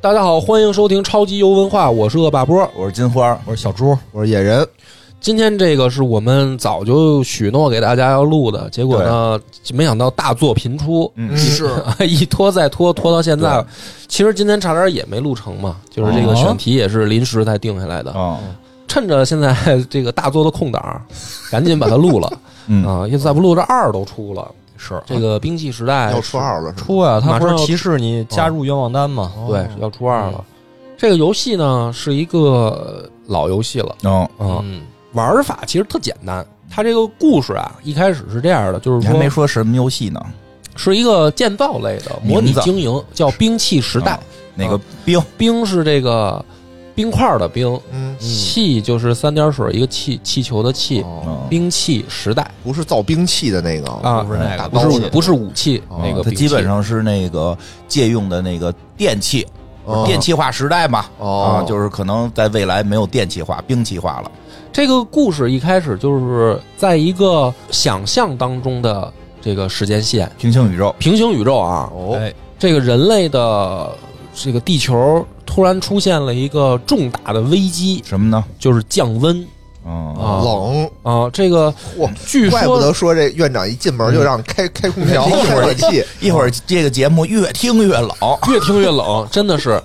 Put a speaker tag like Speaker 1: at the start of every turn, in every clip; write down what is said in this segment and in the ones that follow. Speaker 1: 大家好，欢迎收听超级游文化，我是恶霸波，
Speaker 2: 我是金花，
Speaker 1: 我是小猪。
Speaker 2: 我是野人，
Speaker 1: 今天这个是我们早就许诺给大家要录的，结果呢，没想到大作频出，
Speaker 2: 嗯
Speaker 3: 是
Speaker 1: 一拖再拖，拖到现在。其实今天差点也没录成嘛，就是这个
Speaker 3: 哦
Speaker 1: 选题也是临时才定下来的。
Speaker 2: 啊，
Speaker 1: 趁着现在这个大作的空档， 赶紧把它录了
Speaker 2: 嗯
Speaker 1: 啊！要再不录，这二都出了。
Speaker 3: 是
Speaker 1: 这个兵器时代
Speaker 2: 要出二了，哦是吧
Speaker 3: 出啊，
Speaker 1: 马
Speaker 3: 它不
Speaker 1: 上
Speaker 3: 是
Speaker 1: 要
Speaker 3: 提示你加入愿望单吗？
Speaker 1: 对，要出二了。哦嗯这个游戏呢是一个呃老游戏了
Speaker 2: 嗯，
Speaker 1: 啊，
Speaker 3: 嗯，
Speaker 1: 玩法其实特简单。它这个故事啊，一开始是这样的，就是
Speaker 2: 你还
Speaker 1: 说
Speaker 2: 没说什么游戏呢？
Speaker 1: 嗯是一个建造类的模拟
Speaker 2: 名字
Speaker 1: 经营，叫《兵器时代》
Speaker 2: 啊。哪个兵？
Speaker 1: 兵是这个冰块的冰，
Speaker 4: 嗯，
Speaker 1: 气就是三点水一个气，气球的气。
Speaker 3: 哦
Speaker 2: 嗯，
Speaker 1: 兵器时代
Speaker 4: 不是造兵器的那个
Speaker 1: 啊
Speaker 3: 不是那
Speaker 4: 打
Speaker 3: 个，
Speaker 1: 不
Speaker 4: 刀
Speaker 1: 是
Speaker 4: 的
Speaker 1: 武不是武器
Speaker 4: 哦
Speaker 1: 那个
Speaker 2: 啊它
Speaker 1: 兵器，
Speaker 2: 基本上是那个借用的那个电器，
Speaker 4: 哦
Speaker 2: 电气化时代嘛。啊
Speaker 4: 哦，，
Speaker 2: 就是可能在未来没有电气化，兵器化了。
Speaker 1: 这个故事一开始就是在一个想象当中的这个时间线，
Speaker 2: 平行宇宙，
Speaker 1: 平行宇宙啊，
Speaker 4: 哦
Speaker 3: 哎，
Speaker 1: 这个人类的这个地球突然出现了一个重大的危机，
Speaker 2: 什么呢？
Speaker 1: 就是降温
Speaker 2: 嗯
Speaker 1: 啊
Speaker 4: 冷，
Speaker 1: 啊。这个
Speaker 4: 嚯，
Speaker 1: 据
Speaker 4: 怪不
Speaker 1: 说
Speaker 4: 得说这院长一进门就让你开开空 调、
Speaker 2: 一会
Speaker 4: 开
Speaker 2: 儿
Speaker 4: 暖气，
Speaker 2: 一会儿这个节目越听越冷，
Speaker 1: 越听越冷，真的是。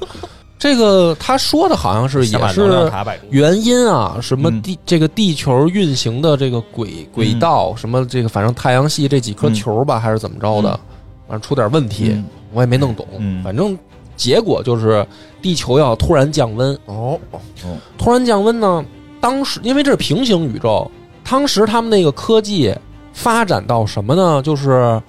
Speaker 1: 这个他说的好像是
Speaker 3: 下
Speaker 1: 也
Speaker 3: 把能量
Speaker 1: 是
Speaker 3: 塔摆出
Speaker 1: 原因啊，什么
Speaker 2: 嗯
Speaker 1: 地、这个地球运行的这个轨轨道，什么这个反正太阳系这几颗球吧，还是怎么着的，反正出点问题，
Speaker 2: 嗯
Speaker 1: 我也没弄懂。
Speaker 2: 嗯
Speaker 1: 反正结果就是地球要突然降温，
Speaker 4: 哦，
Speaker 1: 突然降温呢，当时因为这是平行宇宙，当时他们那个科技发展到什么呢？就是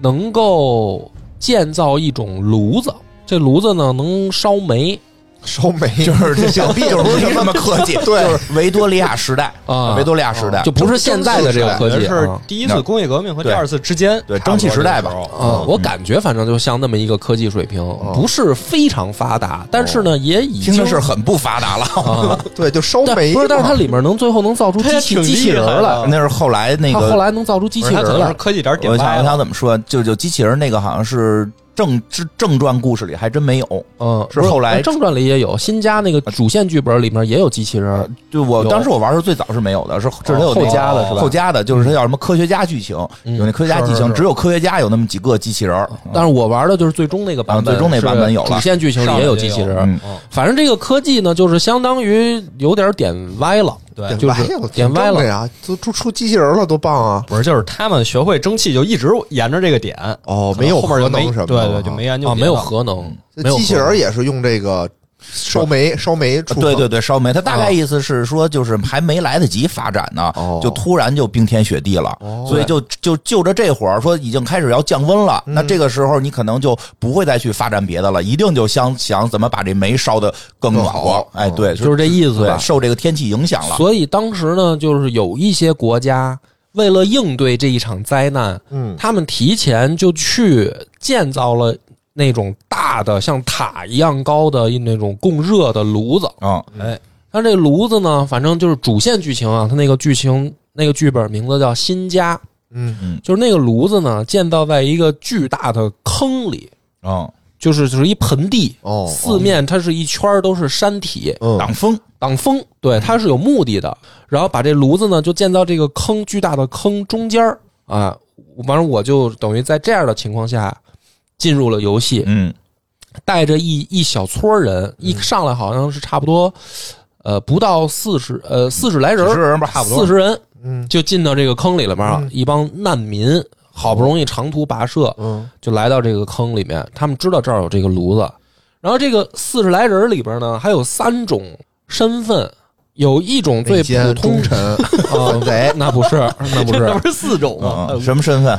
Speaker 1: 能够建造一种炉子，这炉子呢能烧煤
Speaker 4: 烧煤
Speaker 2: 就是 这小 B 就是不是什么科 技，
Speaker 4: 对
Speaker 2: 就是维多利亚时代，
Speaker 1: 啊
Speaker 2: 维多利亚时代
Speaker 1: 就不是现在的这个科
Speaker 3: 感
Speaker 1: 技
Speaker 3: 觉是
Speaker 1: 啊。
Speaker 3: 第一次工业革命和第二次之间，
Speaker 2: 对蒸汽时代吧嗯
Speaker 3: 差不多
Speaker 1: 啊，我感觉反正就像那么一个科技水平，不是非常发达，但是呢，也已
Speaker 2: 听
Speaker 1: 经
Speaker 2: 着是很不发达了。
Speaker 1: 啊，
Speaker 4: 对，就烧
Speaker 1: 但
Speaker 4: 煤，啊
Speaker 1: 不是，但是它里面能最后能造出
Speaker 3: 这
Speaker 1: 机
Speaker 3: 也
Speaker 1: 器
Speaker 3: 挺
Speaker 1: 机器人
Speaker 3: 厉害
Speaker 1: 来，
Speaker 3: 的
Speaker 2: 那是后来那
Speaker 1: 它
Speaker 2: 个
Speaker 1: 后来能造出机
Speaker 3: 这
Speaker 1: 器
Speaker 3: 时候，不是它
Speaker 1: 人来
Speaker 3: 可能是，科技点儿点
Speaker 2: 我想
Speaker 3: 歪
Speaker 2: 我想
Speaker 3: 了，
Speaker 2: 怎么说，就就机器人那个好像是正正正传故事里还真没有。
Speaker 1: 嗯，
Speaker 2: 是
Speaker 1: 不
Speaker 2: 后来
Speaker 1: 哎正传里也有，新加那个主线剧本里面也有机器人，
Speaker 2: 就我
Speaker 1: 有
Speaker 2: 当时我玩的时候最早是没有的，是至少有那
Speaker 1: 后加的是吧
Speaker 2: 后加的就是它叫什么科学家剧情，
Speaker 1: 嗯
Speaker 2: 有那科学家剧
Speaker 3: 是是
Speaker 2: 情，
Speaker 3: 是
Speaker 2: 只有科学家有那么几个机器人儿。
Speaker 1: 但是我玩的就是最终那个版
Speaker 2: 啊
Speaker 1: 本，
Speaker 2: 最终那版本有了
Speaker 1: 主线剧情里也有机器人。
Speaker 2: 嗯，
Speaker 3: 嗯
Speaker 1: 反正这个科技呢，就是相当于有点点歪了，
Speaker 3: 对。
Speaker 1: 就
Speaker 4: 点歪
Speaker 1: 是
Speaker 4: 了，
Speaker 1: 点歪了
Speaker 4: 了呀，都出出机器人了，多棒啊！
Speaker 3: 不是，就是他们学会蒸汽，就一直沿着这个点，
Speaker 4: 哦，没有
Speaker 3: 后边就
Speaker 4: 核
Speaker 3: 没
Speaker 4: 能什么的，哦
Speaker 3: 对对，就没研究
Speaker 1: 啊，没
Speaker 3: 别的
Speaker 1: 有核能，没
Speaker 4: 这
Speaker 1: 有
Speaker 4: 机器
Speaker 1: 核能
Speaker 4: 人也是用这个烧煤烧煤出，
Speaker 2: 对对，对，烧煤，它大
Speaker 1: 啊
Speaker 2: 概意思是说，就是还没来得及发展呢
Speaker 4: 哦，
Speaker 2: 就突然就冰天雪地了，
Speaker 1: 哦
Speaker 2: 所以就就就着这会儿说已经开始要降温了，
Speaker 1: 嗯
Speaker 2: 那这个时候你可能就不会再去发展别的了，一定就想想怎么把这煤烧得更暖
Speaker 4: 更
Speaker 2: 和
Speaker 4: 好。
Speaker 2: 哎，对，
Speaker 1: 嗯就是这意思
Speaker 2: 对，
Speaker 1: 吧？
Speaker 2: 受这个天气影响了。
Speaker 1: 所以当时呢，就是有一些国家为了应对这一场灾难，
Speaker 4: 嗯，
Speaker 1: 他们提前就去建造了那种大的像塔一样高的那种供热的炉子。
Speaker 2: 嗯，
Speaker 3: 哎，
Speaker 1: 它这炉子呢，反正就是主线剧情啊，它那个剧情那个剧本名字叫《新家》，
Speaker 4: 嗯
Speaker 1: 就是那个炉子呢，建造在一个巨大的坑里，
Speaker 2: 嗯，
Speaker 1: 就是就是一盆地，
Speaker 4: 哦，
Speaker 1: 四面它是一圈儿都是山体，
Speaker 4: 嗯
Speaker 2: 挡风，嗯
Speaker 1: 挡风，对，它是有目的的。然后把这炉子呢，就建到这个坑巨大的坑中间儿啊，反正我就等于在这样的情况下进入了游戏，
Speaker 2: 嗯，
Speaker 1: 带着一一小撮人，一上来好像是差不多，呃，不到四十，呃，四十来人
Speaker 2: 几十
Speaker 1: 儿，
Speaker 2: 人吧，差不多。嗯
Speaker 1: 四十人
Speaker 4: 嗯
Speaker 1: 就进到这个坑里了嘛，一帮难民好不容易长途跋涉，
Speaker 4: 嗯
Speaker 1: 就来到这个坑里面，他们知道这儿有这个炉子。然后这个四十来人里边呢，还有三种身份，有一种最
Speaker 4: 内奸
Speaker 1: 普通
Speaker 4: 忠臣
Speaker 1: 啊，
Speaker 4: 贼
Speaker 1: 那不是， 那不
Speaker 3: 这
Speaker 1: 是。啊
Speaker 3: 不是四种吗？
Speaker 2: 嗯，什么身份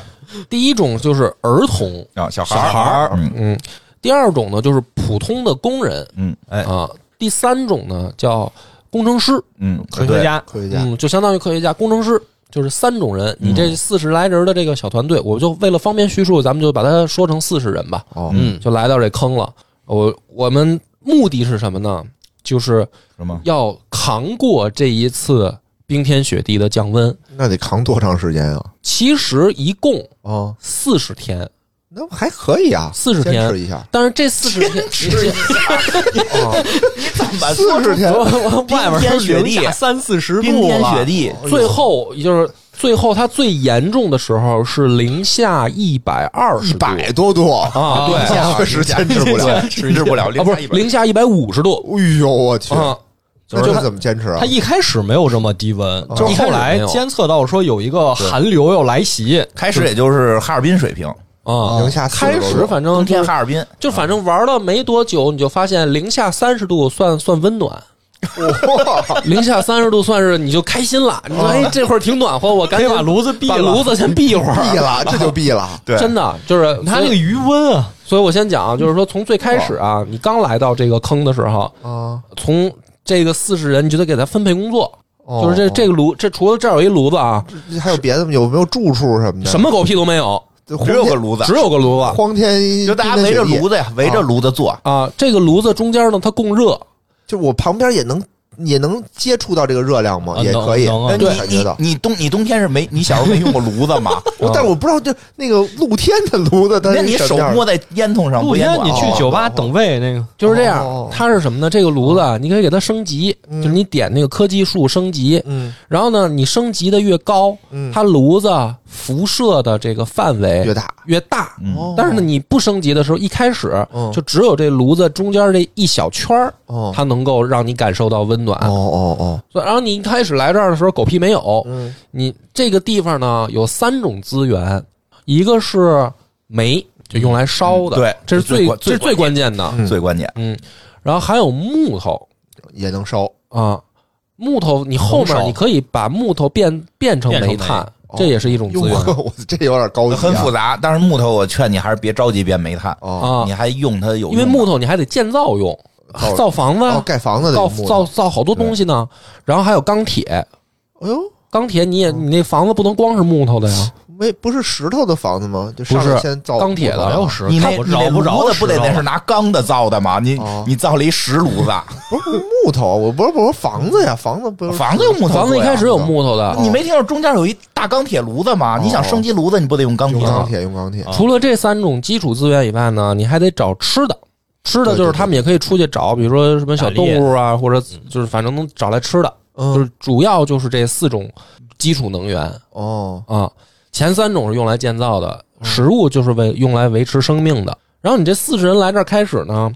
Speaker 1: 第一种就是儿童，
Speaker 2: 啊？小孩
Speaker 1: 小孩儿
Speaker 2: 嗯
Speaker 1: 嗯；第二种呢就是普通的工人
Speaker 2: 嗯
Speaker 3: 哎，
Speaker 1: 啊；第三种呢叫工程师，
Speaker 2: 嗯，
Speaker 3: 科学家
Speaker 4: 科学家，嗯
Speaker 1: 嗯，就相当于科学家、工程师。就是三种人，你这四十来人的这个小团队，我就为了方便叙述，咱们就把它说成四十人吧。
Speaker 4: 哦，
Speaker 1: 嗯，就来到这坑了。我我们目的是什么呢？就是
Speaker 2: 对什么？
Speaker 1: 要扛过这一次冰天雪地的降温。
Speaker 4: 那得扛多长时间啊？
Speaker 1: 其实一共
Speaker 4: 哦，
Speaker 1: 四十天，
Speaker 4: 那还可以啊，
Speaker 1: 40
Speaker 4: 坚
Speaker 1: 天
Speaker 4: 持一下，
Speaker 1: 但是这四十 天，
Speaker 2: 满
Speaker 4: 四十天
Speaker 3: 外
Speaker 2: 冰天
Speaker 3: 面
Speaker 2: 雪地
Speaker 3: 零下三四十
Speaker 2: 冰
Speaker 3: 度
Speaker 2: 天雪
Speaker 3: 了，
Speaker 2: 地，
Speaker 1: 最后也就是最后它最严重的时候是零下一百二
Speaker 4: 一
Speaker 1: 十度
Speaker 4: 百多度啊，
Speaker 1: 啊， 对啊，
Speaker 4: 确实坚持不了。
Speaker 2: 治不了，零
Speaker 1: 不
Speaker 2: 下
Speaker 1: 是
Speaker 2: 一百
Speaker 1: 零下一百五十度
Speaker 4: 哎呦我去，
Speaker 1: 啊，
Speaker 4: 那这怎么坚持啊
Speaker 3: 它？一开始没有这么低温，
Speaker 4: 哦
Speaker 3: 就
Speaker 1: 一
Speaker 3: 是
Speaker 1: 开始
Speaker 3: 后来
Speaker 1: 没有
Speaker 3: 监测到说有一个寒流要来袭，
Speaker 2: 开始也就是哈尔滨水平，
Speaker 1: 啊，
Speaker 4: 零下40
Speaker 1: 开
Speaker 4: 多
Speaker 1: 始
Speaker 4: 度
Speaker 1: 反
Speaker 2: 冬
Speaker 1: 正
Speaker 2: 天啊
Speaker 1: 就
Speaker 2: 哈尔滨，
Speaker 1: 就反正玩了没多久，你就发现零下三十度算算温暖，零下三十度算是你就开心了。你说哎，这会儿挺暖和，我赶
Speaker 3: 可以
Speaker 1: 紧
Speaker 3: 哎把炉子闭
Speaker 1: 把
Speaker 3: 了。
Speaker 1: 炉子先闭会
Speaker 4: 毙
Speaker 1: 儿。
Speaker 4: 了，这就毙了。
Speaker 2: 对，
Speaker 1: 真的就是
Speaker 3: 它那个余温啊，
Speaker 1: 所以我先讲啊，就是说从最开始啊，你刚来到这个坑的时候，
Speaker 4: 啊，
Speaker 1: 从这个四十人，你就得给他分配工作，
Speaker 4: 哦
Speaker 1: 就是这这个炉，这除了这儿有一炉子啊，
Speaker 4: 还有别的吗？有没有住处什么的？
Speaker 1: 什么狗屁都没有，
Speaker 4: 这
Speaker 2: 只有个炉子，
Speaker 1: 只有个炉子
Speaker 4: 荒天，荒天
Speaker 2: 就大家围着炉
Speaker 4: 子，
Speaker 2: 子呀，围着炉子坐，
Speaker 1: 啊。这个炉子中间呢，它供热，
Speaker 4: 就我旁边也能也能接触到这个热量吗？
Speaker 3: 啊
Speaker 4: 也可以，
Speaker 3: 能能啊
Speaker 2: 哎
Speaker 4: 能
Speaker 2: 你
Speaker 4: 感觉
Speaker 2: 你
Speaker 4: 到。
Speaker 2: 你冬你冬天是没你小时候没用过炉子吗？
Speaker 4: 我
Speaker 1: 啊
Speaker 4: 但是我不知道，就那个露天的炉子，它
Speaker 2: 那你
Speaker 4: 是什
Speaker 2: 手
Speaker 4: 么样的
Speaker 2: 摸在烟囱上，
Speaker 3: 露
Speaker 2: 不烟
Speaker 3: 天
Speaker 2: 管
Speaker 3: 你去
Speaker 2: 哦
Speaker 3: 酒吧等位那个，
Speaker 1: 就是这
Speaker 4: 哦
Speaker 1: 样。它是什么呢？这个炉子啊你可以给它升级，就是你点那个科技树升级，
Speaker 4: 嗯
Speaker 1: 然后呢，你升级的越高，
Speaker 4: 嗯，
Speaker 1: 它炉子啊辐射的这个范围
Speaker 4: 越大。哦
Speaker 1: 越大。
Speaker 2: 嗯，
Speaker 1: 但是呢，你不升级的时候，一开始
Speaker 4: 嗯
Speaker 1: 就只有这炉子中间这一小圈儿，
Speaker 4: 哦
Speaker 1: 它能够让你感受到温暖。
Speaker 4: 哦哦哦，
Speaker 1: 所以然后你一开始来这儿的时候，狗屁没有。
Speaker 4: 嗯
Speaker 1: 你这个地方呢，有三种资源，一个是煤，就用来烧的，
Speaker 2: 嗯对
Speaker 1: 这是最
Speaker 2: 最
Speaker 1: 这是最关键的。
Speaker 4: 嗯
Speaker 2: 最关键，
Speaker 1: 嗯，然后还有木头
Speaker 4: 也能烧
Speaker 1: 啊，木头你后面
Speaker 3: 能烧
Speaker 1: 你可以把木头变变成
Speaker 3: 变成
Speaker 1: 煤炭，
Speaker 4: 煤
Speaker 1: 这也是一种资
Speaker 4: 哟
Speaker 1: 源。
Speaker 4: 我我这有点高级啊，
Speaker 2: 很复杂。但是木头，我劝你还是别着急变煤炭，
Speaker 4: 哦
Speaker 1: 啊
Speaker 2: 你还用它有用
Speaker 1: 因为木头你还得建造用，
Speaker 4: 造
Speaker 1: 造房子、啊
Speaker 4: 哦，盖房子的
Speaker 1: 造
Speaker 4: 木头
Speaker 1: 造，造好多东西呢。然后还有钢铁，
Speaker 4: 哎呦，
Speaker 1: 钢铁你也你那房子不能光是木头的呀，
Speaker 4: 没不是石头的房子吗？就上
Speaker 1: 不
Speaker 4: 面
Speaker 1: 是
Speaker 4: 先造
Speaker 1: 钢铁的哦
Speaker 4: 木头
Speaker 1: 没有
Speaker 3: 石
Speaker 2: 你那
Speaker 3: 看不
Speaker 2: 你那
Speaker 3: 着不着
Speaker 2: 炉子不得
Speaker 3: 石头
Speaker 2: 那是拿钢的造的吗？你
Speaker 4: 哦
Speaker 2: 你造了一石炉子，
Speaker 4: 不是木头，啊我不是我说房子呀，房子不是
Speaker 2: 房子用木头做呀，
Speaker 1: 房子一开始有木头的。
Speaker 2: 啊你没听到中间有一大钢铁炉子吗？
Speaker 4: 哦啊
Speaker 2: 你想升级炉子，你不得用钢
Speaker 4: 用
Speaker 2: 铁
Speaker 4: 钢
Speaker 2: 吗？
Speaker 4: 铁用钢铁，
Speaker 1: 除了这三种基础资源以外呢，你还得找吃的。吃的就是他们也可以出去找，比如说什么小动物啊，或者就是反正能找来吃的。
Speaker 4: 嗯
Speaker 1: 就是主要就是这四种基础能源
Speaker 4: 哦
Speaker 1: 啊，前三种是用来建造的，
Speaker 4: 嗯
Speaker 1: 食物就是为用来维持生命的。然后你这四十人来这儿开始呢，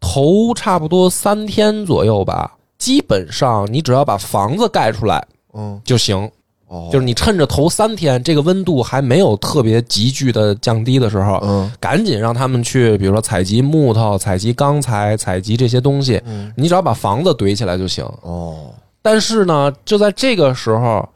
Speaker 1: 头差不多三天左右吧，基本上你只要把房子盖出来
Speaker 4: 嗯
Speaker 1: 就行。
Speaker 4: 哦，
Speaker 1: 就是你趁着头三天这个温度还没有特别急剧的降低的时候，
Speaker 4: 嗯
Speaker 1: 赶紧让他们去，比如说采集木头、采集钢材、采集这些东西，
Speaker 4: 嗯
Speaker 1: 你只要把房子堆起来就行。
Speaker 4: 哦
Speaker 1: 但是呢，就在这个时候，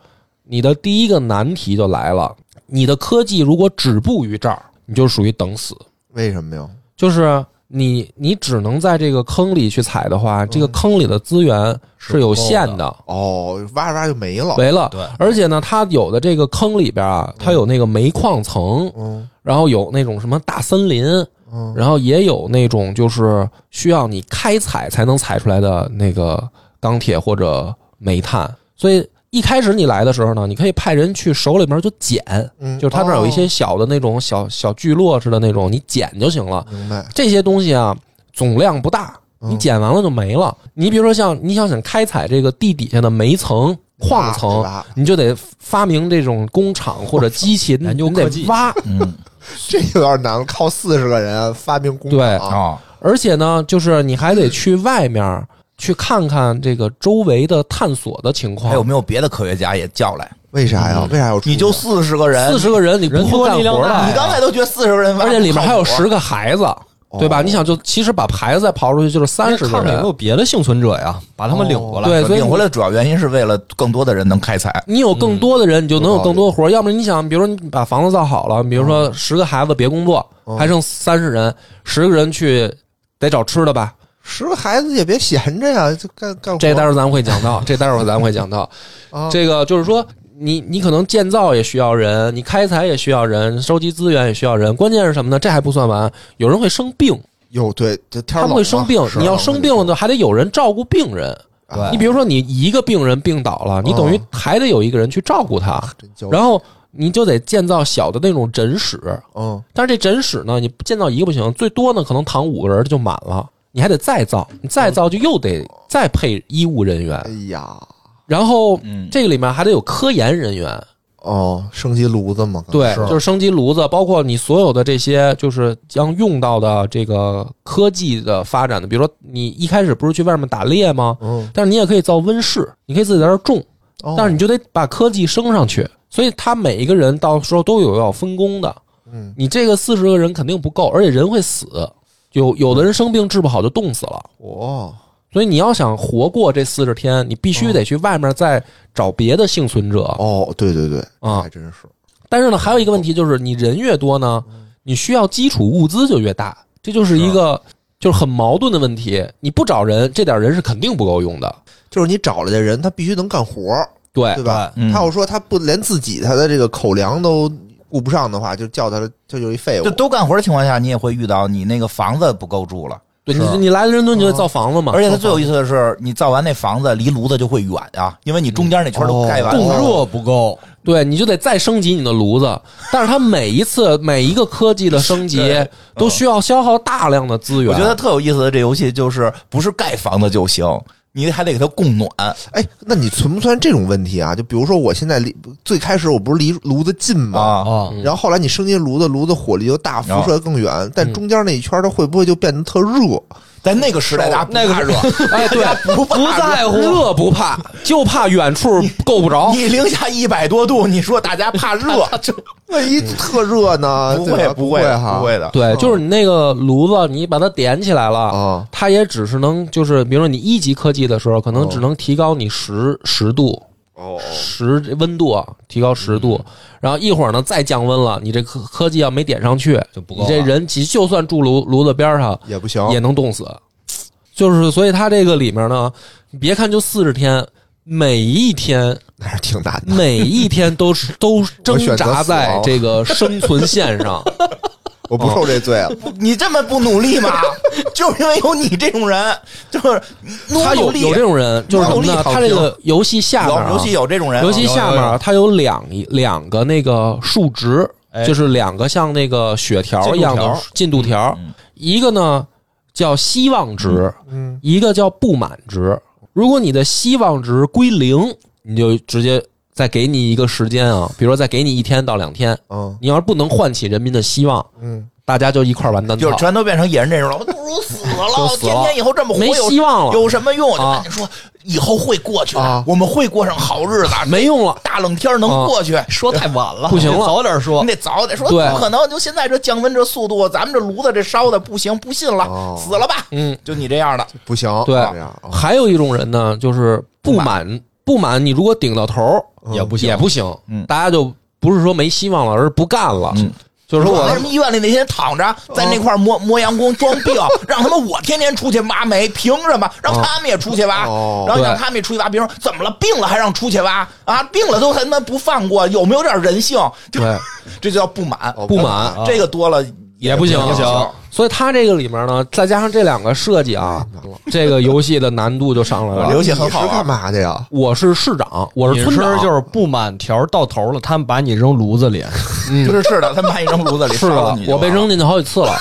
Speaker 1: 你的第一个难题就来了：你的科技如果止步于这儿，你就属于等死。
Speaker 4: 为什么呀？
Speaker 1: 就是你，你只能在这个坑里去采的话，这个坑里的资源是有限
Speaker 3: 是不够
Speaker 1: 的，
Speaker 4: 哦，挖着挖着就没了，
Speaker 1: 没了。
Speaker 3: 对
Speaker 1: 而且呢，它有的这个坑里边啊，它有那个煤矿层，
Speaker 4: 嗯
Speaker 1: 然后有那种什么大森林，
Speaker 4: 嗯，
Speaker 1: 然后也有那种就是需要你开采才能采出来的那个钢铁或者煤炭，所以一开始你来的时候呢，你可以派人去手里面就捡，
Speaker 4: 嗯
Speaker 1: 就是他那儿有一些小的那种小小聚落似的那种，你捡就行了
Speaker 4: 哦。明白，
Speaker 1: 这些东西啊，总量不大，
Speaker 4: 嗯
Speaker 1: 你捡完了就没了。你比如说像你想想开采这个地底下的煤层、矿层，
Speaker 4: 挖
Speaker 1: 你就得发明这种工厂或者机器，
Speaker 3: 研究
Speaker 1: 你得
Speaker 3: 科技
Speaker 1: 挖。
Speaker 2: 嗯
Speaker 4: 这有点难，靠四十个人发明工
Speaker 1: 对
Speaker 4: 厂啊，
Speaker 2: 啊，
Speaker 1: 而且呢，就是你还得去外面儿去看看这个周围的探索的情
Speaker 2: 还有
Speaker 1: 况。
Speaker 2: 没有别的科学家也叫来？
Speaker 4: 为
Speaker 1: 嗯
Speaker 4: 啥呀？为啥要出
Speaker 2: 你就
Speaker 4: 去
Speaker 2: 四十个人，
Speaker 1: 四十个人，你不
Speaker 3: 人
Speaker 1: 够
Speaker 3: 多
Speaker 1: 干
Speaker 3: 力量
Speaker 1: 活
Speaker 3: 大
Speaker 1: 的
Speaker 2: 你，刚才都觉得四十个人挖不靠谱，
Speaker 1: 而且里面还有十个孩子，对吧？
Speaker 4: 哦
Speaker 1: 你想，就其实把孩子再刨出去，就是三十个
Speaker 3: 看看有没
Speaker 1: 人。
Speaker 3: 有别的幸存者呀，把他们领过来。
Speaker 1: 对，所以
Speaker 2: 领回
Speaker 1: 你
Speaker 2: 来主要原因是为了更多的人能开采。
Speaker 1: 你有更多的人，你就能有
Speaker 4: 有道理
Speaker 1: 更多的活
Speaker 3: 嗯
Speaker 1: 儿。要么你想，比如说你把房子造好了，比如说十个孩子别工作，
Speaker 4: 嗯
Speaker 1: 还剩三十人，十个人去得找吃的吧。
Speaker 4: 十个孩子也别闲着呀，就干干活
Speaker 1: 这待会儿咱们会讲到，这待会儿咱们会讲到。
Speaker 4: 啊
Speaker 1: 这个就是说，你你可能建造也需要人，你开采也需要人，收集资源也需要人。关键是什么呢？这还不算完，有人会生病，
Speaker 4: 哟对，就天
Speaker 1: 他
Speaker 4: 儿
Speaker 1: 们
Speaker 4: 冷
Speaker 1: 会
Speaker 4: 了
Speaker 1: 生病。
Speaker 4: 啊是
Speaker 1: 你要
Speaker 4: 冷
Speaker 1: 生
Speaker 4: 就
Speaker 1: 病了呢，还得有人照顾病人。
Speaker 4: 啊
Speaker 1: 你比如说，你一个病人病倒了，你等于还得有一个人去照顾他，
Speaker 4: 真焦虑
Speaker 1: 然后你就得建造小的那种诊室。
Speaker 4: 嗯，
Speaker 1: 但是这诊室呢，你建造一个不行，最多呢可能躺五个人就满了，你还得再造，你再造就又得再配医务人
Speaker 4: 哎
Speaker 1: 员，
Speaker 4: 呀，
Speaker 1: 然后
Speaker 2: 嗯，
Speaker 1: 这个里面还得有科研人员，
Speaker 4: 哦，升级炉子嘛，
Speaker 1: 对，
Speaker 4: 是
Speaker 1: 就是升级炉子，包括你所有的这些，就是将用到的这个科技的发展的，比如说你一开始不是去外面打猎吗？
Speaker 4: 嗯，
Speaker 1: 但是你也可以造温室，你可以自己在这儿种，
Speaker 4: 哦
Speaker 1: 但是你就得把科技升上去。所以他每一个人到时候都有要分工的，
Speaker 4: 嗯，
Speaker 1: 你这个四十个人肯定不够，而且人会死，有有的人生病治不好就冻死了。
Speaker 4: 哦，
Speaker 1: 所以你要想活过这四十天，你必须得去外面再找别的幸存者
Speaker 4: 哦，对对对，
Speaker 1: 啊
Speaker 4: 还。真是，
Speaker 1: 但是呢，还有一个问题就是，你人越多呢，
Speaker 2: 嗯
Speaker 1: 你需要基础物资就越大，这就是一
Speaker 2: 啊
Speaker 1: 个就是很矛盾的问题。你不找人，这点人是肯定不够用的。
Speaker 4: 就是你找来的人，他必须能干活儿，
Speaker 1: 哎对
Speaker 4: 对吧？
Speaker 2: 嗯
Speaker 4: 他要说他不连自己他的这个口粮都顾不上的话，就叫他他就一废物
Speaker 2: 就。都干活的情况下，你也会遇到你那个房子不够住了，
Speaker 1: 对
Speaker 2: 是啊嗯
Speaker 1: 你你来伦敦就得造房子嘛，
Speaker 2: 而且它最有意思的是，你造完那房子离炉子就会远啊，因为你中间那
Speaker 1: 嗯
Speaker 2: 圈都盖完
Speaker 1: 哦
Speaker 3: 供
Speaker 2: 了。
Speaker 3: 热不够，
Speaker 1: 对你就得再升级你的炉子。但是它每一 次每一个科技的升级
Speaker 2: 对
Speaker 1: 都需要消耗大量的资源。
Speaker 2: 我觉得特有意思的这游戏就是不是盖房子就行，你还得给它供暖。
Speaker 4: 哎，那你存不存这种问题啊？就比如说我现在离最开始我不是离炉子近吗？
Speaker 2: 啊
Speaker 3: 啊，
Speaker 4: 然后后来你升级炉子，炉子火力就大，辐射更远，但中间那一圈它会不会就变得特热？
Speaker 2: 在那个时代，大家不
Speaker 3: 那
Speaker 2: 怕
Speaker 3: 个
Speaker 2: 热，
Speaker 1: 哎，对，不在乎热不怕，就怕远处够不 着。
Speaker 2: 你零下一百多度，你说大家怕 热，
Speaker 1: 啊
Speaker 2: 这
Speaker 4: 万一特热呢？
Speaker 2: 不
Speaker 4: 对
Speaker 2: 会
Speaker 4: 吧不
Speaker 2: 会
Speaker 4: 哈，
Speaker 2: 不会的。
Speaker 1: 对，就是你那个炉子，你把它点起来了
Speaker 2: 嗯
Speaker 4: 啊
Speaker 1: 它也只是能就是，比如说你一级科技的时候，
Speaker 2: 嗯
Speaker 1: 可能只能提高你十十度。
Speaker 4: 哦
Speaker 1: 十温度啊，提高十度，然后一会儿呢再降温了，你这科科技要没点上去，
Speaker 3: 就不
Speaker 1: 你
Speaker 3: 够了
Speaker 1: 这人其就算住炉炉子边儿上
Speaker 4: 也不行，
Speaker 1: 也能冻死。就是所以它这个里面呢，你别看就四十天，每一天
Speaker 4: 那还是挺难的。
Speaker 1: 每一天都是都挣
Speaker 4: 选择
Speaker 1: 扎
Speaker 4: 死亡
Speaker 1: 在这个生存线上。
Speaker 4: 我不受这罪了。
Speaker 2: 你这么不努力 吗？就是因为有你这种人，就是努
Speaker 1: 他有
Speaker 2: 努力。
Speaker 1: 有这种人，就是什么
Speaker 2: 努力
Speaker 1: 呢？
Speaker 2: 躺
Speaker 1: 他
Speaker 2: 平
Speaker 1: 这个游戏下面、
Speaker 2: 有
Speaker 1: 啊，
Speaker 2: 游戏有这种人，
Speaker 1: 游戏下面
Speaker 3: 有有
Speaker 1: 啊
Speaker 3: 有
Speaker 1: 它有两一两个那个数值，
Speaker 3: 哎
Speaker 1: 就是两个像那个血条一样的进度条，
Speaker 2: 嗯
Speaker 1: 一个呢叫希望值，
Speaker 4: 嗯，
Speaker 1: 一个叫不满值。如果你的希望值归零，你就直接再给你一个时间啊，比如说再给你一天到两天，
Speaker 3: 哦
Speaker 4: 嗯
Speaker 1: 你要是不能唤起人民的希望，
Speaker 4: 嗯，
Speaker 1: 大家就一块儿完蛋
Speaker 2: 就是
Speaker 1: 操，
Speaker 2: 全都变成野人这种了，我不如死了，
Speaker 1: 就死了
Speaker 2: 天天以后这么活
Speaker 1: 没
Speaker 2: 有
Speaker 1: 希望了，
Speaker 2: 有什么用？我就
Speaker 1: 啊
Speaker 2: 赶紧说，以后会过去的
Speaker 4: 啊
Speaker 2: 我们会过上好日子，
Speaker 1: 没用了。
Speaker 2: 大冷天能过去。
Speaker 3: 说太晚了，
Speaker 1: 不行了
Speaker 3: 得早点说
Speaker 2: 你。得早点说，
Speaker 1: 啊对
Speaker 2: 不可能！就现在这降温这速度，咱们这炉子这烧的不行，不信了，
Speaker 4: 哦
Speaker 2: 死了吧！
Speaker 1: 嗯，
Speaker 2: 就你这样的，
Speaker 4: 不行，
Speaker 1: 对
Speaker 4: 这样啊
Speaker 1: 还有一种人呢，就是不满不满，你如果顶到头儿
Speaker 3: 也不行
Speaker 1: 也不行，
Speaker 2: 嗯
Speaker 1: 大家就不是说没希望了，而是不干了，
Speaker 2: 嗯
Speaker 1: 就是说
Speaker 2: 为
Speaker 1: 我
Speaker 2: 什么医院里那些躺着在那块儿磨磨洋工装 病，让他们我天天出去挖煤，凭什么让他们也出去挖？
Speaker 4: 哦
Speaker 2: 然后让
Speaker 1: 对
Speaker 2: 他们也出去挖，别人说怎么了？病了还让出去挖啊？病了都他妈不放过，有没有点人性？就
Speaker 1: 对
Speaker 2: 这就叫不满，
Speaker 4: 哦
Speaker 1: 不满啊
Speaker 2: 这个多了
Speaker 1: 也不行
Speaker 2: 也不行。
Speaker 1: 所以他这个里面呢，再加上这两个设计啊，这个游戏的难度就上来
Speaker 2: 留
Speaker 1: 了。
Speaker 2: 游戏很好玩
Speaker 4: 啊你是干嘛的呀？
Speaker 1: 我是市长，我
Speaker 3: 你
Speaker 1: 是
Speaker 3: 是
Speaker 1: 村长，
Speaker 3: 就是不满条到头了，他们把你扔炉子里，
Speaker 2: 就是是的，他们把你扔炉子里
Speaker 1: 嗯 是
Speaker 2: 烧了
Speaker 1: 的
Speaker 2: 你，就
Speaker 1: 我被
Speaker 2: 完了
Speaker 1: 扔进去好几次 了。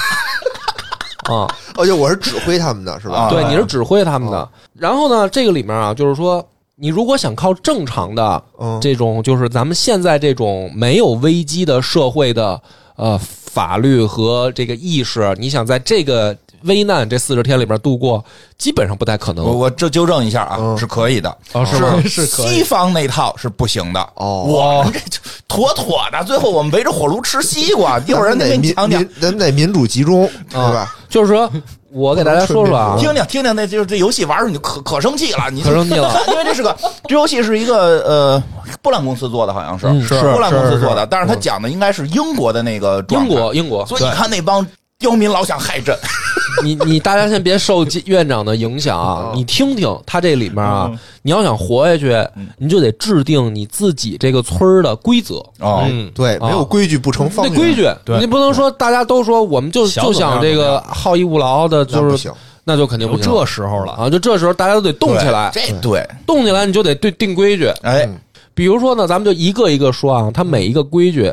Speaker 1: 啊，
Speaker 4: 哦，就我是指挥他们的是吧？
Speaker 2: 啊
Speaker 1: 对，
Speaker 2: 哎嗯
Speaker 1: 你是指挥他们的。然后呢，这个里面啊，就是说，你如果想靠正常的
Speaker 4: 嗯
Speaker 1: 这种，就是咱们现在这种没有危机的社会的呃法律和这个意识，你想在这个危难这四十天里边度过，基本上不太可
Speaker 2: 我
Speaker 1: 能。
Speaker 2: 我这纠正一下啊，
Speaker 4: 嗯
Speaker 2: 是可以的，
Speaker 1: 哦 是吗
Speaker 2: 是西方那套是不行的。
Speaker 4: 哦
Speaker 2: 我们这就妥妥的，最后我们围着火炉吃西瓜， 一
Speaker 4: 一
Speaker 2: 会儿人得
Speaker 4: 得
Speaker 2: 给你
Speaker 4: 民
Speaker 2: 讲讲，
Speaker 4: 民咱们得民主集中，对吧？
Speaker 1: 就是说，我给大家说说啊，
Speaker 2: 听听听听，那就是这游戏玩儿你就可可生气了，你
Speaker 1: 可生气了。
Speaker 2: 因为这是个这游戏是一个呃波兰公司做的，好像是、
Speaker 1: 嗯是
Speaker 2: 波兰公司做
Speaker 3: 是
Speaker 2: 的，但是他讲的应该是英国的那个状
Speaker 1: 英
Speaker 2: 态
Speaker 1: 国，，英国，
Speaker 2: 所以你看那帮刁民老想害朕，
Speaker 1: 你你大家先别受院长的影响啊
Speaker 4: 哦，
Speaker 1: 你听听他这里面啊
Speaker 2: 嗯，
Speaker 1: 你要想活下去，
Speaker 3: 嗯
Speaker 1: 你就得制定你自己这个村儿的规则。
Speaker 2: 哦
Speaker 3: 嗯，
Speaker 4: 对，没有规矩不成方
Speaker 1: 那
Speaker 4: 圆，
Speaker 1: 规矩，
Speaker 3: 对
Speaker 1: 你不能说大家都说我们就
Speaker 3: 想
Speaker 1: 就
Speaker 3: 怎么样
Speaker 1: 想这个好逸恶劳的，
Speaker 4: 那
Speaker 1: 就
Speaker 4: 不
Speaker 1: 是
Speaker 4: 行。
Speaker 1: 那就肯定
Speaker 3: 都
Speaker 1: 不行
Speaker 3: 这时候了，
Speaker 1: 啊！就这时候大家都得动起来，
Speaker 2: 这对，
Speaker 1: 动起来你就得对定规矩。
Speaker 2: 哎，
Speaker 1: 比如说呢，咱们就一个一个说啊，它每一个规矩，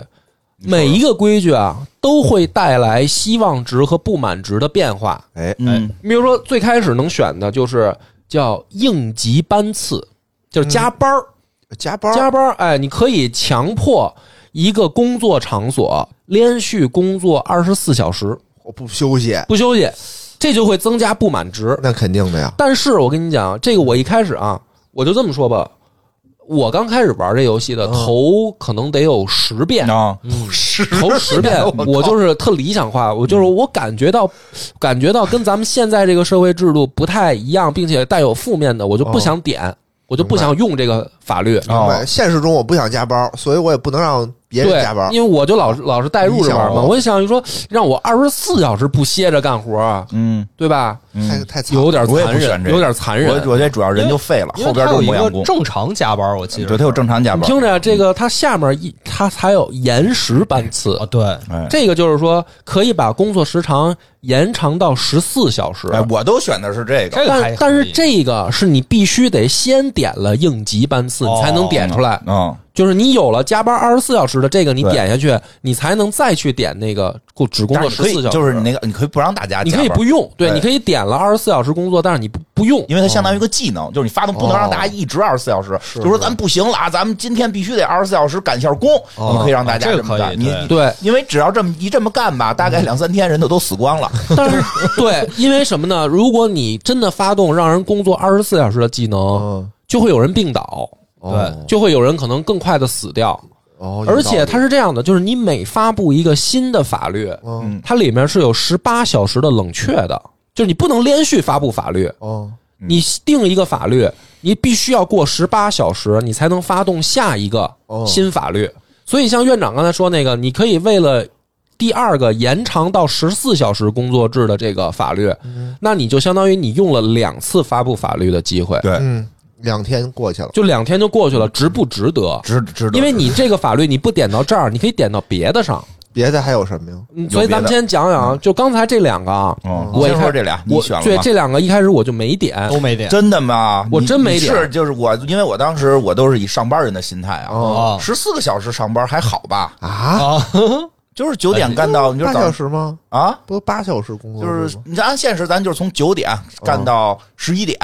Speaker 2: 你说
Speaker 1: 每一个规矩啊，都会带来希望值和不满值的变化。
Speaker 4: 哎，
Speaker 2: 嗯
Speaker 1: 你比如说，最开始能选的就是叫应急班次，就是加班儿、
Speaker 4: 加嗯班儿
Speaker 1: 加班儿。哎，你可以强迫一个工作场所连续工作二十四小时
Speaker 4: 我不休息，
Speaker 1: 不休息，这就会增加不满值。
Speaker 4: 那肯定的呀。
Speaker 1: 但是我跟你讲，这个我一开始啊，我就这么说吧，我刚开始玩这游戏
Speaker 4: 嗯
Speaker 1: 的头可能得有十遍，
Speaker 2: 啊，
Speaker 1: 头十 遍，我就是特理想化，我
Speaker 2: 嗯
Speaker 1: 就是我感觉到，感觉到跟咱们现在这个社会制度不太一样，并且带有负面的，我就
Speaker 2: 哦
Speaker 1: 不想点，我就不想用这个法律。
Speaker 2: 啊
Speaker 4: 明白现实中我不想加班儿，所以我也不能让别人
Speaker 1: 对
Speaker 4: 加班，儿。
Speaker 1: 因为我就老是老是代入着玩
Speaker 4: 理
Speaker 1: 嘛，
Speaker 4: 想
Speaker 1: 我就想说，让我二十四小时不歇着干活，
Speaker 2: 嗯，
Speaker 1: 对吧？
Speaker 2: 嗯
Speaker 4: 太太惨了
Speaker 1: 有点
Speaker 2: 我也
Speaker 1: 残
Speaker 2: 不选
Speaker 1: 忍，
Speaker 2: 这个
Speaker 1: 有点残
Speaker 2: 我
Speaker 1: 忍。
Speaker 2: 我这主要人就废了，后边
Speaker 3: 他
Speaker 2: 都
Speaker 3: 有
Speaker 2: 是
Speaker 3: 一
Speaker 2: 磨洋
Speaker 3: 个
Speaker 2: 工，
Speaker 3: 正常加班，我记
Speaker 2: 对，
Speaker 3: 得
Speaker 2: 他有正常加
Speaker 1: 你
Speaker 2: 班，嗯
Speaker 1: 听着，这个它下面一它还有延时班次
Speaker 3: 啊，，对，
Speaker 2: 哎
Speaker 1: 这个就是说可以把工作时长延长到十四小时。
Speaker 2: 哎，我都选的是这个，
Speaker 3: 这个还
Speaker 1: 但但是这个是你必须得先点了应急班次，
Speaker 3: 哦
Speaker 1: 你才能点出来。
Speaker 2: 嗯，
Speaker 1: 就是你有了加班二十四小时的这个，你
Speaker 2: 对
Speaker 1: 点下去，你才能再去点那个工只工
Speaker 2: 但
Speaker 1: 作
Speaker 2: 是
Speaker 1: 十
Speaker 2: 你可
Speaker 1: 四
Speaker 2: 以
Speaker 1: 小时。
Speaker 2: 就是你那个，你可以不让大家加班，
Speaker 1: 你可以不用，对，
Speaker 2: 对
Speaker 1: 你可以点了二十四小时工作，但是你不不用。
Speaker 2: 因为它相当于一个技能，就是你发动不能让大家一直二十四小时，就说咱不行了啊，咱们今天必须得二十四小时赶一下工，我们可以让大家
Speaker 3: 这
Speaker 2: 这
Speaker 3: 个
Speaker 2: 么
Speaker 3: 可以
Speaker 2: 干。你
Speaker 3: 对
Speaker 2: 你
Speaker 1: 对，
Speaker 2: 因为只要这么一这么干吧，大概两三天人就都死光了。
Speaker 1: 但是 对，因为什么呢？如果你真的发动让人工作二十四小时的技能，
Speaker 4: 嗯，
Speaker 1: 就会有人病倒，
Speaker 4: 哦
Speaker 1: 就会有人可能更快的死掉。
Speaker 4: 哦，有
Speaker 1: 而且
Speaker 4: 道
Speaker 1: 它是这样的，就是你每发布一个新的法律，
Speaker 4: 理嗯
Speaker 2: 嗯
Speaker 1: 它里面是有十八小时的冷却的，就是你不能连续发布法律，
Speaker 4: 哦，
Speaker 1: 你定一个法律，你必须要过十八小时，你才能发动下一个
Speaker 4: 哦
Speaker 1: 新法律。所以像院长刚才说那个，你可以为了。第二个延长到十四小时工作制的这个法律，那你就相当于你用了两次发布法律的机会，
Speaker 2: 对
Speaker 4: 嗯，两天过去了，
Speaker 1: 就两天就过去了，值不值得？
Speaker 2: 值值得，
Speaker 1: 因为你这个法律你不点到这儿，你可以点到别的上。
Speaker 4: 别的还有什么呀？
Speaker 1: 嗯所以咱
Speaker 2: 别的
Speaker 1: 们先讲讲啊，就刚才这两个啊，
Speaker 2: 嗯，
Speaker 1: 我一
Speaker 2: 先
Speaker 1: 开
Speaker 2: 说这俩，你
Speaker 1: 我
Speaker 2: 选
Speaker 1: 对
Speaker 2: 了吗？
Speaker 1: 这两个一开始我就没点，
Speaker 3: 都没点
Speaker 2: 真的吗？
Speaker 1: 我
Speaker 2: 你
Speaker 1: 真没
Speaker 2: 你
Speaker 1: 点
Speaker 2: 是就是我，因为我当时我都是以上班人的心态啊，
Speaker 4: 哦
Speaker 3: 啊
Speaker 2: 十四个小时上班还好吧？
Speaker 4: 啊，
Speaker 3: 啊，
Speaker 2: 就是九点干到，你就
Speaker 4: 八
Speaker 2: 早
Speaker 4: 小
Speaker 2: 上
Speaker 4: 时哦吗？
Speaker 2: 啊，
Speaker 4: 不八小时工作
Speaker 2: 就
Speaker 4: 制吗
Speaker 2: 是你按现实，咱就是从九点干到十一点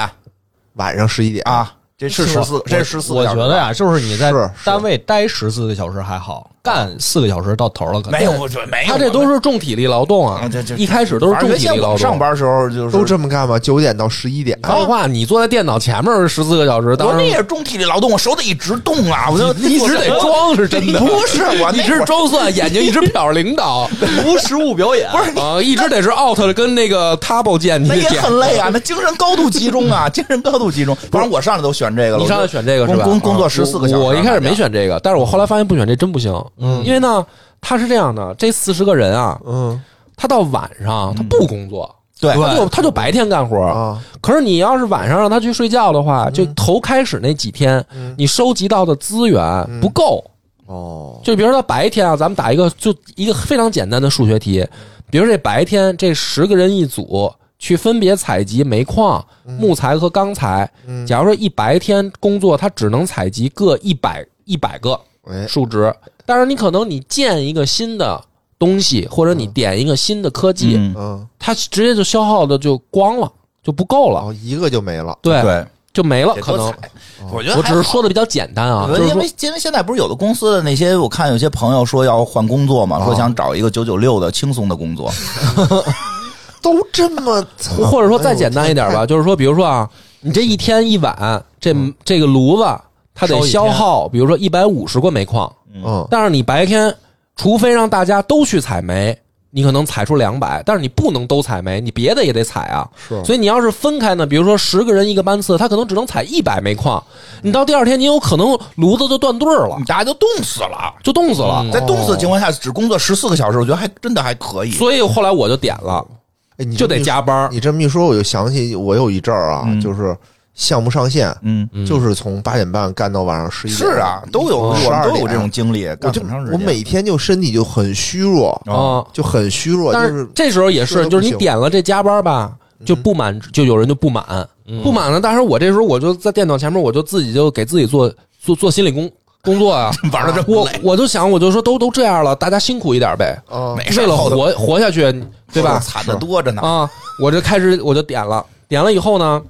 Speaker 4: 晚上十一点，
Speaker 2: 啊，这是
Speaker 3: 是吧
Speaker 2: 十四，这是十四
Speaker 3: 我
Speaker 2: 个小
Speaker 3: 觉
Speaker 2: 时。
Speaker 3: 得呀，就是你在
Speaker 4: 是是
Speaker 3: 单位待十四个小时还好，干四个小时到头了，可能
Speaker 2: 没有，我觉得没有，
Speaker 1: 他这都是重体力劳动啊
Speaker 2: 啊这这，
Speaker 1: 一开始都是
Speaker 2: 反
Speaker 1: 重
Speaker 2: 正原
Speaker 1: 体
Speaker 2: 先
Speaker 1: 力劳动。
Speaker 2: 我上班时候就是
Speaker 4: 都这么干吗？九点到十一点，
Speaker 1: 废话，你坐在电脑前面十四个小时，
Speaker 2: 我
Speaker 1: 当
Speaker 2: 那
Speaker 1: 然
Speaker 2: 也是重体力劳动，我手得一直动啊，我就
Speaker 1: 你一直得装是真的，
Speaker 2: 不 是我
Speaker 1: 一
Speaker 2: 那
Speaker 1: 直
Speaker 2: 会儿
Speaker 1: 周算，眼睛一直瞟着领 导，
Speaker 3: 无实物表演，不是
Speaker 1: 啊，一直得是 out 的跟那个 table 键，你
Speaker 2: 那
Speaker 1: 得
Speaker 2: 也
Speaker 1: 点
Speaker 2: 很 累啊，那精神高度集中啊，精神高度集中。反正我上来都选这个了，
Speaker 1: 你上来选这个
Speaker 2: 我
Speaker 1: 是
Speaker 2: 就
Speaker 1: 吧？
Speaker 2: 工工工作
Speaker 1: 啊
Speaker 2: 十四个小时
Speaker 1: 我。我一开始没选这个，但是我后来发现不选这真不行，
Speaker 3: 嗯
Speaker 1: 因为呢，他是这样的，这四十个人啊，
Speaker 4: 嗯
Speaker 1: 他到晚上他不工作，
Speaker 2: 对，
Speaker 1: 他就他就白天干活
Speaker 4: 啊，
Speaker 1: 可是你要是晚上让他去睡觉的话，就头开始那几天，你收集到的资源不够。
Speaker 4: 哦，
Speaker 1: 就比如说白天啊，咱们打一个就一个非常简单的数学题，比如这白天这十个人一组去分别采集煤矿、木材和钢材。假如说一白天工作，他只能采集各一百一百个
Speaker 4: 哎，
Speaker 1: 数值，但是你可能你建一个新的东西，或者你点一个新的科技，
Speaker 2: 嗯，
Speaker 4: 嗯，
Speaker 1: 它直接就消耗的就光了，就不够了，
Speaker 4: 哦，一个就没了，
Speaker 1: 对，
Speaker 2: 对，
Speaker 1: 就没了。
Speaker 2: 得
Speaker 1: 可
Speaker 2: 多
Speaker 1: 能嗯
Speaker 2: 踩我觉得
Speaker 1: 我
Speaker 2: 还
Speaker 1: 只是
Speaker 2: 好
Speaker 1: 说的比较简单啊，
Speaker 2: 我觉
Speaker 1: 就
Speaker 2: 得
Speaker 1: 是
Speaker 2: 因
Speaker 1: 说
Speaker 2: 为因为现在不是有的公司的那些，我看有些朋友说要换工作
Speaker 1: 啊
Speaker 2: 嘛，说想找一个九九六的轻松的工作，
Speaker 4: 都这么，
Speaker 1: 或或者说再简单一点
Speaker 2: 哎
Speaker 1: 吧，就是说，比如说啊，你这一天一晚，这
Speaker 4: 嗯
Speaker 1: 这个炉子它得
Speaker 3: 烧一
Speaker 1: 消
Speaker 3: 天
Speaker 1: 耗，比如说一百五十个煤矿，
Speaker 4: 嗯，
Speaker 1: 但是你白天，除非让大家都去采煤，你可能采出两百，但是你不能都采煤，你别的也得采啊。
Speaker 4: 是
Speaker 1: 所以你要是分开呢，比如说十个人一个班次，他可能只能采一百煤矿，你到第二天，你有可能炉子就断队儿了
Speaker 2: 你，大家就冻死了。
Speaker 1: 就冻死了。
Speaker 4: 嗯
Speaker 2: 在冻死的情况下，只工作十四个小时，我觉得还真的还可以。
Speaker 1: 所以后来我就点了，
Speaker 4: 哎，你
Speaker 1: 就
Speaker 4: 这么
Speaker 1: 得
Speaker 4: 一
Speaker 1: 加班儿。
Speaker 4: 你这么一说，我就想起我有一阵儿啊，就是项目上线，
Speaker 2: 嗯，
Speaker 4: 就是从八点半干到晚上十一点。
Speaker 2: 是啊，都有我
Speaker 4: 十
Speaker 2: 们
Speaker 4: 二
Speaker 2: 都
Speaker 4: 点
Speaker 2: 有这种经历，
Speaker 4: 我
Speaker 2: 干
Speaker 4: 就
Speaker 2: 很长时
Speaker 4: 我
Speaker 2: 间。哦
Speaker 4: 每天就身体就很虚弱，
Speaker 1: 啊，
Speaker 4: 就很虚弱，
Speaker 1: 但
Speaker 4: 就是
Speaker 1: 这时候也
Speaker 4: 睡
Speaker 1: 是，
Speaker 4: 得
Speaker 1: 就是
Speaker 4: 不
Speaker 1: 你
Speaker 4: 行
Speaker 1: 点了这加班吧，就不满，就有人就不满，不满了。但是我这时候我就在电脑前面，我就自己就给自己做做做心理工工作啊，
Speaker 2: 玩的这么
Speaker 1: 我
Speaker 2: 累，
Speaker 1: 我就想，我就说都都这样了，大家辛苦一点呗，
Speaker 4: 啊
Speaker 2: 没事
Speaker 1: 为了
Speaker 2: 后头
Speaker 1: 活活下去，对
Speaker 2: 后头
Speaker 1: 吧？
Speaker 2: 惨的多着呢。
Speaker 1: 啊，我这开始我就点了，点了以后呢，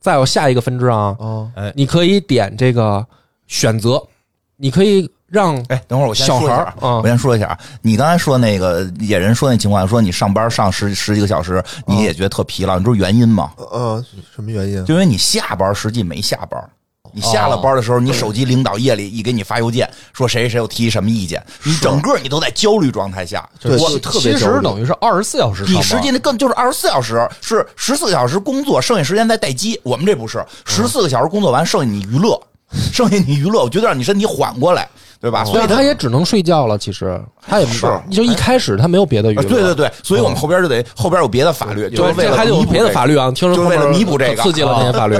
Speaker 1: 再有下一个分支啊，
Speaker 4: 啊
Speaker 2: 哎
Speaker 1: 你可以点这个选择，你可以让
Speaker 2: 哎，等会儿我先
Speaker 1: 小
Speaker 2: 说一
Speaker 1: 孩
Speaker 2: 下
Speaker 1: 儿
Speaker 2: 啊，
Speaker 1: 啊
Speaker 2: 我，先说一下啊，你刚才说那个野人说那情况，说你上班上十十几个小时，你也觉得特疲劳，你知道原因吗？
Speaker 4: 啊，什么原因？
Speaker 2: 就因为你下班实际没下班。你下了班的时候，你手机领导夜里一给你发邮件，说谁谁谁又提什么意见，你整个你都在焦虑状态下。
Speaker 4: 对
Speaker 2: 我
Speaker 4: 是特别
Speaker 3: 其
Speaker 4: 焦
Speaker 3: 实
Speaker 4: 虑
Speaker 3: 等于是二十四小时上
Speaker 2: 你
Speaker 3: 班，
Speaker 2: 实际那更就是二十四小时，是十四个小时工作，剩下时间在待机。我们这不是十四个小时工作完，剩下你娱乐，剩下你娱乐，我觉得让你身体缓过来，对吧？所
Speaker 1: 所
Speaker 2: 以
Speaker 1: 以
Speaker 2: 他
Speaker 1: 他也只能睡觉了。其实他也
Speaker 2: 是
Speaker 1: 就一开始他没有别的娱
Speaker 2: 啊
Speaker 1: 乐，
Speaker 2: 对对，对，所以我们后边就得后边有别的法律，就是为
Speaker 1: 这
Speaker 2: 了
Speaker 1: 还得有
Speaker 2: 弥补
Speaker 1: 别
Speaker 2: 这
Speaker 1: 的
Speaker 2: 个
Speaker 1: 法律啊，听
Speaker 2: 就
Speaker 1: 说
Speaker 2: 是为了
Speaker 1: 后面
Speaker 2: 弥补这个啊
Speaker 1: 刺激了那些 法律。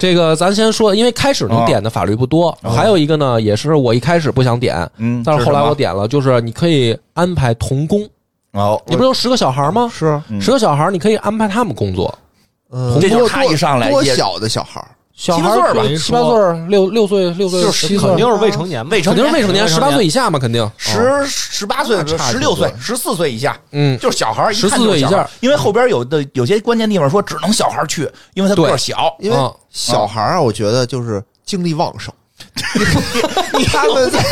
Speaker 1: 这个咱先说，因为开始能点的法律不多，还有一个呢，也是我一开始不想点，
Speaker 2: 啊嗯
Speaker 1: 但是后来
Speaker 2: 是什么
Speaker 1: 我点了，就是你可以安排童工，
Speaker 2: 哦，
Speaker 1: 你不是有十个小孩吗？
Speaker 4: 是，
Speaker 2: 嗯
Speaker 1: 十个小孩你可以安排他们工作，
Speaker 4: 嗯
Speaker 2: 这就是
Speaker 4: 多
Speaker 2: 他一上来
Speaker 4: 多
Speaker 2: 也
Speaker 4: 小的小孩儿
Speaker 1: 小
Speaker 2: 七八
Speaker 1: 孩
Speaker 2: 岁儿吧
Speaker 1: 对七八岁儿，六六岁六岁
Speaker 3: 就是
Speaker 1: 七岁
Speaker 3: 肯，定是未成年嘛，
Speaker 2: 未成
Speaker 1: 肯定是未成
Speaker 3: 年啊
Speaker 1: 年，十八岁以下嘛，肯定，
Speaker 2: 十十八岁
Speaker 4: 那、差
Speaker 2: 十
Speaker 4: 距
Speaker 2: 六岁
Speaker 4: 不、
Speaker 2: 十四岁以下，
Speaker 1: 嗯，
Speaker 2: 就是小孩儿，一看
Speaker 1: 14
Speaker 2: 就是
Speaker 1: 岁以
Speaker 2: 小
Speaker 1: 下
Speaker 2: 孩儿，因为后边有的有些关键地方说只能小孩儿去，因为他个儿
Speaker 1: 对
Speaker 2: 小，
Speaker 4: 因为
Speaker 1: 啊
Speaker 4: 小孩儿啊，我觉得就是精力旺 盛，他
Speaker 2: 有
Speaker 4: 们
Speaker 2: 点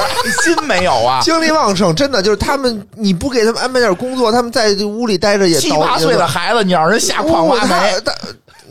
Speaker 2: 心没有啊？
Speaker 4: 精力旺盛，真的就是他们，你不给他们安排点工作，他们在这屋里待着也
Speaker 2: 七
Speaker 4: 倒
Speaker 2: 八岁的孩子，你让人
Speaker 4: 哦
Speaker 2: 下矿挖煤，
Speaker 4: 他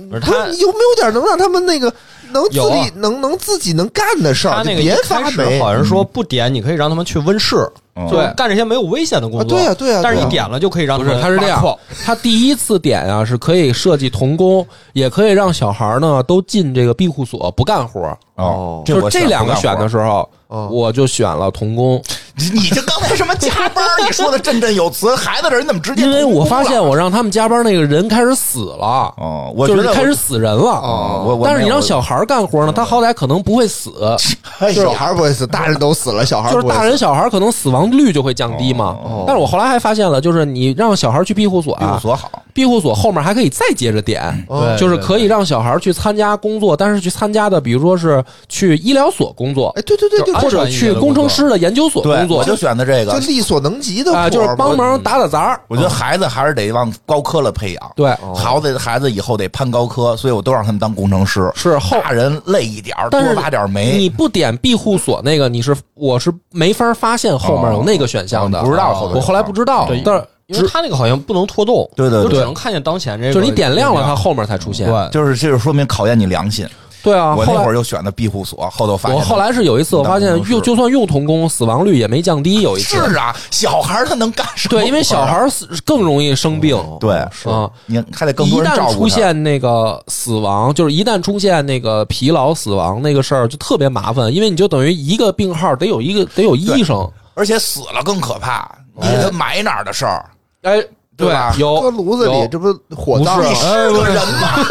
Speaker 3: 不
Speaker 4: 不
Speaker 3: 是他
Speaker 4: 是有没有点能让他们那个能自己、
Speaker 3: 有啊
Speaker 4: 能能自己能干的事
Speaker 3: 他
Speaker 4: 儿？啊就
Speaker 3: 那个
Speaker 4: 别
Speaker 3: 一
Speaker 4: 发
Speaker 3: 开始
Speaker 4: 霉嗯
Speaker 3: 好像说不点，你可以让他们去温室，
Speaker 2: 嗯
Speaker 3: 就干这些没有危险的工
Speaker 4: 啊！
Speaker 3: 作。
Speaker 4: 对呀、对呀、
Speaker 3: 但是
Speaker 4: 对
Speaker 3: 你
Speaker 4: 呀
Speaker 3: 点了就可以让
Speaker 1: 不
Speaker 3: 他
Speaker 1: 是
Speaker 3: 们，
Speaker 1: 他是这样
Speaker 3: 拔矿，
Speaker 1: 他第一次点啊是可以设计童工，也可以让小孩儿呢都进这个庇护所不干活儿。
Speaker 4: 哦
Speaker 2: 啊这
Speaker 1: 就是
Speaker 2: 我
Speaker 1: 这
Speaker 2: 想
Speaker 1: 两
Speaker 2: 不
Speaker 1: 个
Speaker 2: 干
Speaker 1: 选
Speaker 2: 活
Speaker 1: 的
Speaker 2: 儿
Speaker 1: 时候，
Speaker 4: 哦
Speaker 1: 我就选了童工，
Speaker 2: 你你这刚才什么加班儿，你说的振振有词，孩子这人怎么直接
Speaker 1: 因为我发
Speaker 2: 同
Speaker 1: 现
Speaker 2: 步了
Speaker 1: 我让他们加班那个人开始死了，
Speaker 2: 哦，我觉
Speaker 1: 就是
Speaker 2: 得
Speaker 1: 开始死人了。
Speaker 2: 哦，我我
Speaker 1: 但是
Speaker 2: 没
Speaker 1: 你
Speaker 2: 有嗯
Speaker 1: 让小孩儿干活呢，他好歹可能不会死，
Speaker 2: 哎
Speaker 4: 小
Speaker 2: 呀，
Speaker 4: 孩不会死，大人都死了，小孩
Speaker 1: 就是
Speaker 4: 不会死
Speaker 1: 大人小孩儿可能死亡率就会降低嘛。
Speaker 2: 哦
Speaker 1: 但是我后来还发现了，就是你让小孩儿去庇护所
Speaker 2: 庇护
Speaker 1: 啊，
Speaker 2: 所嗯好，
Speaker 1: 庇护所后面还可以再接着点。
Speaker 4: 哦
Speaker 3: 对
Speaker 1: 就是可以让小孩儿去参加工作，但是去参加的，比如说是去医疗所工作
Speaker 4: 哎，，对对对对，
Speaker 3: 就
Speaker 1: 或
Speaker 4: 或者
Speaker 1: 者去工程师的研究所
Speaker 2: 对，
Speaker 1: 工
Speaker 2: 我
Speaker 1: 作，
Speaker 2: 就选的这
Speaker 4: 就
Speaker 2: 个。
Speaker 4: 力所能及的活
Speaker 1: 啊、
Speaker 4: 儿
Speaker 1: 就是帮
Speaker 4: 吧
Speaker 2: 嗯
Speaker 1: 忙打打杂儿。
Speaker 2: 我觉得孩子还是得往高科了培养，
Speaker 1: 哦对，
Speaker 2: 好歹孩子以后得攀高科，所以我都让他们当工程师。
Speaker 1: 是后
Speaker 2: 大人累一点儿，
Speaker 1: 但是
Speaker 2: 多挖点儿煤。
Speaker 1: 你不点庇护所那个，你是我是没法发现后面有那个选项的，
Speaker 2: 哦哦不知道后面有
Speaker 1: 我后来不知道
Speaker 3: 对，
Speaker 1: 但是
Speaker 3: 因为他那个好像不能拖动，
Speaker 2: 对对
Speaker 3: 就只
Speaker 2: 对
Speaker 3: 能看见当前这个，
Speaker 1: 就是你点亮了，它后面才出现。
Speaker 3: 对，
Speaker 2: 就是这就说明考验你良心。
Speaker 1: 对啊，
Speaker 2: 我那
Speaker 1: 后
Speaker 2: 会
Speaker 1: 来
Speaker 2: 儿就选的庇护所，后头发现
Speaker 1: 我后来是有一次我发现
Speaker 2: 当工程师
Speaker 1: 用就算用童工死亡率也没降低，有一次
Speaker 2: 是啊，小孩儿他能干什么？
Speaker 1: 对，因为小孩儿死更容易生病。
Speaker 2: 对
Speaker 1: 是啊，
Speaker 2: 你还得更
Speaker 1: 一
Speaker 2: 多人
Speaker 1: 旦
Speaker 2: 照顾
Speaker 1: 出
Speaker 2: 他。
Speaker 1: 现那个死亡，就是一旦出现那个疲劳死亡那个事儿，就特别麻烦，因为你就等于一个病号得有一个得有医生，
Speaker 2: 而且死了更可怕，你给他埋哪儿的事儿？
Speaker 1: 哎，
Speaker 2: 对吧
Speaker 1: 有
Speaker 4: 搁炉子里，
Speaker 1: 有
Speaker 4: 这不火葬
Speaker 2: 你
Speaker 4: 吗？
Speaker 2: 是个人吗？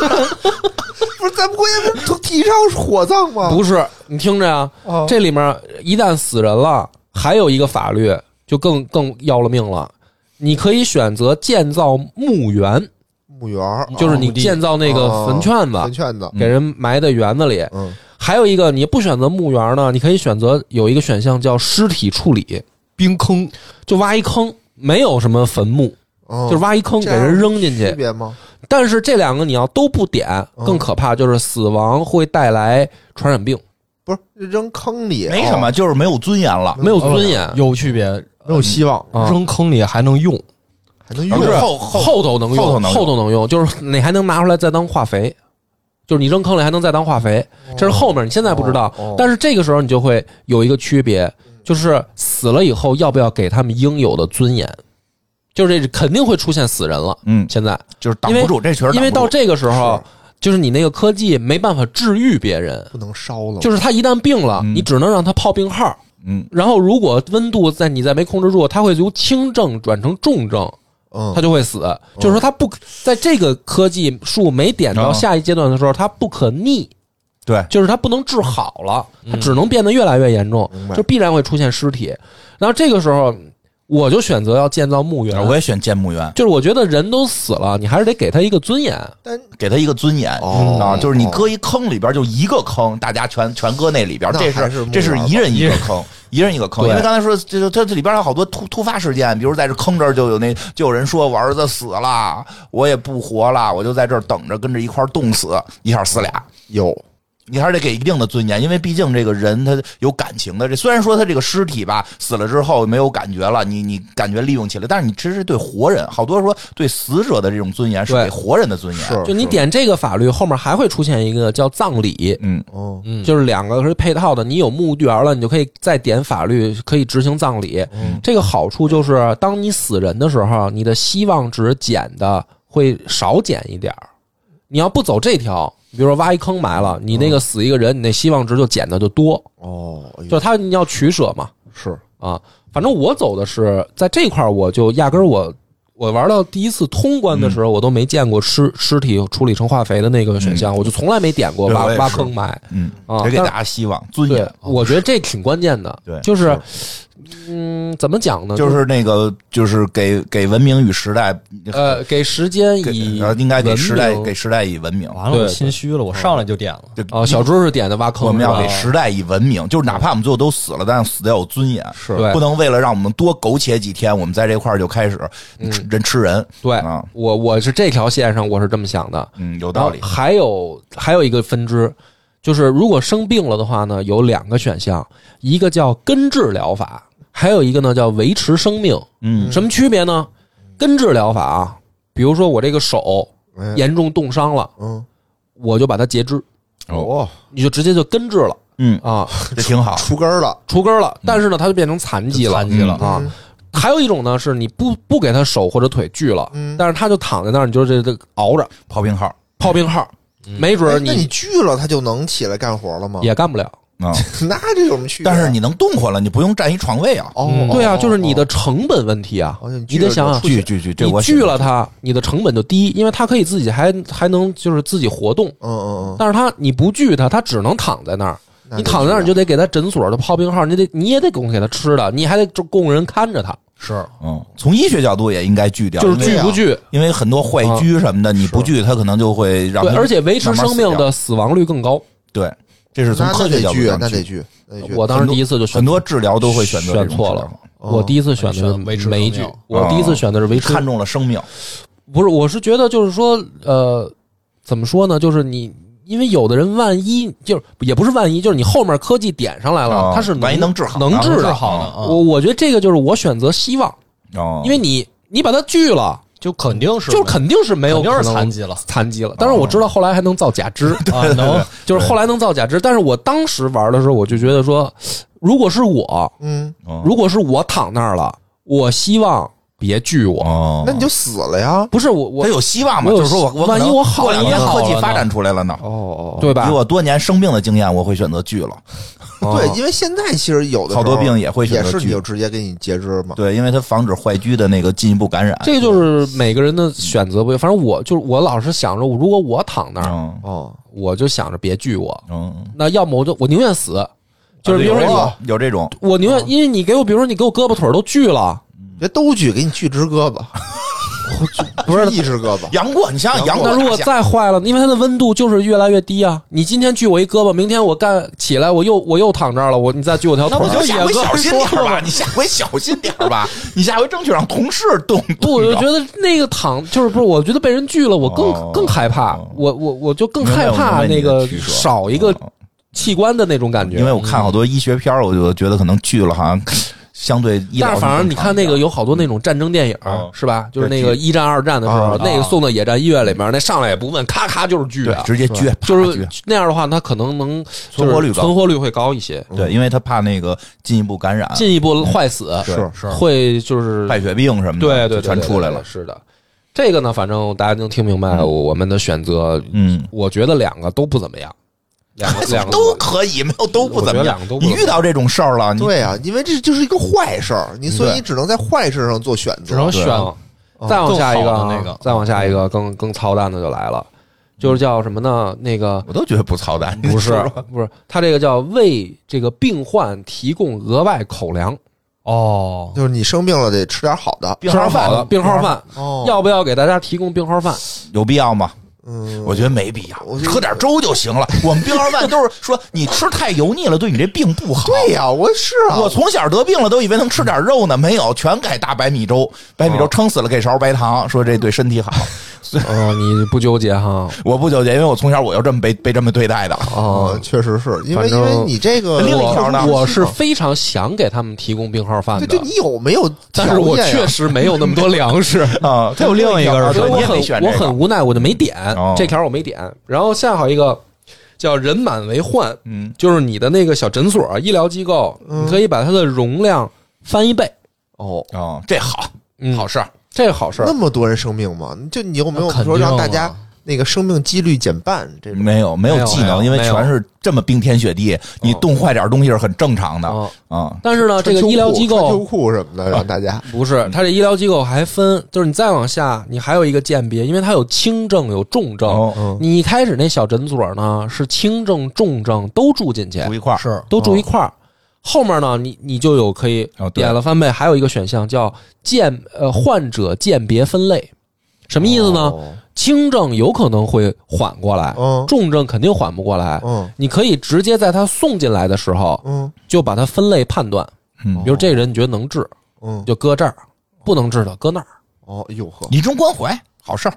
Speaker 4: 不是，咱们国家不是都提倡火葬吗？
Speaker 1: 不是，你听着呀、
Speaker 4: 哦
Speaker 1: 这里面一旦死人了，还有一个法律就更更要了命了。你可以选择建造墓园，
Speaker 4: 哦墓园儿
Speaker 1: 就是你建造那个坟圈子，
Speaker 4: 坟圈子，
Speaker 1: 给人埋在园子里。
Speaker 4: 嗯，
Speaker 1: 还有一个，你不选择墓园呢，你可以选择有一个选项叫尸体处理，
Speaker 3: 冰坑，
Speaker 1: 就挖一坑，没有什么坟墓，
Speaker 4: 就
Speaker 1: 就是挖一坑给
Speaker 4: 哦这样
Speaker 1: 人扔进
Speaker 4: 区
Speaker 1: 去。
Speaker 4: 别吗？
Speaker 1: 但是这两个你要都不点，
Speaker 4: 嗯
Speaker 1: 更可怕就是死亡会带来传染病，
Speaker 4: 不是扔坑里
Speaker 2: 没什么，就是没有尊严了。
Speaker 1: 没有尊严。
Speaker 3: 有区别，
Speaker 4: 没有希望，
Speaker 1: 啊
Speaker 3: 扔坑里还能用，
Speaker 4: 还能
Speaker 2: 不
Speaker 4: 用
Speaker 2: 是后后
Speaker 1: 后头能用，
Speaker 2: 后头能用
Speaker 1: 能用，就是你还能拿出来再当化肥，就是你扔坑里还能再当化肥，
Speaker 2: 哦
Speaker 1: 这是后面你现在不知道，
Speaker 3: 哦哦
Speaker 1: 但是这个时候你就会有一个区别，
Speaker 2: 嗯
Speaker 1: 就是死了以后要不要给他们应有的尊严，就是这肯定会出现死人了，
Speaker 2: 嗯，
Speaker 1: 现在
Speaker 2: 就是挡不住，这确实挡不住
Speaker 1: 因为到这个时候
Speaker 2: 是，
Speaker 1: 就是你那个科技没办法治愈别人。
Speaker 4: 不能烧了，
Speaker 1: 就是他一旦病了，
Speaker 2: 嗯
Speaker 1: 你只能让他泡病号，
Speaker 2: 嗯，
Speaker 1: 然后如果温度在你再没控制住，他会由轻症转成重症，
Speaker 4: 嗯
Speaker 1: 他，就会死。就是说，他不在这个科技树没点到
Speaker 2: 嗯
Speaker 1: 下一阶段的时候，它不可逆，
Speaker 2: 对，
Speaker 1: 就是它不能治好了，它只能变得越来越严重
Speaker 4: 明，白
Speaker 1: 就必然会出现尸体。然后这个时候，我就选择要建造墓园。
Speaker 2: 啊我也选建墓园，
Speaker 1: 就是我觉得人都死了，你还是得给他一个尊严。
Speaker 4: 但
Speaker 2: 给他一个尊严
Speaker 4: 哦
Speaker 2: 啊，就是你搁一坑里边就一个坑，大家全全搁那里边，
Speaker 4: 那
Speaker 2: 这
Speaker 4: 还
Speaker 2: 是
Speaker 4: 是墓
Speaker 2: 这是
Speaker 4: 园吧
Speaker 2: 一人一个 坑，一人一个坑，
Speaker 1: 对
Speaker 2: 因为刚才说就是它这里边还有好多突突发事件，比如在这坑这儿就有那就有人说我儿子死了，我也不活了，我就在这儿等着跟着一块儿冻死，一下死俩。
Speaker 4: 有
Speaker 2: 你还是得给一定的尊严，因为毕竟这个人他有感情的。这虽然说他这个尸体吧死了之后没有感觉了，你你感觉利用起来，但是你这是对活人，好多说对死者的这种尊严是
Speaker 1: 对
Speaker 2: 给活人的尊严。
Speaker 4: 是，
Speaker 1: 就你
Speaker 4: 是，
Speaker 1: 点这个法律，后面还会出现一个叫葬礼，
Speaker 2: 嗯，
Speaker 4: 嗯
Speaker 1: 嗯，就是两个是配套的。你有墓园了，你就可以再点法律，可以执行葬礼。
Speaker 2: 嗯
Speaker 1: 这个好处就是，当你死人的时候，你的希望值减的会少减一点儿。你要不走这条，比如说挖一坑埋了，你那个死一个人，你那希望值就减的就多。
Speaker 4: 哦，
Speaker 2: 嗯
Speaker 4: 哎呦
Speaker 1: 就他你要取舍嘛
Speaker 4: 是
Speaker 1: 啊。反正我走的是在这块儿，我就压根儿我我玩到第一次通关的时
Speaker 2: 嗯
Speaker 1: 候，我都没见过尸尸体处理成化肥的那个选项，我就从来没点过
Speaker 2: 嗯对
Speaker 1: 挖
Speaker 2: 我也是
Speaker 1: 挖坑埋。
Speaker 2: 嗯，
Speaker 1: 啊
Speaker 2: 得给
Speaker 1: 但
Speaker 2: 大家希望尊
Speaker 1: 对
Speaker 2: 严，，
Speaker 1: 我觉得这挺关键的。
Speaker 2: 哦 对
Speaker 1: 就是嗯，怎么讲呢？
Speaker 2: 就是那个就是给给文明与时代，
Speaker 1: 呃，给时间
Speaker 2: 给
Speaker 1: 以
Speaker 2: 呃应该给时代
Speaker 1: 文明
Speaker 2: 给时代以文明。
Speaker 3: 完了，我
Speaker 1: 对
Speaker 3: 心虚了，我上来就点了。
Speaker 2: 就
Speaker 1: 啊，小猪是点的挖坑，
Speaker 2: 我们要
Speaker 1: 是
Speaker 2: 给
Speaker 1: 吧
Speaker 2: 时代以文明，就是哪怕我们最后都死了，但是死得要有尊严，
Speaker 4: 是
Speaker 1: 对
Speaker 2: 不能为了让我们多苟且几天，我们在这块儿就开始
Speaker 1: 嗯
Speaker 2: 吃人吃人。
Speaker 1: 对
Speaker 2: 啊，
Speaker 1: 我我是这条线上我是这么想的，
Speaker 2: 嗯，有
Speaker 1: 然
Speaker 2: 道
Speaker 1: 后
Speaker 2: 理。
Speaker 1: 还有还有一个分支，就是如果生病了的话呢，有两个选项，一个叫根治疗法，还有一个呢叫维持生命。
Speaker 2: 嗯
Speaker 1: 什么区别呢？根治疗法啊，比如说我这个手
Speaker 4: 哎
Speaker 1: 严重冻伤了，
Speaker 4: 嗯
Speaker 1: 我就把它截肢，
Speaker 4: 哦，
Speaker 1: 你就直接就根治了
Speaker 2: 嗯，
Speaker 1: 啊，
Speaker 2: 这挺好。
Speaker 4: 出根儿了，
Speaker 1: 除根了。但是呢，嗯它就变成残疾了
Speaker 3: 残疾了
Speaker 1: 啊。
Speaker 4: 嗯
Speaker 1: 还有一种呢，是你不不给他手或者腿锯了，
Speaker 4: 嗯
Speaker 1: 但是他就躺在那儿，你就这这熬着
Speaker 2: 刨冰号
Speaker 1: 泡病号，没准
Speaker 4: 哎
Speaker 1: 儿
Speaker 4: 那你锯了，他就能起来干活了吗？
Speaker 1: 也干不了。
Speaker 2: 啊，
Speaker 4: 那这有什么区别啊？
Speaker 2: 但是你能动活了，你不用占一床位啊。
Speaker 4: 哦
Speaker 3: 嗯，
Speaker 4: 哦
Speaker 1: 对啊，就是你的
Speaker 4: 哦
Speaker 1: 成本问题啊
Speaker 4: 哦你，
Speaker 1: 你
Speaker 4: 锯
Speaker 1: 得
Speaker 4: 了
Speaker 1: 想想
Speaker 4: 就，
Speaker 2: 锯锯锯，这
Speaker 1: 你
Speaker 2: 我
Speaker 1: 锯了它，你的成本就低，因为它可以自己还还能就是自己活动，
Speaker 4: 嗯嗯嗯，
Speaker 1: 但是它你不锯它，它只能躺在那儿。
Speaker 4: 那
Speaker 1: 你
Speaker 4: 就
Speaker 1: 躺在那儿，
Speaker 4: 是
Speaker 1: 你就得给它诊所的泡病号，你得你也得供给它吃的，你还得供人看着它，
Speaker 3: 是，
Speaker 2: 嗯，从医学角度也应该锯掉，
Speaker 1: 就是
Speaker 2: 因为
Speaker 1: 锯不锯？
Speaker 2: 因为很多坏疽什么的，你不锯它可能就会
Speaker 4: 啊
Speaker 2: 让
Speaker 1: 对，
Speaker 2: 它
Speaker 1: 而且维持生命
Speaker 2: 慢慢
Speaker 1: 的死亡率更高。
Speaker 2: 对，这是从
Speaker 4: 那
Speaker 2: 科
Speaker 4: 那
Speaker 2: 学
Speaker 4: 得
Speaker 2: 角度
Speaker 4: 锯
Speaker 2: 上，
Speaker 4: 那得
Speaker 2: 去
Speaker 4: 锯，那得锯。
Speaker 1: 我当时第一次就选
Speaker 2: 很多治疗都会选择这种
Speaker 1: 选错了
Speaker 2: 治疗
Speaker 1: 我第一次选的
Speaker 3: 哦选维
Speaker 1: 是
Speaker 3: 持
Speaker 1: 霉
Speaker 3: 生
Speaker 1: 菌
Speaker 3: 命，
Speaker 1: 我第一次选的是维持
Speaker 2: 看中了生命，
Speaker 1: 不是，我是觉得就是说，呃，怎么说呢？就是你，因为有的人万一就是也不是万一，就是你后面科技点上来
Speaker 3: 哦
Speaker 1: 了，
Speaker 2: 啊
Speaker 1: 它是
Speaker 2: 万一
Speaker 1: 能
Speaker 2: 能治好
Speaker 1: 能治
Speaker 2: 能
Speaker 1: 的。
Speaker 2: 治
Speaker 3: 好的啊，
Speaker 1: 我我觉得这个就是我选择希望，
Speaker 2: 哦，
Speaker 1: 因为你你把它拒了，
Speaker 3: 就肯定是
Speaker 1: 就是肯定是没有
Speaker 3: 肯定是
Speaker 1: 可能
Speaker 3: 残疾了
Speaker 1: 残疾了。但是我知道后来还能造假肢，
Speaker 3: 啊，能
Speaker 1: 就是后来能造假肢。但是我当时玩的时候，我就觉得说，如果是我，
Speaker 4: 嗯，
Speaker 2: 哦
Speaker 1: 如果是我躺那儿了，我希望别拒我。
Speaker 2: 哦，
Speaker 4: 那你就死了呀。
Speaker 1: 不是我我
Speaker 2: 它有希望嘛？
Speaker 1: 我有
Speaker 2: 就是说我我可
Speaker 1: 万
Speaker 2: 能
Speaker 1: 一我好
Speaker 2: 过两年
Speaker 1: 了呢
Speaker 2: 科技发展出来了呢，
Speaker 4: 哦
Speaker 1: 对吧
Speaker 2: 以？我多年生病的经验，我会选择锯了。
Speaker 1: 啊
Speaker 4: 对，因为现在其实有的
Speaker 2: 好多
Speaker 4: 时候
Speaker 2: 病也会选
Speaker 4: 也
Speaker 2: 择
Speaker 4: 是
Speaker 2: 锯
Speaker 4: 你就直接给你截肢嘛。
Speaker 2: 对，因为它防止坏疽的那个进一步感染。
Speaker 1: 这个就是每个人的选择不一样。反正我就是我老是想着，如果我躺那儿，
Speaker 2: 嗯
Speaker 4: 哦，
Speaker 1: 我就想着别拒我。
Speaker 2: 嗯，
Speaker 1: 那要么我就我宁愿死，就是比如说你，
Speaker 2: 啊有这种有这种，
Speaker 1: 我宁愿因为你给我，比如说你给我胳膊腿儿都锯了，
Speaker 4: 别都锯，给你锯只胳膊， 不是一只胳膊。
Speaker 2: 杨过，你想想杨过哎
Speaker 1: 那
Speaker 2: 打架，
Speaker 1: 如果再坏了，因为它的温度就是越来越低啊。你今天锯我一胳膊，明天我干起来我又我又躺这儿了，我你再锯我条腿
Speaker 2: 那我
Speaker 1: 儿。
Speaker 2: 就下回小心点儿吧，你下回小心点 儿吧，你下回争取让同事动。
Speaker 1: 不，我就觉得那个躺就是不是，我觉得被人锯了，我更、
Speaker 2: 哦
Speaker 1: 更害怕
Speaker 2: 哦，
Speaker 1: 我我我就更害怕
Speaker 2: 明白
Speaker 1: 那
Speaker 2: 我明白
Speaker 1: 个
Speaker 2: 你的取舍
Speaker 1: 少一个器官的那种感觉。
Speaker 2: 嗯因为我看好多医学片儿，我就觉得可能剧了，好像 相对医疗
Speaker 1: 嗯但是
Speaker 2: 更长一点。
Speaker 1: 反正你看那个有好多那种战争电影儿
Speaker 2: 嗯，
Speaker 1: 是吧？就是那
Speaker 2: 对
Speaker 1: 个一战、二战的时候，
Speaker 2: 啊
Speaker 1: 那个送到野战医院里面，那上来也不问，咔咔就是锯
Speaker 2: 对
Speaker 1: 啊，
Speaker 2: 直接撅，啪
Speaker 1: 就是
Speaker 2: 撅
Speaker 1: 那样的话，他可能能
Speaker 2: 存活率
Speaker 1: 就是
Speaker 2: 高
Speaker 1: 存活率会高一些，
Speaker 4: 嗯
Speaker 2: 对，因为他怕那个进一步感染，
Speaker 1: 进一步坏死
Speaker 2: 啊是
Speaker 3: 是
Speaker 1: 会就是
Speaker 2: 败血病什么的，
Speaker 1: 对对对
Speaker 2: 就全
Speaker 1: 对
Speaker 2: 出来
Speaker 1: 对
Speaker 2: 了。
Speaker 1: 是的，这个呢，反正大家能听明白我们的选择，
Speaker 2: 嗯，
Speaker 1: 我觉得两个都不怎么样，两 个两个
Speaker 2: 都可以，没有都不怎么
Speaker 1: 我觉得
Speaker 2: 样
Speaker 1: 两个都。不
Speaker 2: 你
Speaker 1: 怎么样
Speaker 2: 遇到这种事儿 了，你
Speaker 4: 对啊，因为这就是一个坏事儿，你所以
Speaker 2: 对
Speaker 4: 你只能在坏事上做选择。
Speaker 3: 只能选
Speaker 1: 啊
Speaker 2: 哦
Speaker 1: 再往下一个啊
Speaker 3: 更好的那个
Speaker 1: 再往下一个更更操蛋的就来了，就是叫什么呢？那个
Speaker 2: 我都觉得不操蛋，
Speaker 1: 不是不是，他这个叫为这个病患提供额外口粮。
Speaker 3: 哦，
Speaker 4: 就是你生病了得吃点好的，
Speaker 2: 病
Speaker 1: 吃
Speaker 2: 号
Speaker 1: 好
Speaker 2: 饭
Speaker 1: 的病号饭，
Speaker 4: 哦
Speaker 1: 要不要给大家提供病号饭？
Speaker 2: 有必要吗？
Speaker 4: 嗯，
Speaker 2: 我觉得没必要
Speaker 4: 我觉，得
Speaker 2: 喝点粥就行 了。我们病号饭都是说你吃太油腻了，对你这病不好。
Speaker 4: 对呀、我是啊，
Speaker 2: 我从小得病了，都以为能吃点肉呢，没有，全改大白米粥。白
Speaker 4: 啊
Speaker 2: 米粥撑死了，给勺白糖，说这对身体好。
Speaker 1: 哦，你不纠结 哈？
Speaker 2: 我不纠结，因为我从小我就这么被被这么对待的。
Speaker 1: 哦
Speaker 4: 嗯，，确实是因
Speaker 1: 反
Speaker 4: 为因
Speaker 1: 正
Speaker 4: 为你这个
Speaker 2: 另一条呢
Speaker 1: 我我是非常想给他们提供病号饭
Speaker 4: 啊对
Speaker 1: 的，
Speaker 4: 对，你有没有条
Speaker 1: 但
Speaker 4: 件呀？
Speaker 1: 是我确实没有那么多粮 食。
Speaker 3: 哦
Speaker 2: 啊，他有另一
Speaker 3: 另一个
Speaker 2: 个
Speaker 3: 是
Speaker 2: 是
Speaker 1: 所以
Speaker 2: 吧，
Speaker 1: 我
Speaker 2: 你也没选
Speaker 1: 很我
Speaker 2: 这
Speaker 1: 很
Speaker 2: 个。
Speaker 1: 无奈，我就没点
Speaker 2: 哦
Speaker 1: 这条，我没点。然后下好一个叫人满为患，
Speaker 2: 嗯，
Speaker 1: 就是你的那个小诊所、啊医疗机构，你可以把它的容量翻一倍。哦，
Speaker 2: 哦，这好，
Speaker 1: 嗯，
Speaker 2: 好事儿。
Speaker 1: 这个好事儿
Speaker 4: 那。么多人生病嘛，就你有没有
Speaker 1: 那肯定
Speaker 4: 说
Speaker 1: 啊
Speaker 4: 让大家那个生病几率减半这种？
Speaker 2: 没有没
Speaker 1: 没
Speaker 2: 有
Speaker 1: 有
Speaker 2: 技
Speaker 1: 没有
Speaker 2: 能，因为
Speaker 1: 没有
Speaker 2: 全是这么冰天雪地，你冻坏点东西是很正常的
Speaker 1: 哦
Speaker 2: 啊。
Speaker 1: 但是呢，这
Speaker 4: 穿
Speaker 1: 个
Speaker 4: 秋
Speaker 1: 医疗
Speaker 4: 裤
Speaker 1: 机
Speaker 4: 穿秋
Speaker 1: 构啊
Speaker 4: 裤什么的，让大家
Speaker 1: 不
Speaker 2: 嗯
Speaker 1: 是它这医疗机构还分，就是你再往下，你还有一个鉴别，因为它有轻症有重症。
Speaker 2: 哦，
Speaker 4: 嗯
Speaker 1: 你一开始那小诊所呢是轻症重症都住进去，
Speaker 2: 住一块儿
Speaker 3: 是
Speaker 1: 都住一块儿。后面呢，你你就有可以
Speaker 2: 哦对
Speaker 1: 点了翻倍，还有一个选项叫鉴呃患者鉴别分类，什么意思呢？
Speaker 4: 哦
Speaker 1: 轻症有可能会缓过来，
Speaker 4: 嗯
Speaker 1: 重症肯定缓不过来。
Speaker 4: 嗯
Speaker 1: 你可以直接在他送进来的时候
Speaker 4: 嗯
Speaker 1: 就把它分类判断，
Speaker 2: 嗯
Speaker 1: 比如这人你觉得能治，
Speaker 4: 嗯
Speaker 1: 就搁这儿；不能治的搁那儿。
Speaker 4: 哦，哟呵，
Speaker 2: 临终关怀好事儿，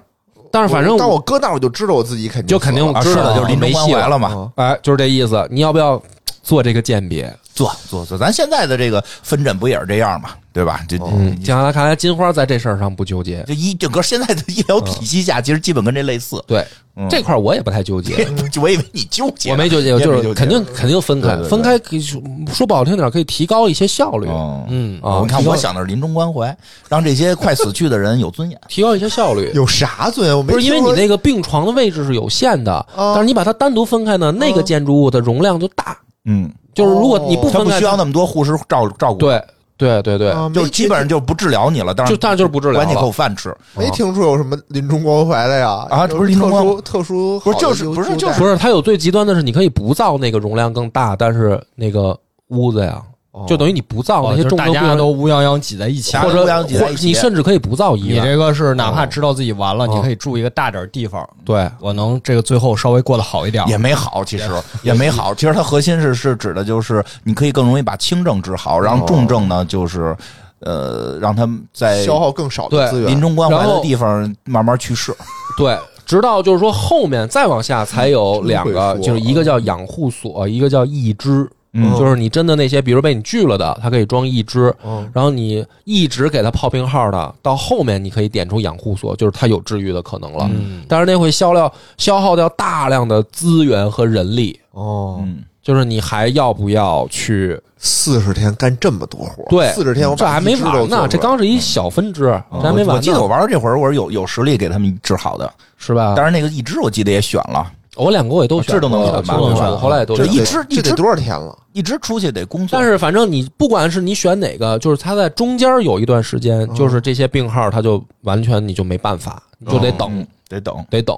Speaker 1: 但是反正
Speaker 4: 但我搁那儿我就知道我自己肯定
Speaker 1: 就肯定
Speaker 4: 死了
Speaker 2: 啊
Speaker 1: 知
Speaker 2: 是
Speaker 1: 道
Speaker 2: 的，就是临终
Speaker 1: 没
Speaker 2: 关
Speaker 1: 戏
Speaker 2: 怀
Speaker 1: 了
Speaker 2: 了嘛。
Speaker 4: 啊
Speaker 1: 哎，就是这意思。你要不要做这个鉴别？
Speaker 2: 做做做，咱现在的这个分诊不也是这样嘛，对吧？这
Speaker 1: 嗯，加拿看来金花在这事儿上不纠结。
Speaker 2: 这医整个现在的医疗体系
Speaker 1: 哦
Speaker 2: 下，其实基本跟这类似。
Speaker 1: 对，
Speaker 2: 嗯
Speaker 1: 这块儿我也不太纠结。
Speaker 2: 我以为你纠结，
Speaker 1: 嗯我没纠结，
Speaker 2: 也没
Speaker 1: 就
Speaker 2: 纠
Speaker 1: 是
Speaker 2: 结嗯
Speaker 1: 肯定肯定分开，
Speaker 2: 对对对
Speaker 1: 分开可以说说不好听点，可以提高一些效率，
Speaker 2: 哦
Speaker 1: 嗯啊，
Speaker 2: 我看
Speaker 1: 提高
Speaker 2: 我想的是临终关怀，让这些快死去的人有尊严。
Speaker 1: 提高一些效率。
Speaker 4: 有啥尊严？我没
Speaker 1: 不是因为
Speaker 4: 听
Speaker 1: 你
Speaker 4: 说
Speaker 1: 那个病床的位置是有限的，
Speaker 2: 哦
Speaker 1: 但是你把它单独分开呢，那个建筑物的容量就大。
Speaker 2: 嗯，
Speaker 1: 就是如果你不
Speaker 2: 他
Speaker 1: 分
Speaker 2: 哦不
Speaker 1: 开，
Speaker 2: 需要哦那么多护士照照顾，，
Speaker 1: 对对对对，
Speaker 4: 啊没
Speaker 2: 就是基本上就不治疗你了，当然
Speaker 1: 就当然就是不治疗
Speaker 2: 管你
Speaker 1: 了
Speaker 2: 口饭吃。
Speaker 4: 没听出有什么临终关怀的呀？
Speaker 2: 哦啊
Speaker 4: 有
Speaker 2: 不是临终
Speaker 4: 特
Speaker 2: 关
Speaker 4: 殊特殊好
Speaker 2: 不
Speaker 4: 的
Speaker 2: 是就是
Speaker 4: 优
Speaker 2: 不是
Speaker 4: 优
Speaker 2: 就是
Speaker 4: 待
Speaker 1: 不是它有最极端的是，你可以不造那个容量更大，但是那个屋子呀，就等于你不造
Speaker 3: 哦
Speaker 1: 那些
Speaker 3: 就是
Speaker 1: 重
Speaker 3: 大
Speaker 1: 症病
Speaker 3: 家
Speaker 1: 人
Speaker 3: 都乌泱泱挤在一起，
Speaker 1: 或者
Speaker 2: 乌泱挤在
Speaker 1: 或
Speaker 2: 一起
Speaker 1: 你甚至可以不造医
Speaker 3: 你
Speaker 1: 院，
Speaker 3: 这个是哪怕知道自己完了，
Speaker 1: 哦
Speaker 3: 你可以住一个大点儿地方，
Speaker 1: 对。
Speaker 3: 我能这个最后稍微过得好
Speaker 1: 啊
Speaker 3: 一点。
Speaker 2: 也没好，其实也没好。其实它核心是是指的就是你可以更容易把轻症治好，
Speaker 1: 哦
Speaker 2: 然后重症呢就是呃让他们在
Speaker 4: 哦消耗更少的
Speaker 1: 对
Speaker 4: 资
Speaker 2: 临
Speaker 4: 源。
Speaker 2: 终关怀
Speaker 1: 然
Speaker 2: 的
Speaker 1: 后
Speaker 2: 地方慢慢去世。
Speaker 1: 对，直到就是说后面再往下才有两个，
Speaker 4: 真会说
Speaker 1: 就是一个叫养护所，一个叫义肢。
Speaker 4: 哦
Speaker 2: 嗯
Speaker 1: 就是你真的那些，比如被你拒了的，它可以装义肢。
Speaker 4: 嗯，
Speaker 1: 然后你一直给它泡病号的，到后面你可以点出养护所，就是它有治愈的可能了。
Speaker 3: 嗯，
Speaker 1: 但是那会消料消耗掉大量的资源和人力，
Speaker 4: 哦，
Speaker 2: 嗯，
Speaker 1: 就是你还要不要去？
Speaker 4: 四十天干这么多活儿，
Speaker 1: 对
Speaker 4: 四十天我
Speaker 1: 这
Speaker 4: 把
Speaker 1: 还没
Speaker 4: 一只都
Speaker 1: 完
Speaker 4: 做出
Speaker 1: 呢，
Speaker 4: 来
Speaker 1: 这刚是一小分支，这还没
Speaker 2: 嗯我
Speaker 1: 完
Speaker 2: 我记得
Speaker 1: 呢，
Speaker 2: 我玩到这会儿，我是有有实力给他们治好的，
Speaker 1: 是吧
Speaker 2: 当？然那个一只我记得也选了，
Speaker 1: 我两个我也都选
Speaker 2: 这都能
Speaker 1: 过
Speaker 2: 选吧
Speaker 1: 我都
Speaker 3: 这
Speaker 1: 选
Speaker 3: 都
Speaker 1: 我
Speaker 3: 能
Speaker 1: 后来也都
Speaker 2: 这
Speaker 1: 选
Speaker 4: 这
Speaker 1: 了
Speaker 2: 一
Speaker 4: 得
Speaker 2: 只一
Speaker 4: 这
Speaker 2: 只
Speaker 4: 得多少天了？
Speaker 2: 一只出去得工作，
Speaker 1: 但是反正你不管是你选哪个，就是它在中间有一段时间，
Speaker 2: 嗯
Speaker 1: 就是这些病号它就完全你就没办法，你就得等、
Speaker 2: 嗯得等。
Speaker 1: 得等。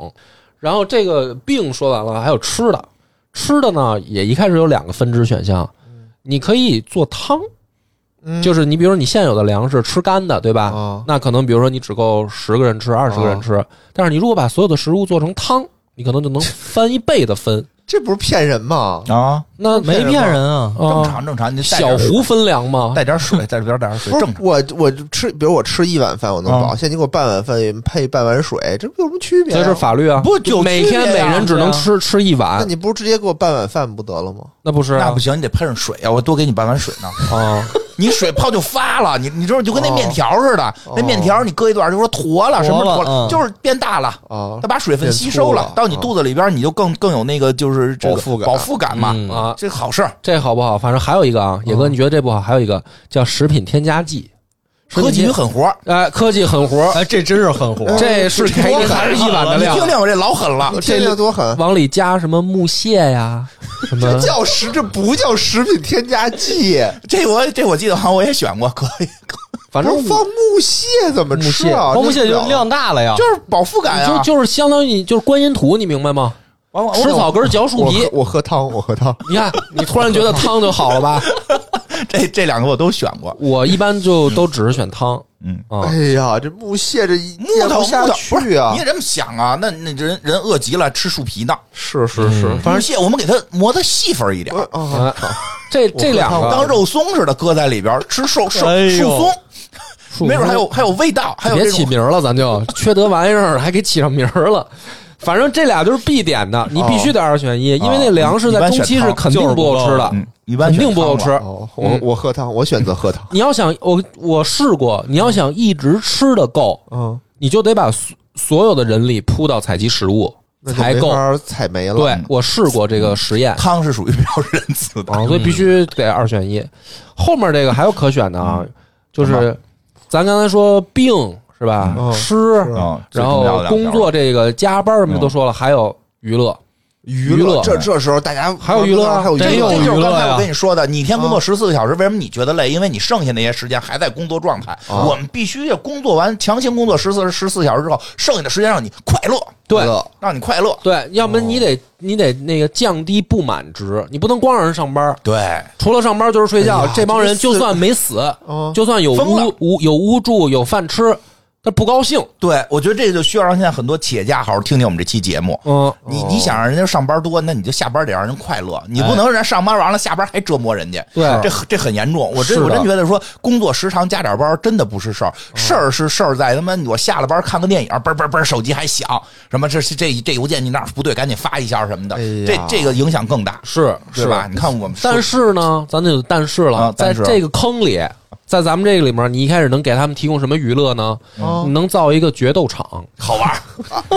Speaker 1: 然后这个病说完了，还有吃的，吃的呢也一开始有两个分支选项，
Speaker 2: 嗯
Speaker 1: 你可以做汤，
Speaker 4: 嗯
Speaker 1: 就是你比如说你现有的粮食吃干的，对吧？
Speaker 2: 哦
Speaker 4: 啊
Speaker 1: 那可能比如说你只够十个人吃，二十个人吃，但是你如果把所有的食物做成汤，你可能就能翻一倍的分，
Speaker 4: 这不是骗人吗？
Speaker 2: 啊，
Speaker 1: 那
Speaker 3: 没骗人啊，
Speaker 2: 正
Speaker 1: 啊
Speaker 2: 常正常，你 带
Speaker 1: 小啊
Speaker 2: 点
Speaker 1: 壶分粮嘛，
Speaker 2: 带点水，在里边带点水，
Speaker 4: 不是
Speaker 2: 正常。
Speaker 4: 我我吃，比如我吃一碗饭我能
Speaker 2: 啊
Speaker 4: 饱，现在你给我半碗饭配半碗水，这有什么区别、
Speaker 1: 这是，法律啊，
Speaker 2: 不有
Speaker 1: 每
Speaker 2: 区别
Speaker 1: 天每
Speaker 2: 呀
Speaker 3: 啊
Speaker 1: 人只能吃吃一
Speaker 4: 那
Speaker 1: 碗，
Speaker 4: 你不是直接给我半碗饭不得了吗？
Speaker 1: 那不是
Speaker 2: 那
Speaker 1: 啊
Speaker 2: 不？行，你得喷上水啊！我多给你半碗水呢，
Speaker 1: 啊，
Speaker 2: 你水泡就发了，你你知道就跟那
Speaker 4: 哦
Speaker 2: 面条似的，那面条你搁一段就说坨了，什么坨
Speaker 3: 坨了嗯
Speaker 2: 就是变大了。
Speaker 1: 哦
Speaker 4: 啊
Speaker 2: 它，把水分
Speaker 4: 变
Speaker 2: 吸
Speaker 4: 粗
Speaker 2: 收
Speaker 4: 了
Speaker 2: 到你
Speaker 4: 啊
Speaker 2: 肚子里边，你就更更有那个就是这个
Speaker 4: 饱腹感
Speaker 2: 饱腹感嘛
Speaker 1: 嗯啊
Speaker 2: 这好事儿。
Speaker 1: 这好不好？反正还有一个啊，野哥，你觉得这不好？还有一个叫食品添加剂，
Speaker 2: 科技与狠活儿，
Speaker 1: 哎，科技狠活儿，
Speaker 3: 哎，这真是狠活。
Speaker 1: 这是给你还是一碗的
Speaker 2: 你
Speaker 1: 量啊
Speaker 2: 听？听我这老狠了
Speaker 4: 你，听听多狠！
Speaker 1: 往里加什么木屑呀，什么
Speaker 4: 这叫食，这不叫食品添加剂，
Speaker 2: 这我这我记得好像我也选过，可以，
Speaker 1: 反正
Speaker 4: 不是放木屑怎么吃啊？
Speaker 3: 光不屑
Speaker 4: 这
Speaker 3: 就量大了呀，
Speaker 2: 就是饱腹感
Speaker 1: 就
Speaker 2: 啊。
Speaker 1: 就是相当于啊你就是观音土，你明白吗？
Speaker 2: 完完
Speaker 1: 吃草根儿嚼树
Speaker 4: 我
Speaker 1: 皮
Speaker 4: 喝，我喝汤，我喝汤，
Speaker 1: 你看你突然觉得汤就好了吧？
Speaker 2: 这这两个我都选过。
Speaker 1: 我一般就都只是选汤
Speaker 2: 嗯，
Speaker 1: 啊。
Speaker 4: 哎呀，这木屑这一
Speaker 2: 木
Speaker 4: 咽
Speaker 2: 头
Speaker 4: 不下
Speaker 2: 木头不
Speaker 4: 去啊
Speaker 2: 你也！这么想啊？那那人人饿极了，吃树皮呢。
Speaker 1: 是是是，嗯反正
Speaker 2: 木蟹我们给它磨的细粉一点，
Speaker 4: 啊啊，
Speaker 1: 啊，这这两
Speaker 2: 当
Speaker 1: 个
Speaker 2: 肉松似的搁在里边儿吃寿寿
Speaker 3: 哎呦
Speaker 2: 树松，
Speaker 1: 树
Speaker 2: 没准还有还有味道，还有
Speaker 1: 别
Speaker 2: 这
Speaker 1: 起
Speaker 2: 种
Speaker 1: 名儿了，咱 就缺德玩意儿还给起上名儿了。反正这俩就是必点的，你必须得二选
Speaker 2: 哦
Speaker 1: 啊一，因为那粮食
Speaker 2: 一
Speaker 1: 在
Speaker 2: 般
Speaker 1: 中
Speaker 2: 选
Speaker 1: 期是
Speaker 2: 汤
Speaker 1: 肯定
Speaker 3: 就是
Speaker 1: 不
Speaker 3: 不
Speaker 1: 够
Speaker 3: 够
Speaker 1: 吃的，
Speaker 2: 嗯，一般
Speaker 1: 肯定
Speaker 2: 选
Speaker 1: 不够
Speaker 2: 汤吧
Speaker 1: 吃。
Speaker 4: 哦，我
Speaker 1: 嗯
Speaker 4: 我喝汤，我选择喝汤。
Speaker 1: 你要想我我试过，你要想一直吃的够，
Speaker 4: 嗯，
Speaker 1: 你就得把所所有的人力扑到采集食物
Speaker 4: 那就
Speaker 1: 才
Speaker 4: 没
Speaker 1: 够。
Speaker 4: 法采煤了。
Speaker 1: 对我试过这个实验，
Speaker 2: 汤是属于比较仁慈的
Speaker 1: 啊，所以必
Speaker 2: 嗯
Speaker 1: 须得二选一。后面这个还有可选的啊，就是咱刚才说病是吧
Speaker 4: 嗯？
Speaker 1: 吃，
Speaker 2: 啊，最
Speaker 1: 然
Speaker 2: 重要
Speaker 1: 后
Speaker 2: 的两
Speaker 1: 工
Speaker 2: 条嗯
Speaker 1: 作这个加班什么都说了，还有娱乐。
Speaker 4: 娱
Speaker 1: 娱乐
Speaker 4: 这这时候大家
Speaker 1: 还有娱乐啊
Speaker 4: 还有娱
Speaker 3: 真
Speaker 4: 乐
Speaker 3: 有
Speaker 2: 这
Speaker 4: 啊
Speaker 2: 就是刚
Speaker 3: 娱乐
Speaker 2: 才
Speaker 3: 呀
Speaker 2: 我跟你说的，你一天工作十四个小时，为什么你觉得累？因为你剩下那些时间还在工作状态。
Speaker 4: 啊
Speaker 2: 我们必须要工作完，强行工作十四十四小时之后，剩下的时间让你快乐，
Speaker 1: 对
Speaker 4: 娱 乐
Speaker 2: 让你快乐。
Speaker 1: 对，要不然你得你得那个降低不满值，你不能光让人上班，
Speaker 2: 对，
Speaker 1: 除了上班就是睡
Speaker 4: 哎
Speaker 1: 觉
Speaker 4: 呀。
Speaker 1: 这帮人
Speaker 4: 这
Speaker 1: 就
Speaker 4: 个四
Speaker 1: 算没死，
Speaker 4: 嗯
Speaker 1: 就算有
Speaker 2: 疯了
Speaker 1: 屋屋有屋住有饭吃，他不高兴。
Speaker 2: 对，我觉得这就需要让现在很多企业家好好听听我们这期节目。
Speaker 1: 嗯，
Speaker 2: 你你想让人家上班多，那你就下班得让人快乐，你不能让人上班完了下班还折磨人家，
Speaker 1: 对
Speaker 2: 这很这很严重。我
Speaker 1: 是
Speaker 2: 真
Speaker 1: 的哦
Speaker 2: 我真觉得说工作时长加点班真的不是事儿，事儿是事儿在他妈我下了班看个电影，嘣嘣嘣手机还响，什么这这这这邮件你哪儿不对，赶紧发一下什么的，
Speaker 4: 哎呀
Speaker 2: 这这个影响更大，
Speaker 1: 是
Speaker 2: 对吧？？你看我们说，
Speaker 1: 但是呢，咱就有但是了，
Speaker 2: 啊
Speaker 1: 在
Speaker 2: 但是
Speaker 1: 这个坑里，在咱们这个里面，你一开始能给他们提供什么娱乐呢？
Speaker 4: 嗯
Speaker 1: 你能造一个决斗场，
Speaker 2: 好玩儿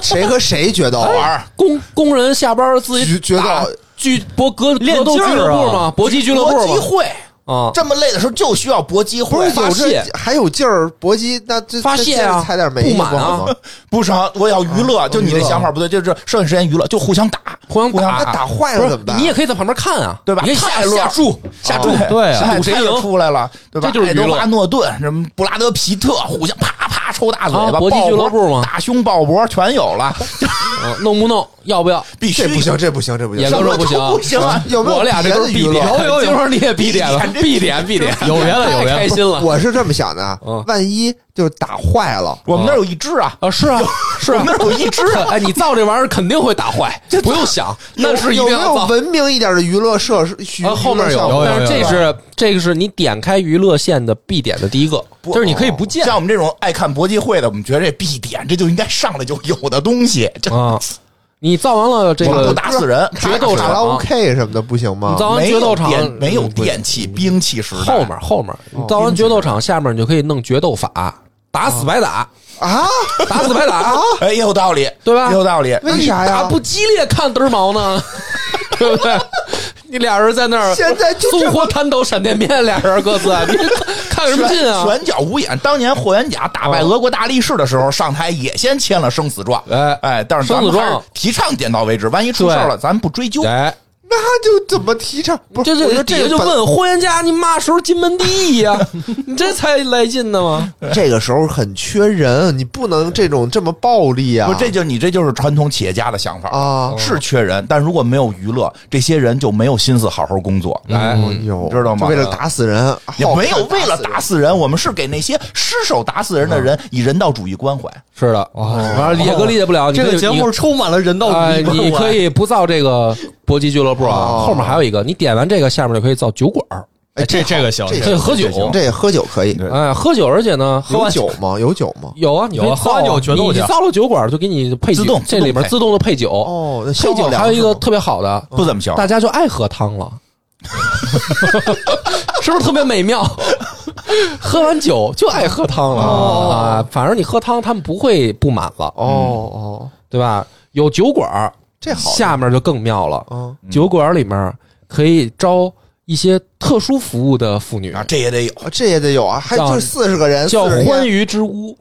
Speaker 4: 谁和谁决斗
Speaker 1: 哎
Speaker 2: 好玩
Speaker 4: 啊？
Speaker 2: 儿，
Speaker 1: 工工人下班自己
Speaker 4: 决决
Speaker 1: 打
Speaker 4: 斗
Speaker 1: 俱搏格
Speaker 3: 练
Speaker 1: 格斗
Speaker 3: 劲
Speaker 1: 俱
Speaker 3: 儿
Speaker 1: 乐部
Speaker 3: 啊
Speaker 1: 嘛，搏击俱乐
Speaker 2: 搏击
Speaker 1: 部
Speaker 2: 会，
Speaker 1: 嘛，啊，
Speaker 2: 这么累的时候就需要搏击
Speaker 4: 不
Speaker 2: 会
Speaker 4: 是，
Speaker 1: 发
Speaker 4: 有
Speaker 1: 泄
Speaker 4: 这还有劲儿搏击，那这
Speaker 1: 发泄啊
Speaker 4: 采点煤
Speaker 1: 不满啊
Speaker 4: 好吗？
Speaker 2: 不成，我要娱乐，就你这
Speaker 4: 娱乐
Speaker 2: 想法不对，就是剩下时间娱乐就互相打，
Speaker 1: 互相
Speaker 2: 互相
Speaker 1: 打
Speaker 4: 那打坏
Speaker 1: 啊不
Speaker 4: 了
Speaker 1: 是
Speaker 4: 怎么办？
Speaker 1: 你也可以在旁边看啊，
Speaker 2: 对吧
Speaker 1: 你可以下
Speaker 2: 快乐
Speaker 1: 下注下注，
Speaker 3: 对啊
Speaker 2: 哎
Speaker 1: 赌谁
Speaker 2: 他
Speaker 1: 赢
Speaker 2: 就出来了，对吧？
Speaker 1: 这就是
Speaker 2: 爱
Speaker 1: 娱乐
Speaker 2: 德华诺顿、什么布拉德皮特，互相啪啪抽大嘴
Speaker 1: 啊
Speaker 2: 巴，
Speaker 1: 搏击
Speaker 2: 抱
Speaker 1: 俱乐
Speaker 2: 脖
Speaker 1: 部嘛
Speaker 2: 大胸抱脖全有了，
Speaker 1: 嗯弄不弄？要不要？
Speaker 2: 必须
Speaker 4: 这不行，这不行，这不行
Speaker 1: 野。
Speaker 2: 什
Speaker 1: 哥说不
Speaker 2: 么都
Speaker 1: 行啊，
Speaker 2: 不行啊！
Speaker 4: 有没有
Speaker 1: 我俩这
Speaker 4: 别
Speaker 1: 都
Speaker 4: 的
Speaker 1: 是
Speaker 4: 娱
Speaker 1: 必
Speaker 4: 乐
Speaker 1: 点，？
Speaker 3: 有有
Speaker 1: 今儿你也必点了，必点必点，
Speaker 3: 有缘了有缘了
Speaker 1: 太开心了
Speaker 4: 我是这么想的啊
Speaker 1: 嗯，
Speaker 4: 万一就是打坏了，
Speaker 2: 我们那儿有一只啊，
Speaker 1: 啊！是啊，是
Speaker 2: 我
Speaker 1: 啊
Speaker 2: 们那，儿有一只啊，
Speaker 1: 哎，你造这玩意儿肯定会打坏，不用想，那是一
Speaker 4: 有
Speaker 1: 定
Speaker 4: 没
Speaker 1: 要
Speaker 4: 有
Speaker 1: 造。
Speaker 4: 文明一点的娱乐设施？娱
Speaker 1: 啊，后面
Speaker 4: 娱乐项
Speaker 1: 有，
Speaker 4: 目
Speaker 3: 有
Speaker 1: 但是这
Speaker 3: 有
Speaker 1: 是这个是你点开娱乐线的必点的第一个，
Speaker 3: 就是你可以不见
Speaker 2: 像我们这种爱看搏击会的，我们觉得这必点，这就应该上来就有的东西。这
Speaker 1: 啊。你造完了这
Speaker 2: 我们不
Speaker 1: 个，
Speaker 2: 打死人，
Speaker 1: 决斗
Speaker 4: 卡
Speaker 1: 场
Speaker 4: 拉
Speaker 1: 啊
Speaker 4: OK 什么的不行吗
Speaker 1: 你？造完
Speaker 2: 没
Speaker 1: 决斗
Speaker 2: 有
Speaker 1: 场
Speaker 2: 电没有电器兵器时代
Speaker 1: 后面后面，你造完决斗场下面你就可以弄决斗法，打死白打，
Speaker 4: 啊，
Speaker 1: 打死白打，
Speaker 2: 哎，也有道理，
Speaker 1: 对吧
Speaker 2: 也有道理。
Speaker 1: 那
Speaker 4: 为
Speaker 1: 你
Speaker 4: 啥哎呀
Speaker 1: 打不激烈看嘚儿毛呢， 对不对？你俩人在那儿，
Speaker 4: 现在就这
Speaker 1: 纵火弹头闪电面，俩人各自，啊你 看什么劲啊？哦
Speaker 2: 拳脚无眼。当年霍元甲打败俄国大力士的时候，上台也先签了生死状。
Speaker 1: 哎
Speaker 2: 哎，但是咱们
Speaker 1: 生死状
Speaker 2: 还是提倡点到为止，万一出事儿了，咱们不追究。
Speaker 1: 哎，
Speaker 4: 那就怎么提倡？不是，
Speaker 1: 这
Speaker 4: 我
Speaker 1: 这
Speaker 4: 觉得
Speaker 1: 这个
Speaker 4: 这个
Speaker 1: 就
Speaker 4: 本
Speaker 1: 问霍元甲，你嘛时候金门第一呀？你这才来劲呢吗？
Speaker 4: 这个时候很缺人，你不能这种这么暴力啊！
Speaker 2: 不，这就你这就是传统企业家的想法
Speaker 4: 啊
Speaker 1: 哦
Speaker 2: 是缺人，但如果没有娱乐，这些人就没有心思好好工作。
Speaker 1: 哎
Speaker 4: 哎呦，
Speaker 2: 知道吗
Speaker 4: 就为了打死人，
Speaker 2: 也
Speaker 4: 好看
Speaker 2: 没有为了打死人，我们是给那些失手打死人的人
Speaker 1: 嗯
Speaker 2: 以人道主义关怀。
Speaker 1: 是的，反正野哥理解不了。你
Speaker 3: 哦这
Speaker 1: 可
Speaker 3: 个
Speaker 1: 以
Speaker 3: 节目
Speaker 1: 你
Speaker 3: 充满了人道
Speaker 1: 哎
Speaker 3: 主义
Speaker 1: 你
Speaker 3: 关怀。
Speaker 1: 可以不造这个搏击俱乐部啊，
Speaker 4: 哦
Speaker 1: 后面还有一个，你点完这个，下面就可以造酒馆儿，
Speaker 3: 哎，这这个行，
Speaker 4: 这
Speaker 1: 可以喝酒，
Speaker 4: 这也喝酒可以，
Speaker 2: 对
Speaker 1: 哎，喝酒，而且呢，喝
Speaker 4: 有
Speaker 1: 完
Speaker 4: 酒吗？有酒吗？
Speaker 1: 有啊，你可以
Speaker 3: 有啊
Speaker 1: 造
Speaker 3: 喝完酒决斗
Speaker 1: 你
Speaker 3: 去
Speaker 1: 你造了酒馆儿就给你配酒
Speaker 2: 自动
Speaker 1: 这里面自
Speaker 2: 自
Speaker 1: 动的配酒
Speaker 4: 哦那消
Speaker 1: 配
Speaker 4: 耗
Speaker 1: 酒
Speaker 4: 粮
Speaker 1: 还有一个
Speaker 4: 食吗
Speaker 1: 特别好的，
Speaker 2: 不怎么行，
Speaker 1: 大家就爱喝汤了， 是不是特别美妙？ 喝完酒就爱喝汤了啊！反正你喝汤，他们不会不满了，
Speaker 4: 哦哦，
Speaker 1: 对吧？有酒馆儿，
Speaker 4: 这好
Speaker 1: 嗯下面就更妙了。
Speaker 4: 啊，
Speaker 1: 酒馆儿里面可以招一些特殊服务的妇女，
Speaker 2: 啊，这也得有。
Speaker 1: 嗯
Speaker 4: 啊这也得有啊，还
Speaker 1: 叫
Speaker 4: 就四十个人，
Speaker 1: 叫
Speaker 4: 40
Speaker 1: 欢
Speaker 4: 天，
Speaker 1: 愉之屋。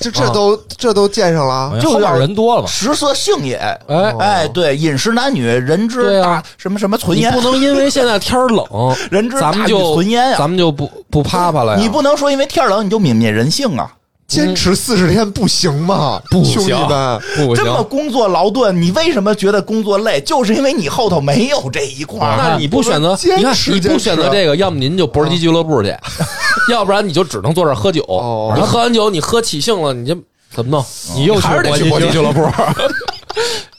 Speaker 4: 这这都这都见上了，啊
Speaker 3: 就有点人多了吧？
Speaker 2: 食色性也，
Speaker 1: 哎，
Speaker 2: 哎，对，饮食男女，人之
Speaker 1: 对
Speaker 2: 大、
Speaker 1: 啊
Speaker 2: 什么什么存
Speaker 1: 你
Speaker 2: 焉
Speaker 1: 不，能因为现在天儿冷，
Speaker 2: 人之
Speaker 1: 咱
Speaker 2: 大
Speaker 1: 们
Speaker 2: 欲
Speaker 1: 就
Speaker 2: 存焉呀。
Speaker 1: 咱们就不不啪啪了呀。
Speaker 2: 你不能说因为天儿冷你就泯灭人性啊，
Speaker 4: 坚持四十天不行吗？
Speaker 1: 不行
Speaker 4: 兄弟们，
Speaker 1: 不
Speaker 2: 这
Speaker 1: 行，啊
Speaker 2: 么工作劳顿，你为什么觉得工作累？就是因为你后头没有这一块儿。
Speaker 1: 那你不选择，
Speaker 4: 坚持
Speaker 1: 你看你
Speaker 4: 坚
Speaker 1: 不
Speaker 4: 持
Speaker 1: 选
Speaker 2: 啊
Speaker 1: 择这个，要么您就搏击俱乐部 去，要不然你就只能坐这儿喝酒。
Speaker 4: 哦
Speaker 1: 你喝完酒，你喝起兴了，你就怎么弄？
Speaker 3: 你又
Speaker 2: 哦还是得去
Speaker 3: 国
Speaker 2: 国际
Speaker 3: 际
Speaker 2: 俱乐部，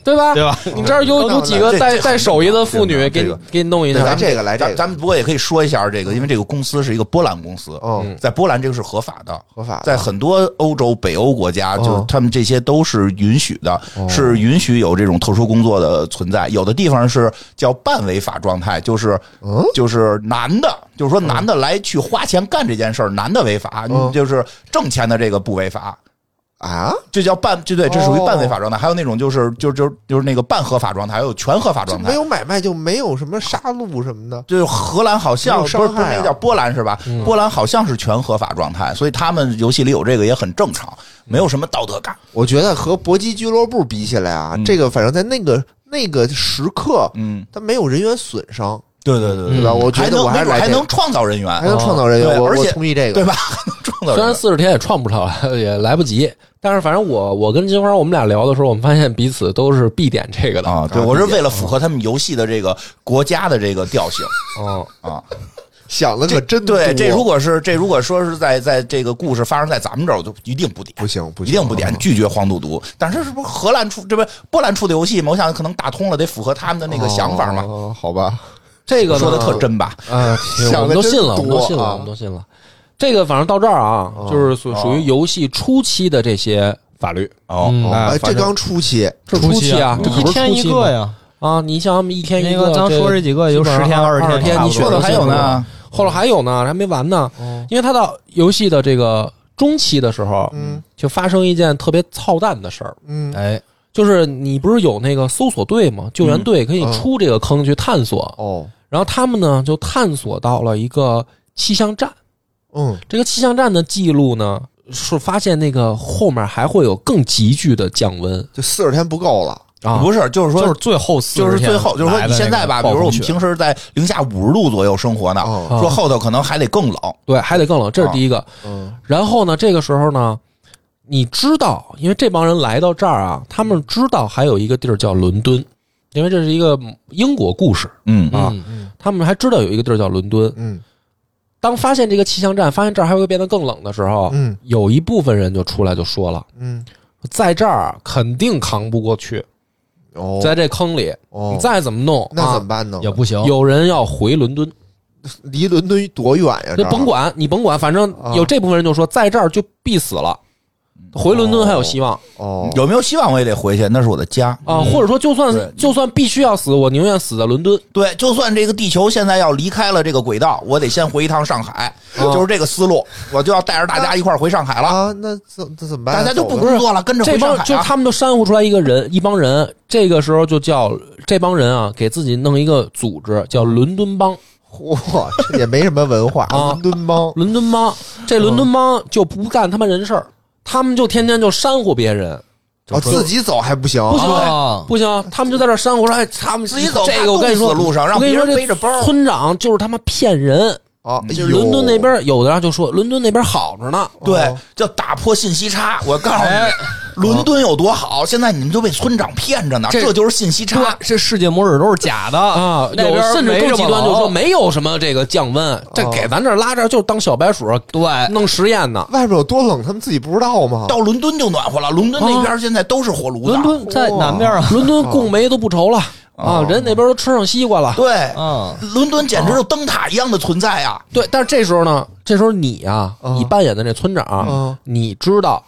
Speaker 1: 对吧？
Speaker 3: 对吧？
Speaker 1: 你这儿有有几个
Speaker 2: 这
Speaker 1: 带
Speaker 2: 这
Speaker 1: 带手艺的妇女，
Speaker 2: 这
Speaker 1: 给
Speaker 2: 个
Speaker 1: 你给你弄一
Speaker 4: 对来
Speaker 1: 下。
Speaker 4: 这个来这
Speaker 2: 咱
Speaker 4: 个，
Speaker 2: 咱们不过也可以说一下这个，因为这个公司是一个波兰公司，
Speaker 1: 哦
Speaker 4: 嗯，
Speaker 2: 在波兰这个是合法的。
Speaker 4: 合法的
Speaker 2: 在很多欧洲、北欧国家，
Speaker 4: 哦
Speaker 2: 就是他们这些都是允许的，是允许有这种特殊工作的存在。有的地方是叫半违法状态，就是
Speaker 4: 嗯
Speaker 2: 就是男的，就是说男的来去花钱干这件事儿，男的违法，
Speaker 4: 嗯
Speaker 2: 就是挣钱的这个不违法。
Speaker 4: 啊，
Speaker 2: 这叫半，这对，这属于
Speaker 4: 哦
Speaker 2: 半违法状态。还有那种就是就就就是那个半合法状态，还有全合法
Speaker 4: 这
Speaker 2: 状态
Speaker 4: 没。有买卖就没有什么杀戮什么的，
Speaker 2: 就是荷兰好像
Speaker 4: 没有
Speaker 2: 不是
Speaker 4: 伤害啊嗯
Speaker 2: 不是那个叫波兰是吧？波兰好像是全合法状态，所以他们游戏里有这个也很正常，没有什么道德感。
Speaker 4: 我觉得和搏击俱乐部比起来啊，
Speaker 2: 嗯
Speaker 4: 这个反正在那个那个时刻，
Speaker 2: 嗯，
Speaker 4: 它没有人员损伤，
Speaker 2: 对对对
Speaker 4: 对吧？我觉
Speaker 2: 还
Speaker 4: 得
Speaker 2: 能
Speaker 4: 我
Speaker 2: 没
Speaker 4: 还是
Speaker 2: 准
Speaker 4: 来
Speaker 2: 还
Speaker 4: 这个
Speaker 2: 能创造人
Speaker 4: 还
Speaker 2: 员，
Speaker 4: 能创造人
Speaker 2: 对
Speaker 4: 员，我
Speaker 2: 而
Speaker 4: 我
Speaker 2: 且
Speaker 4: 同意这个
Speaker 2: 对。吧？还能创造
Speaker 1: 虽
Speaker 2: 人
Speaker 1: 然
Speaker 2: 员。
Speaker 1: 四十天也创不了， 也来不及，但是反正我我跟金花我们俩聊的时候，我们发现彼此都是必点这个的
Speaker 2: 啊，对，我是为了符合他们游戏的这个国家的这个调性
Speaker 1: 嗯，
Speaker 2: 啊。
Speaker 4: 想的可真多。
Speaker 2: 对，这如果是这如果说是在在这个故事发生在咱们这儿，我就一定不点，
Speaker 4: 不行不
Speaker 2: 一
Speaker 4: 行，
Speaker 2: 定不点，拒绝黄赌毒。但是这不是荷兰出这不是波兰出的游戏吗？我想可能打通了，得符合他们的那个想法嘛。
Speaker 4: 哦好吧，
Speaker 1: 这个呢
Speaker 2: 说的特真吧？
Speaker 1: 啊，行
Speaker 4: 想
Speaker 1: 我
Speaker 4: 得
Speaker 1: 们都
Speaker 4: 真
Speaker 1: 信了，我们都
Speaker 4: 多
Speaker 1: 信了，
Speaker 4: 啊
Speaker 1: 我们都信了。这个反正到这儿啊，就是属属于游戏初期的这些法律，
Speaker 2: 哦
Speaker 3: 嗯
Speaker 4: 哎，这
Speaker 3: 反正
Speaker 4: 刚初期，
Speaker 1: 这是期啊，这可
Speaker 3: 一
Speaker 1: 不是
Speaker 3: 天
Speaker 1: 初
Speaker 3: 一
Speaker 1: 期
Speaker 3: 个
Speaker 1: 吗
Speaker 3: 呀，
Speaker 1: 啊！你想想一天一
Speaker 3: 那
Speaker 1: 个，
Speaker 3: 个咱说这几个有
Speaker 1: 基本上
Speaker 3: 十天
Speaker 1: 二
Speaker 3: 二
Speaker 1: 十
Speaker 3: 十
Speaker 1: 天，
Speaker 3: 天
Speaker 1: 你选
Speaker 2: 说
Speaker 1: 的
Speaker 2: 的还有呢，
Speaker 1: 后来还有呢，还没完呢，
Speaker 3: 哦
Speaker 1: 因为他到游戏的这个中期的时候，
Speaker 4: 嗯
Speaker 1: 就发生一件特别操蛋的事儿，
Speaker 4: 嗯，
Speaker 3: 哎，
Speaker 1: 就是你不是有那个搜索队吗？救援队可以
Speaker 4: 嗯
Speaker 1: 出这个坑去探索，
Speaker 4: 哦，
Speaker 1: 然后他们呢就探索到了一个气象站，
Speaker 4: 嗯，
Speaker 1: 这个气象站的记录呢是发现那个后面还会有更急剧的降温
Speaker 4: 就四十天不够了，
Speaker 1: 啊，
Speaker 2: 不是，就是
Speaker 3: 就
Speaker 2: 说
Speaker 3: 是最后四
Speaker 2: 就是
Speaker 3: 十天
Speaker 2: 最后，就是说
Speaker 3: 来
Speaker 2: 你
Speaker 3: 的
Speaker 2: 现
Speaker 3: 那
Speaker 2: 在
Speaker 3: 个
Speaker 2: 吧，比
Speaker 3: 暴
Speaker 2: 如说我
Speaker 3: 风
Speaker 2: 们
Speaker 3: 雪
Speaker 2: 平时在零下五十度左右生活呢，
Speaker 4: 哦，
Speaker 2: 说后头可能还得更冷。
Speaker 1: 对，还得更冷，这是第一个。
Speaker 4: 嗯
Speaker 1: 然后呢，这个时候呢，你知道，因为这帮人来到这儿啊，他们知道还有一个地儿叫伦敦，因为这是一个英国故事，
Speaker 2: 嗯
Speaker 1: 啊
Speaker 3: 嗯
Speaker 1: 他们还知道有一个地儿叫伦敦。
Speaker 4: 嗯
Speaker 1: 当发现这个气象站，发现这儿还会变得更冷的时候，
Speaker 4: 嗯
Speaker 1: 有一部分人就出来就说了，
Speaker 4: 嗯，
Speaker 1: 在这儿啊肯定扛不过去，
Speaker 4: 哦，
Speaker 1: 在这坑里，
Speaker 4: 哦
Speaker 1: 你再怎么弄，
Speaker 4: 那怎
Speaker 1: 啊
Speaker 4: 么办呢？
Speaker 3: 也不
Speaker 2: 哦
Speaker 3: 行，
Speaker 1: 有人要回伦敦，
Speaker 4: 离伦敦多远呀？
Speaker 1: 那
Speaker 4: 这
Speaker 1: 甭管你甭管，反正
Speaker 4: 啊
Speaker 1: 有这部分人就说，在这儿就必死了，
Speaker 2: 嗯
Speaker 1: 回伦敦还有希望
Speaker 4: 哦，
Speaker 2: 有没有希望我也得回去，那是我的家。
Speaker 1: 啊，或者说就
Speaker 2: 哦嗯对
Speaker 1: 算就算必须要死，我宁愿死在伦敦。
Speaker 2: 对，就算这个地球现在要离开了这个轨道，我得先回一趟上海，
Speaker 1: 哦
Speaker 2: 就是这个思路，我就要带着大家一块儿回上海了。
Speaker 4: 啊，那怎那怎么办呀？
Speaker 2: 大家就不
Speaker 4: 走了
Speaker 2: 工作了，跟着
Speaker 1: 这
Speaker 2: 回上
Speaker 1: 帮
Speaker 2: 海
Speaker 1: 就
Speaker 2: 啊！
Speaker 1: 他们就煽呼出来一个人，一帮人，这个时候就叫这帮人啊，给自己弄一个组织，叫伦敦帮。
Speaker 4: 哇，这也没什么文化，
Speaker 1: 啊
Speaker 4: 伦敦帮
Speaker 1: 伦敦帮这伦敦帮就不干他们人事儿，他们就天天就煽呼别人，
Speaker 4: 哦，自己走还不行，
Speaker 1: 不行
Speaker 3: 啊
Speaker 1: 不行，他们就在这儿煽呼说，哎，他们
Speaker 2: 哦自己走
Speaker 1: 这个我
Speaker 2: 怕
Speaker 1: 跟你说，
Speaker 2: 冻死路上让
Speaker 1: 我跟你说
Speaker 2: 别人背着包
Speaker 1: 这村长就是他妈骗人，
Speaker 4: 啊，哎
Speaker 1: 就
Speaker 4: 呦
Speaker 1: 是伦敦那边有的人就说伦敦那边好着呢，
Speaker 2: 对
Speaker 4: 哦，
Speaker 2: 叫打破信息差。我告诉你
Speaker 3: 哎，
Speaker 2: 伦敦有多好，现在你们都被村长骗着呢，
Speaker 3: 这
Speaker 2: 这就是信息
Speaker 3: 对
Speaker 2: 差，。
Speaker 3: 这世界末日都是假的
Speaker 1: 啊，
Speaker 3: 那
Speaker 1: 有
Speaker 3: 边
Speaker 1: 甚至
Speaker 3: 没
Speaker 1: 更
Speaker 3: 这
Speaker 1: 极
Speaker 3: 么
Speaker 1: 端，就说
Speaker 3: 冷
Speaker 1: 没有什么这个降温，这给咱这儿拉这儿就是当小白鼠
Speaker 3: 对，
Speaker 1: 弄实验呢。
Speaker 4: 外边有多冷，他们自己不知道吗？
Speaker 2: 到伦敦就暖和了，伦敦那边现在都是火炉子。
Speaker 3: 伦敦在南 边啊，
Speaker 1: 伦敦供煤都不愁了啊，人那边都吃上西瓜了。
Speaker 2: 对，
Speaker 3: 嗯，
Speaker 2: 伦敦简直就灯塔一样的存在啊！
Speaker 1: 对，但是这时候呢，这时候你啊，
Speaker 4: 嗯
Speaker 1: 你扮演的这村长啊
Speaker 4: 嗯，
Speaker 1: 你知道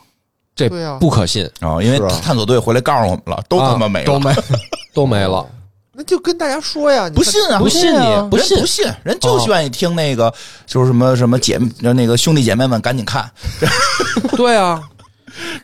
Speaker 1: 这
Speaker 4: 对啊
Speaker 1: 不可信，
Speaker 2: 哦，因为
Speaker 4: 是啊
Speaker 2: 探索队回来告诉我们了，都他妈没了，
Speaker 3: 都没
Speaker 1: 都没了。
Speaker 4: 那就跟大家说呀，你
Speaker 2: 不信啊，
Speaker 1: 不信你
Speaker 2: 人
Speaker 1: 不
Speaker 2: 不
Speaker 1: 信
Speaker 2: 信，啊人就是愿意听那个，就是什么什么姐那个兄弟姐妹们赶紧看，
Speaker 1: 对啊，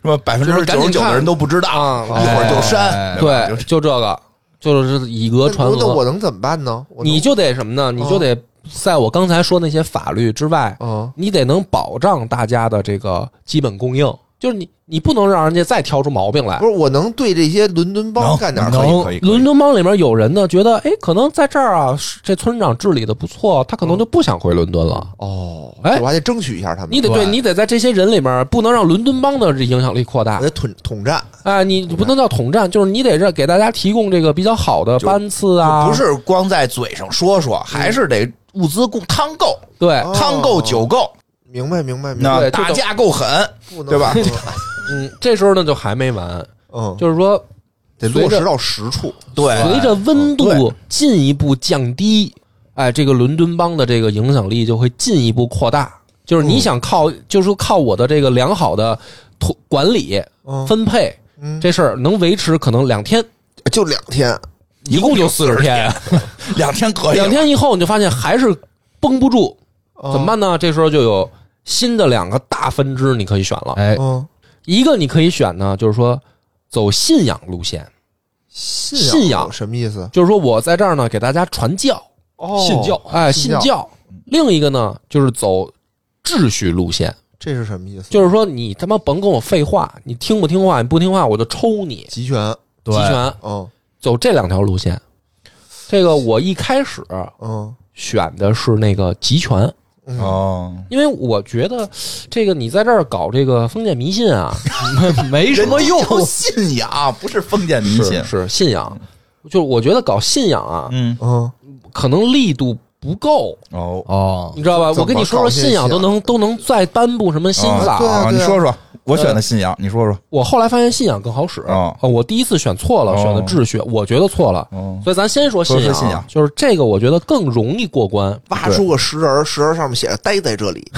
Speaker 2: 什么百分
Speaker 1: 就
Speaker 2: 之
Speaker 1: 是赶
Speaker 2: 九
Speaker 1: 紧
Speaker 2: 十九
Speaker 1: 看
Speaker 2: 的人都不知道，
Speaker 1: 啊
Speaker 2: 一会儿就删
Speaker 3: 哎，
Speaker 2: 吧
Speaker 1: 对
Speaker 2: 就，
Speaker 1: 就这个，就是以讹
Speaker 4: 那
Speaker 1: 传
Speaker 4: 那我
Speaker 1: 讹。
Speaker 4: 能怎么办呢？我能
Speaker 1: 你就得什么呢？你就得在我刚才说那些法律之外，
Speaker 4: 嗯
Speaker 1: 你得能保障大家的这个基本供应。就是你你不能让人家再挑出毛病来
Speaker 4: 不。是，我能对这些伦敦帮
Speaker 2: 能
Speaker 4: 干点
Speaker 2: 能
Speaker 4: 什么？
Speaker 2: 可以可以
Speaker 1: 伦敦帮里面有人呢，觉得哎，可能在这儿啊，是这村长治理的不错，他可能就不想回伦敦了。
Speaker 4: 哦，
Speaker 1: 哎
Speaker 4: 我还得争取一下他
Speaker 2: 嗯
Speaker 4: 们，
Speaker 1: 你得对你得在这些人里面，不能让伦敦帮的影响力扩大
Speaker 4: 我。得统统战，
Speaker 1: 哎，你不能叫统
Speaker 2: 嗯
Speaker 1: 战，就是你得让给大家提供这个比较好的班次啊，
Speaker 2: 不是光在嘴上说说，还是得物资供汤够，
Speaker 1: 对，
Speaker 4: 哦
Speaker 2: 汤够酒够，
Speaker 4: 明白明白明白，
Speaker 2: 那
Speaker 1: 对这
Speaker 2: 打
Speaker 1: 种
Speaker 2: 架够狠，
Speaker 4: 不能
Speaker 2: 对吧？
Speaker 1: 嗯，这时候呢就还没
Speaker 2: 哦
Speaker 1: 完，
Speaker 4: 嗯，
Speaker 1: 就是说
Speaker 4: 得
Speaker 1: 随
Speaker 4: 落
Speaker 1: 着
Speaker 4: 实到实处。
Speaker 2: 对，
Speaker 1: 随着温度
Speaker 2: 对
Speaker 1: 进一步降低，哎，这个伦敦帮的这个影响力就会进一步扩大。就是你想靠，就是说靠我的这个良好的统管理
Speaker 4: 嗯
Speaker 1: 分配
Speaker 4: 嗯，
Speaker 1: 这事儿能维持可能两天，
Speaker 4: 就两天，
Speaker 1: 一共就四十天，哎
Speaker 2: 两天可以了，
Speaker 1: 两天以后你就发现还是绷不住，
Speaker 4: 哦
Speaker 1: 怎么？办呢？这时候就有新的两个大分支你可以选了，
Speaker 3: 哎，
Speaker 4: 嗯，
Speaker 1: 一个你可以选呢，就是说走信仰路线，
Speaker 4: 信
Speaker 1: 仰
Speaker 4: 什么意思？
Speaker 1: 就是说我在这儿呢给大家传教，
Speaker 4: 哦
Speaker 3: 信教
Speaker 1: 哎，
Speaker 4: 信
Speaker 1: 信
Speaker 4: 教
Speaker 1: 教。另一个呢，就是走秩序路线，
Speaker 4: 这是什么意思？
Speaker 1: 就是说你他妈甭跟我废话，你听不听话，你不听话我就抽你，
Speaker 4: 集权，
Speaker 1: 集
Speaker 3: 对，
Speaker 1: 权
Speaker 4: 嗯
Speaker 1: 走这两条路线。这个我一开始
Speaker 4: 嗯
Speaker 1: 选的是那个集权，
Speaker 4: 嗯，
Speaker 2: 哦，
Speaker 1: 因为我觉得这个你在这儿搞这个封建迷信啊，
Speaker 3: 没什么用
Speaker 2: 人。叫信仰不是封建迷信
Speaker 1: 是，是信仰，就是我觉得搞信仰啊，
Speaker 2: 嗯，
Speaker 4: 嗯，
Speaker 1: 可能力度不够，
Speaker 2: 哦，
Speaker 3: 哦，
Speaker 1: 你知道吧？
Speaker 4: 怎么
Speaker 1: 我跟你说
Speaker 4: 搞
Speaker 1: 说
Speaker 4: 信
Speaker 1: 信仰都
Speaker 4: 仰
Speaker 1: 能都能再颁布什么新
Speaker 4: 啊
Speaker 1: 法
Speaker 4: 对啊
Speaker 2: 你说说，我选的信仰，你说说，
Speaker 1: 我后来发现信仰更好使
Speaker 2: 哦
Speaker 1: 呃我第一次选错了，
Speaker 2: 哦
Speaker 1: 选的秩序，我觉得错了，
Speaker 2: 哦，
Speaker 1: 所以咱先说信
Speaker 2: 说
Speaker 1: 仰，
Speaker 2: 说信仰
Speaker 1: 就是这个，我觉得更容易过关。
Speaker 4: 挖出个石人，石人上面写着“待在这里”，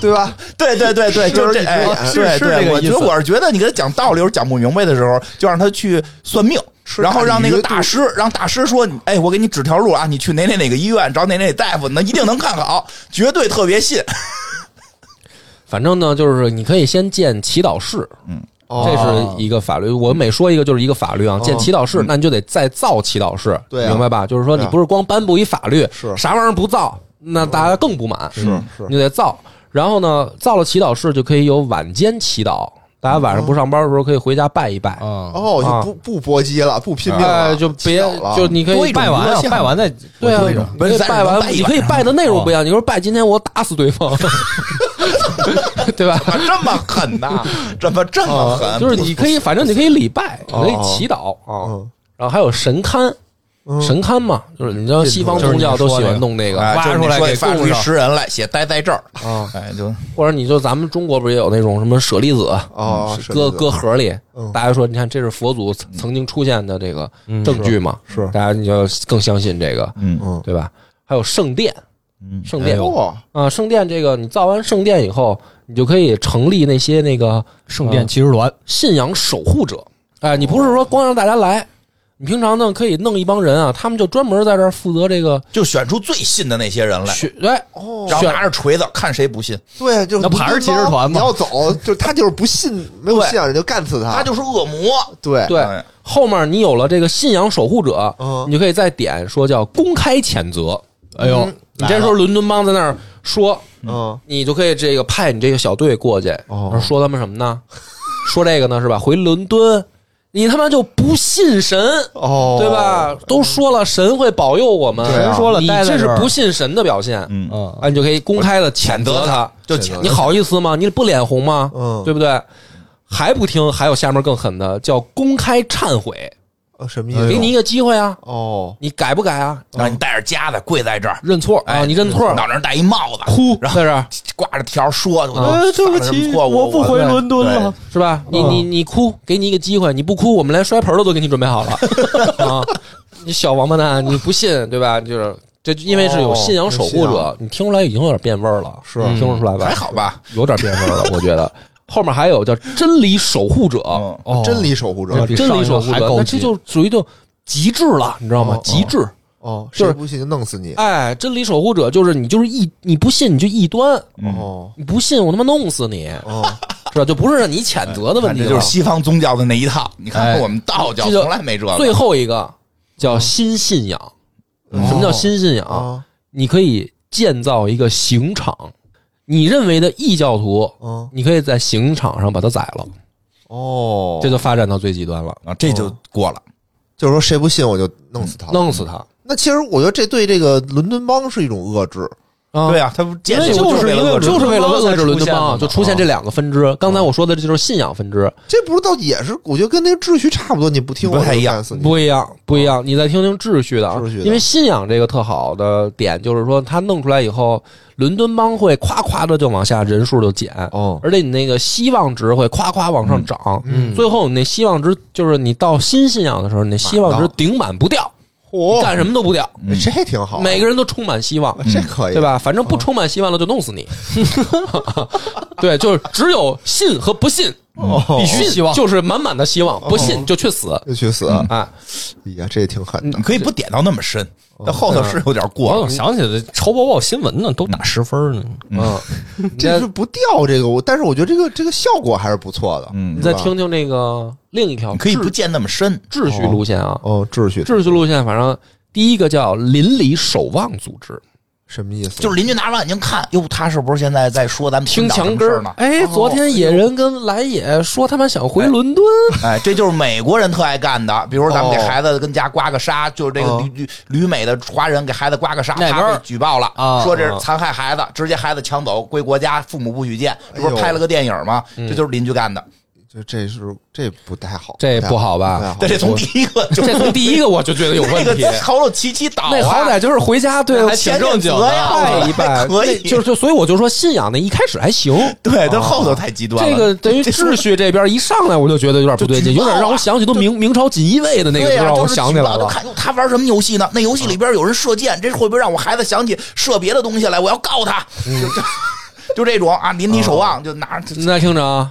Speaker 4: 对吧？
Speaker 2: 对对对对，就这，哎，
Speaker 3: 是
Speaker 2: 对
Speaker 3: 是这
Speaker 2: 对，
Speaker 3: 个
Speaker 2: 我
Speaker 3: 意
Speaker 2: 觉
Speaker 3: 思
Speaker 2: 得我是觉得你给他讲道理或者讲不明白的时候，就让他去算命。
Speaker 4: 吃
Speaker 2: 然后
Speaker 4: 大
Speaker 2: 让那个
Speaker 4: 鱼
Speaker 2: 大师，让大师说，你哎，我给你指条路啊，你去哪哪哪个医院找哪哪哪大夫，那一定能看好，绝对特别信。
Speaker 1: 反正呢，就是你可以先建祈祷室，
Speaker 4: 哦
Speaker 1: 这是一个法律。我每说一个就是一个法律啊，建祈祷室，那你就得再造祈祷室，
Speaker 4: 嗯对啊
Speaker 1: 明白吧？就是说
Speaker 4: 对
Speaker 1: 你
Speaker 4: 啊
Speaker 1: 不是光颁布一法律，
Speaker 4: 是
Speaker 1: 啥玩意儿不造，那大家更不满，
Speaker 4: 是是
Speaker 1: 你得造。然后呢，造了祈祷室就可以有晚间祈祷，大家晚上不上班的时候可以回家拜一拜。
Speaker 3: 啊，
Speaker 4: 哦，
Speaker 1: 啊
Speaker 4: 就不不搏击了，不拼命
Speaker 1: 哎，
Speaker 4: 了，
Speaker 1: 就别
Speaker 4: 祈祷了
Speaker 1: 就你可
Speaker 2: 多一
Speaker 1: 以
Speaker 2: 种
Speaker 3: 拜完
Speaker 2: 娱乐
Speaker 3: 了，
Speaker 2: 性
Speaker 3: 拜完再
Speaker 1: 对啊
Speaker 3: 我多一种，
Speaker 1: 你可以
Speaker 2: 文字
Speaker 1: 拜
Speaker 2: 能拜
Speaker 1: 完，
Speaker 2: 一
Speaker 1: 你
Speaker 2: 晚
Speaker 1: 可以拜的内容
Speaker 3: 哦
Speaker 1: 不一样。你说拜今天我打死对方，对吧？
Speaker 2: 怎么这么狠 呐？怎么这么狠？
Speaker 1: 就是你可以，反正你可以礼拜，你
Speaker 4: 哦
Speaker 1: 可以祈祷啊。
Speaker 4: 嗯
Speaker 1: 然后还有神龛，
Speaker 4: 嗯
Speaker 1: 神龛嘛，就是你知道西方宗教都喜欢弄那个，
Speaker 2: 哎
Speaker 3: 挖
Speaker 2: 就是你
Speaker 3: 出来
Speaker 2: 说
Speaker 3: 给
Speaker 2: 发出
Speaker 3: 供
Speaker 2: 一
Speaker 3: 上
Speaker 2: 石人来，写待在这儿，
Speaker 1: 啊，
Speaker 2: 哎，就
Speaker 1: 或者你就咱们中国不是也有那种什么舍利子，啊
Speaker 4: 哦，是
Speaker 1: 搁
Speaker 4: 这个
Speaker 1: 搁盒里
Speaker 4: 嗯，
Speaker 1: 大家说你看这是佛祖曾曾经出现的这个证据嘛？
Speaker 4: 是
Speaker 1: 大家你就更相信这个，
Speaker 2: 嗯
Speaker 4: 嗯
Speaker 1: 对吧？还有圣殿，
Speaker 2: 嗯
Speaker 1: 圣殿
Speaker 3: 哎呦
Speaker 4: 哦，
Speaker 1: 啊，圣殿这个你造完圣殿以后，你就可以成立那些那个
Speaker 3: 圣
Speaker 1: 嗯
Speaker 3: 殿骑士团，
Speaker 1: 信仰守护者。哎，你不是说光让大家来，你平常呢可以弄一帮人啊，他们就专门在这儿负责这个
Speaker 2: 就选出最信的那些人来，
Speaker 1: 选哎
Speaker 4: 哦，
Speaker 2: 然后
Speaker 1: 选
Speaker 2: 拿着锤子看谁不信，
Speaker 4: 对，就是
Speaker 3: 那不还是骑士团吗
Speaker 4: 你要走，就是他就是不信，没有信仰，你就干
Speaker 1: 啊
Speaker 4: 死
Speaker 2: 他就是恶魔。
Speaker 4: 对
Speaker 1: 对
Speaker 2: 哎，
Speaker 1: 后面你有了这个信仰守护者，
Speaker 4: 嗯
Speaker 1: 你就可以再点说叫公开谴责。
Speaker 3: 哎呦，
Speaker 1: 你这时候伦敦帮在那儿说，
Speaker 4: 嗯
Speaker 1: 你就可以这个派你这个小队过去，
Speaker 4: 哦
Speaker 1: 然后说他们什么呢？说这个呢是吧？回伦敦，你他妈就不信神，
Speaker 4: 哦，
Speaker 1: 对？吧？都说了神会保佑我们，
Speaker 4: 对啊
Speaker 3: 神说了
Speaker 1: 你
Speaker 3: 待在
Speaker 1: 这是
Speaker 3: 儿
Speaker 1: 不信神的表现，
Speaker 2: 嗯
Speaker 3: 嗯，
Speaker 1: 啊，你就可以公开的谴责他，
Speaker 2: 就谴
Speaker 1: 你
Speaker 2: 责
Speaker 1: 好意思吗？你不脸红吗？
Speaker 4: 嗯
Speaker 1: 对不对？还不听，还有下面更狠的，叫公开忏悔，
Speaker 4: 呃什么意
Speaker 1: 给
Speaker 4: 思？
Speaker 1: 你一个机会啊，
Speaker 4: 哦，
Speaker 1: 你改不改啊？
Speaker 2: 让你带着夹子跪在这儿，
Speaker 1: 认错啊，你认错，
Speaker 2: 脑袋上戴一帽子，
Speaker 1: 哭
Speaker 2: 然后
Speaker 1: 在这儿
Speaker 2: 挂着条说：“
Speaker 1: 啊
Speaker 2: 我犯了什么错误？我
Speaker 1: 回
Speaker 3: 啊
Speaker 1: 伦
Speaker 2: 敦了。
Speaker 1: 是吧？你你你哭，给你一个机会，你不哭，我们连摔盆儿的都给你准备好了啊！你小王八蛋，你不信对吧？就是这因为是有信仰守护
Speaker 4: 有信
Speaker 1: 者
Speaker 4: 仰，
Speaker 1: 你听出来已经有点变味儿了，是听得出来吧？
Speaker 2: 还好吧？
Speaker 1: 有点变味儿了，我觉得。后面还有叫真理守护者，
Speaker 2: 嗯
Speaker 3: 哦
Speaker 4: 真理守护者
Speaker 3: 这
Speaker 1: 真理守护
Speaker 3: 比上一个还
Speaker 1: 者，
Speaker 3: 高
Speaker 1: 那这
Speaker 3: 级
Speaker 1: 就属于就极致了，你知道吗
Speaker 4: 哦？
Speaker 1: 极致，
Speaker 4: 哦，
Speaker 1: 就是
Speaker 4: 谁不信就弄死你
Speaker 1: 哎，真理守护者就是你就是异，你不信你就异端，
Speaker 4: 哦
Speaker 1: 你不信我他妈弄死你，
Speaker 4: 哦，
Speaker 1: 是吧？就不是让你谴责的问
Speaker 2: 哎看
Speaker 1: 题
Speaker 2: 这
Speaker 1: 了。
Speaker 2: 就是西方宗教的那一套。你看
Speaker 3: 哎
Speaker 2: 我们道教
Speaker 1: 这就
Speaker 2: 从来没这
Speaker 1: 最
Speaker 2: 个。
Speaker 1: 后一个叫新信仰，
Speaker 4: 嗯
Speaker 1: 什么叫新信仰？
Speaker 4: 啊？
Speaker 1: 你可以建造一个刑场，你认为的异教徒，
Speaker 4: 嗯，
Speaker 1: 你可以在刑场上把他宰了，
Speaker 4: 哦，
Speaker 1: 这就发展到最极端了，
Speaker 2: 啊，这就过了。
Speaker 4: 就是说谁不信我就弄死他。
Speaker 1: 弄死他。
Speaker 4: 那其实我觉得这对这个伦敦帮是一种遏制，
Speaker 1: 啊，
Speaker 2: 对啊，他不
Speaker 1: 因
Speaker 2: 建
Speaker 1: 为
Speaker 2: 立
Speaker 1: 就
Speaker 2: 就是
Speaker 1: 因为
Speaker 2: 为
Speaker 1: 就是为了遏制伦敦
Speaker 2: 邦
Speaker 1: 邦，就出现这两个分支。刚才我说的这就是信仰分支，
Speaker 4: 这不是倒也是？我觉得跟那个秩序差不多，你不听我
Speaker 2: 不太
Speaker 4: 就
Speaker 2: 一样
Speaker 4: 干死你。
Speaker 1: 不一样，不一样。你再听听秩序的啊
Speaker 4: 啊秩序，的
Speaker 1: 因为信仰这个特好的点就是说，它弄出来以后，伦敦帮会夸夸的就往下人数就减，
Speaker 4: 哦，
Speaker 1: 而且你那个希望值会夸夸往上涨，
Speaker 4: 嗯
Speaker 1: 最后你那希望值就是你到新信仰的时候，你那希望值
Speaker 4: 啊
Speaker 1: 顶满不掉，你干什么都不掉，
Speaker 2: 嗯
Speaker 4: 这挺好，啊
Speaker 1: 每个人都充满希望。
Speaker 4: 这可以，
Speaker 1: 对？吧？反正不充满希望了就弄死 你。对，就是只有信和不信，
Speaker 4: 哦，
Speaker 3: 必须希望
Speaker 1: 就是满满的希望，不信就去死。
Speaker 4: 就去死！
Speaker 1: 哎，
Speaker 4: 哎呀，这也挺狠的。
Speaker 2: 你可以不点到那么深，
Speaker 1: 哦
Speaker 2: 但后
Speaker 1: 啊
Speaker 2: 头是有点
Speaker 3: 我
Speaker 2: 过
Speaker 3: 怎么
Speaker 2: 了。
Speaker 3: 想起来仇报报新闻呢？都打十分呢。
Speaker 1: 嗯，你
Speaker 4: 这
Speaker 1: 再
Speaker 4: 是不掉这个，我但是我觉得这个这个效果还是不错的。
Speaker 2: 嗯
Speaker 1: 你，再
Speaker 4: 是吧
Speaker 1: 听听那个另一条，
Speaker 2: 你可以不
Speaker 1: 秩
Speaker 2: 见那么深。
Speaker 1: 秩序路线啊，
Speaker 4: 哦，秩序
Speaker 1: 秩序路线，反正第一个叫邻里守望组织，
Speaker 4: 什么意思？
Speaker 2: 就是邻居拿望远镜看，哟，他是不是现在在说咱们
Speaker 1: 听
Speaker 2: 村长
Speaker 1: 墙
Speaker 2: 什么
Speaker 1: 根
Speaker 2: 事儿
Speaker 1: 儿
Speaker 2: 呢？
Speaker 1: 哎，昨天野人跟来也说他们想回伦敦，
Speaker 2: 哎，这就是美国人特爱干的，比如说咱们给
Speaker 4: 哦
Speaker 2: 孩子跟家刮个痧，就是这个
Speaker 4: 哦
Speaker 2: 旅旅旅美的华人给孩子刮个痧，
Speaker 3: 那边
Speaker 2: 他
Speaker 3: 儿
Speaker 2: 被举报了
Speaker 3: 啊，
Speaker 2: 说这是残害孩子，直接孩子抢走归国家，父母不许见，这不是
Speaker 4: 哎呦
Speaker 2: 拍了个电影吗？
Speaker 1: 嗯
Speaker 2: 这就是邻居干的，
Speaker 4: 就这是这不太好，
Speaker 1: 这不好吧
Speaker 4: 不太好
Speaker 2: 对，这从第一个就
Speaker 1: 这从第一个我就觉得有
Speaker 2: 那
Speaker 1: 问
Speaker 2: 个
Speaker 1: 题。
Speaker 2: 头了齐齐倒啊，
Speaker 1: 那好歹就是回家对
Speaker 3: 还
Speaker 2: 前
Speaker 3: 挺正经的
Speaker 2: 面折呀
Speaker 1: 拜一拜，
Speaker 2: 还可以，
Speaker 1: 那就是就所以我就说信仰那一开始还 行，
Speaker 2: 对，但后头太极端了。
Speaker 1: 哦这个等于
Speaker 2: 这
Speaker 1: 秩序这边一上来我就觉得有点不对劲，
Speaker 2: 就举报
Speaker 1: 有
Speaker 2: 啊
Speaker 1: 点让我想起都明明朝锦衣卫的那个，
Speaker 2: 对
Speaker 1: 就
Speaker 2: 呀、
Speaker 1: 让
Speaker 2: 就
Speaker 1: 我
Speaker 2: 是
Speaker 1: 想起
Speaker 2: 举
Speaker 1: 来
Speaker 2: 报就
Speaker 1: 了。
Speaker 2: 看哟他玩什么游戏呢？那游戏里边有人射箭，这会不会让我孩子想起射别的东西来？我要告他。
Speaker 1: 嗯
Speaker 2: 就这 就这种啊，
Speaker 1: 哦
Speaker 2: 邻里守望，就拿着
Speaker 1: 你再听着啊，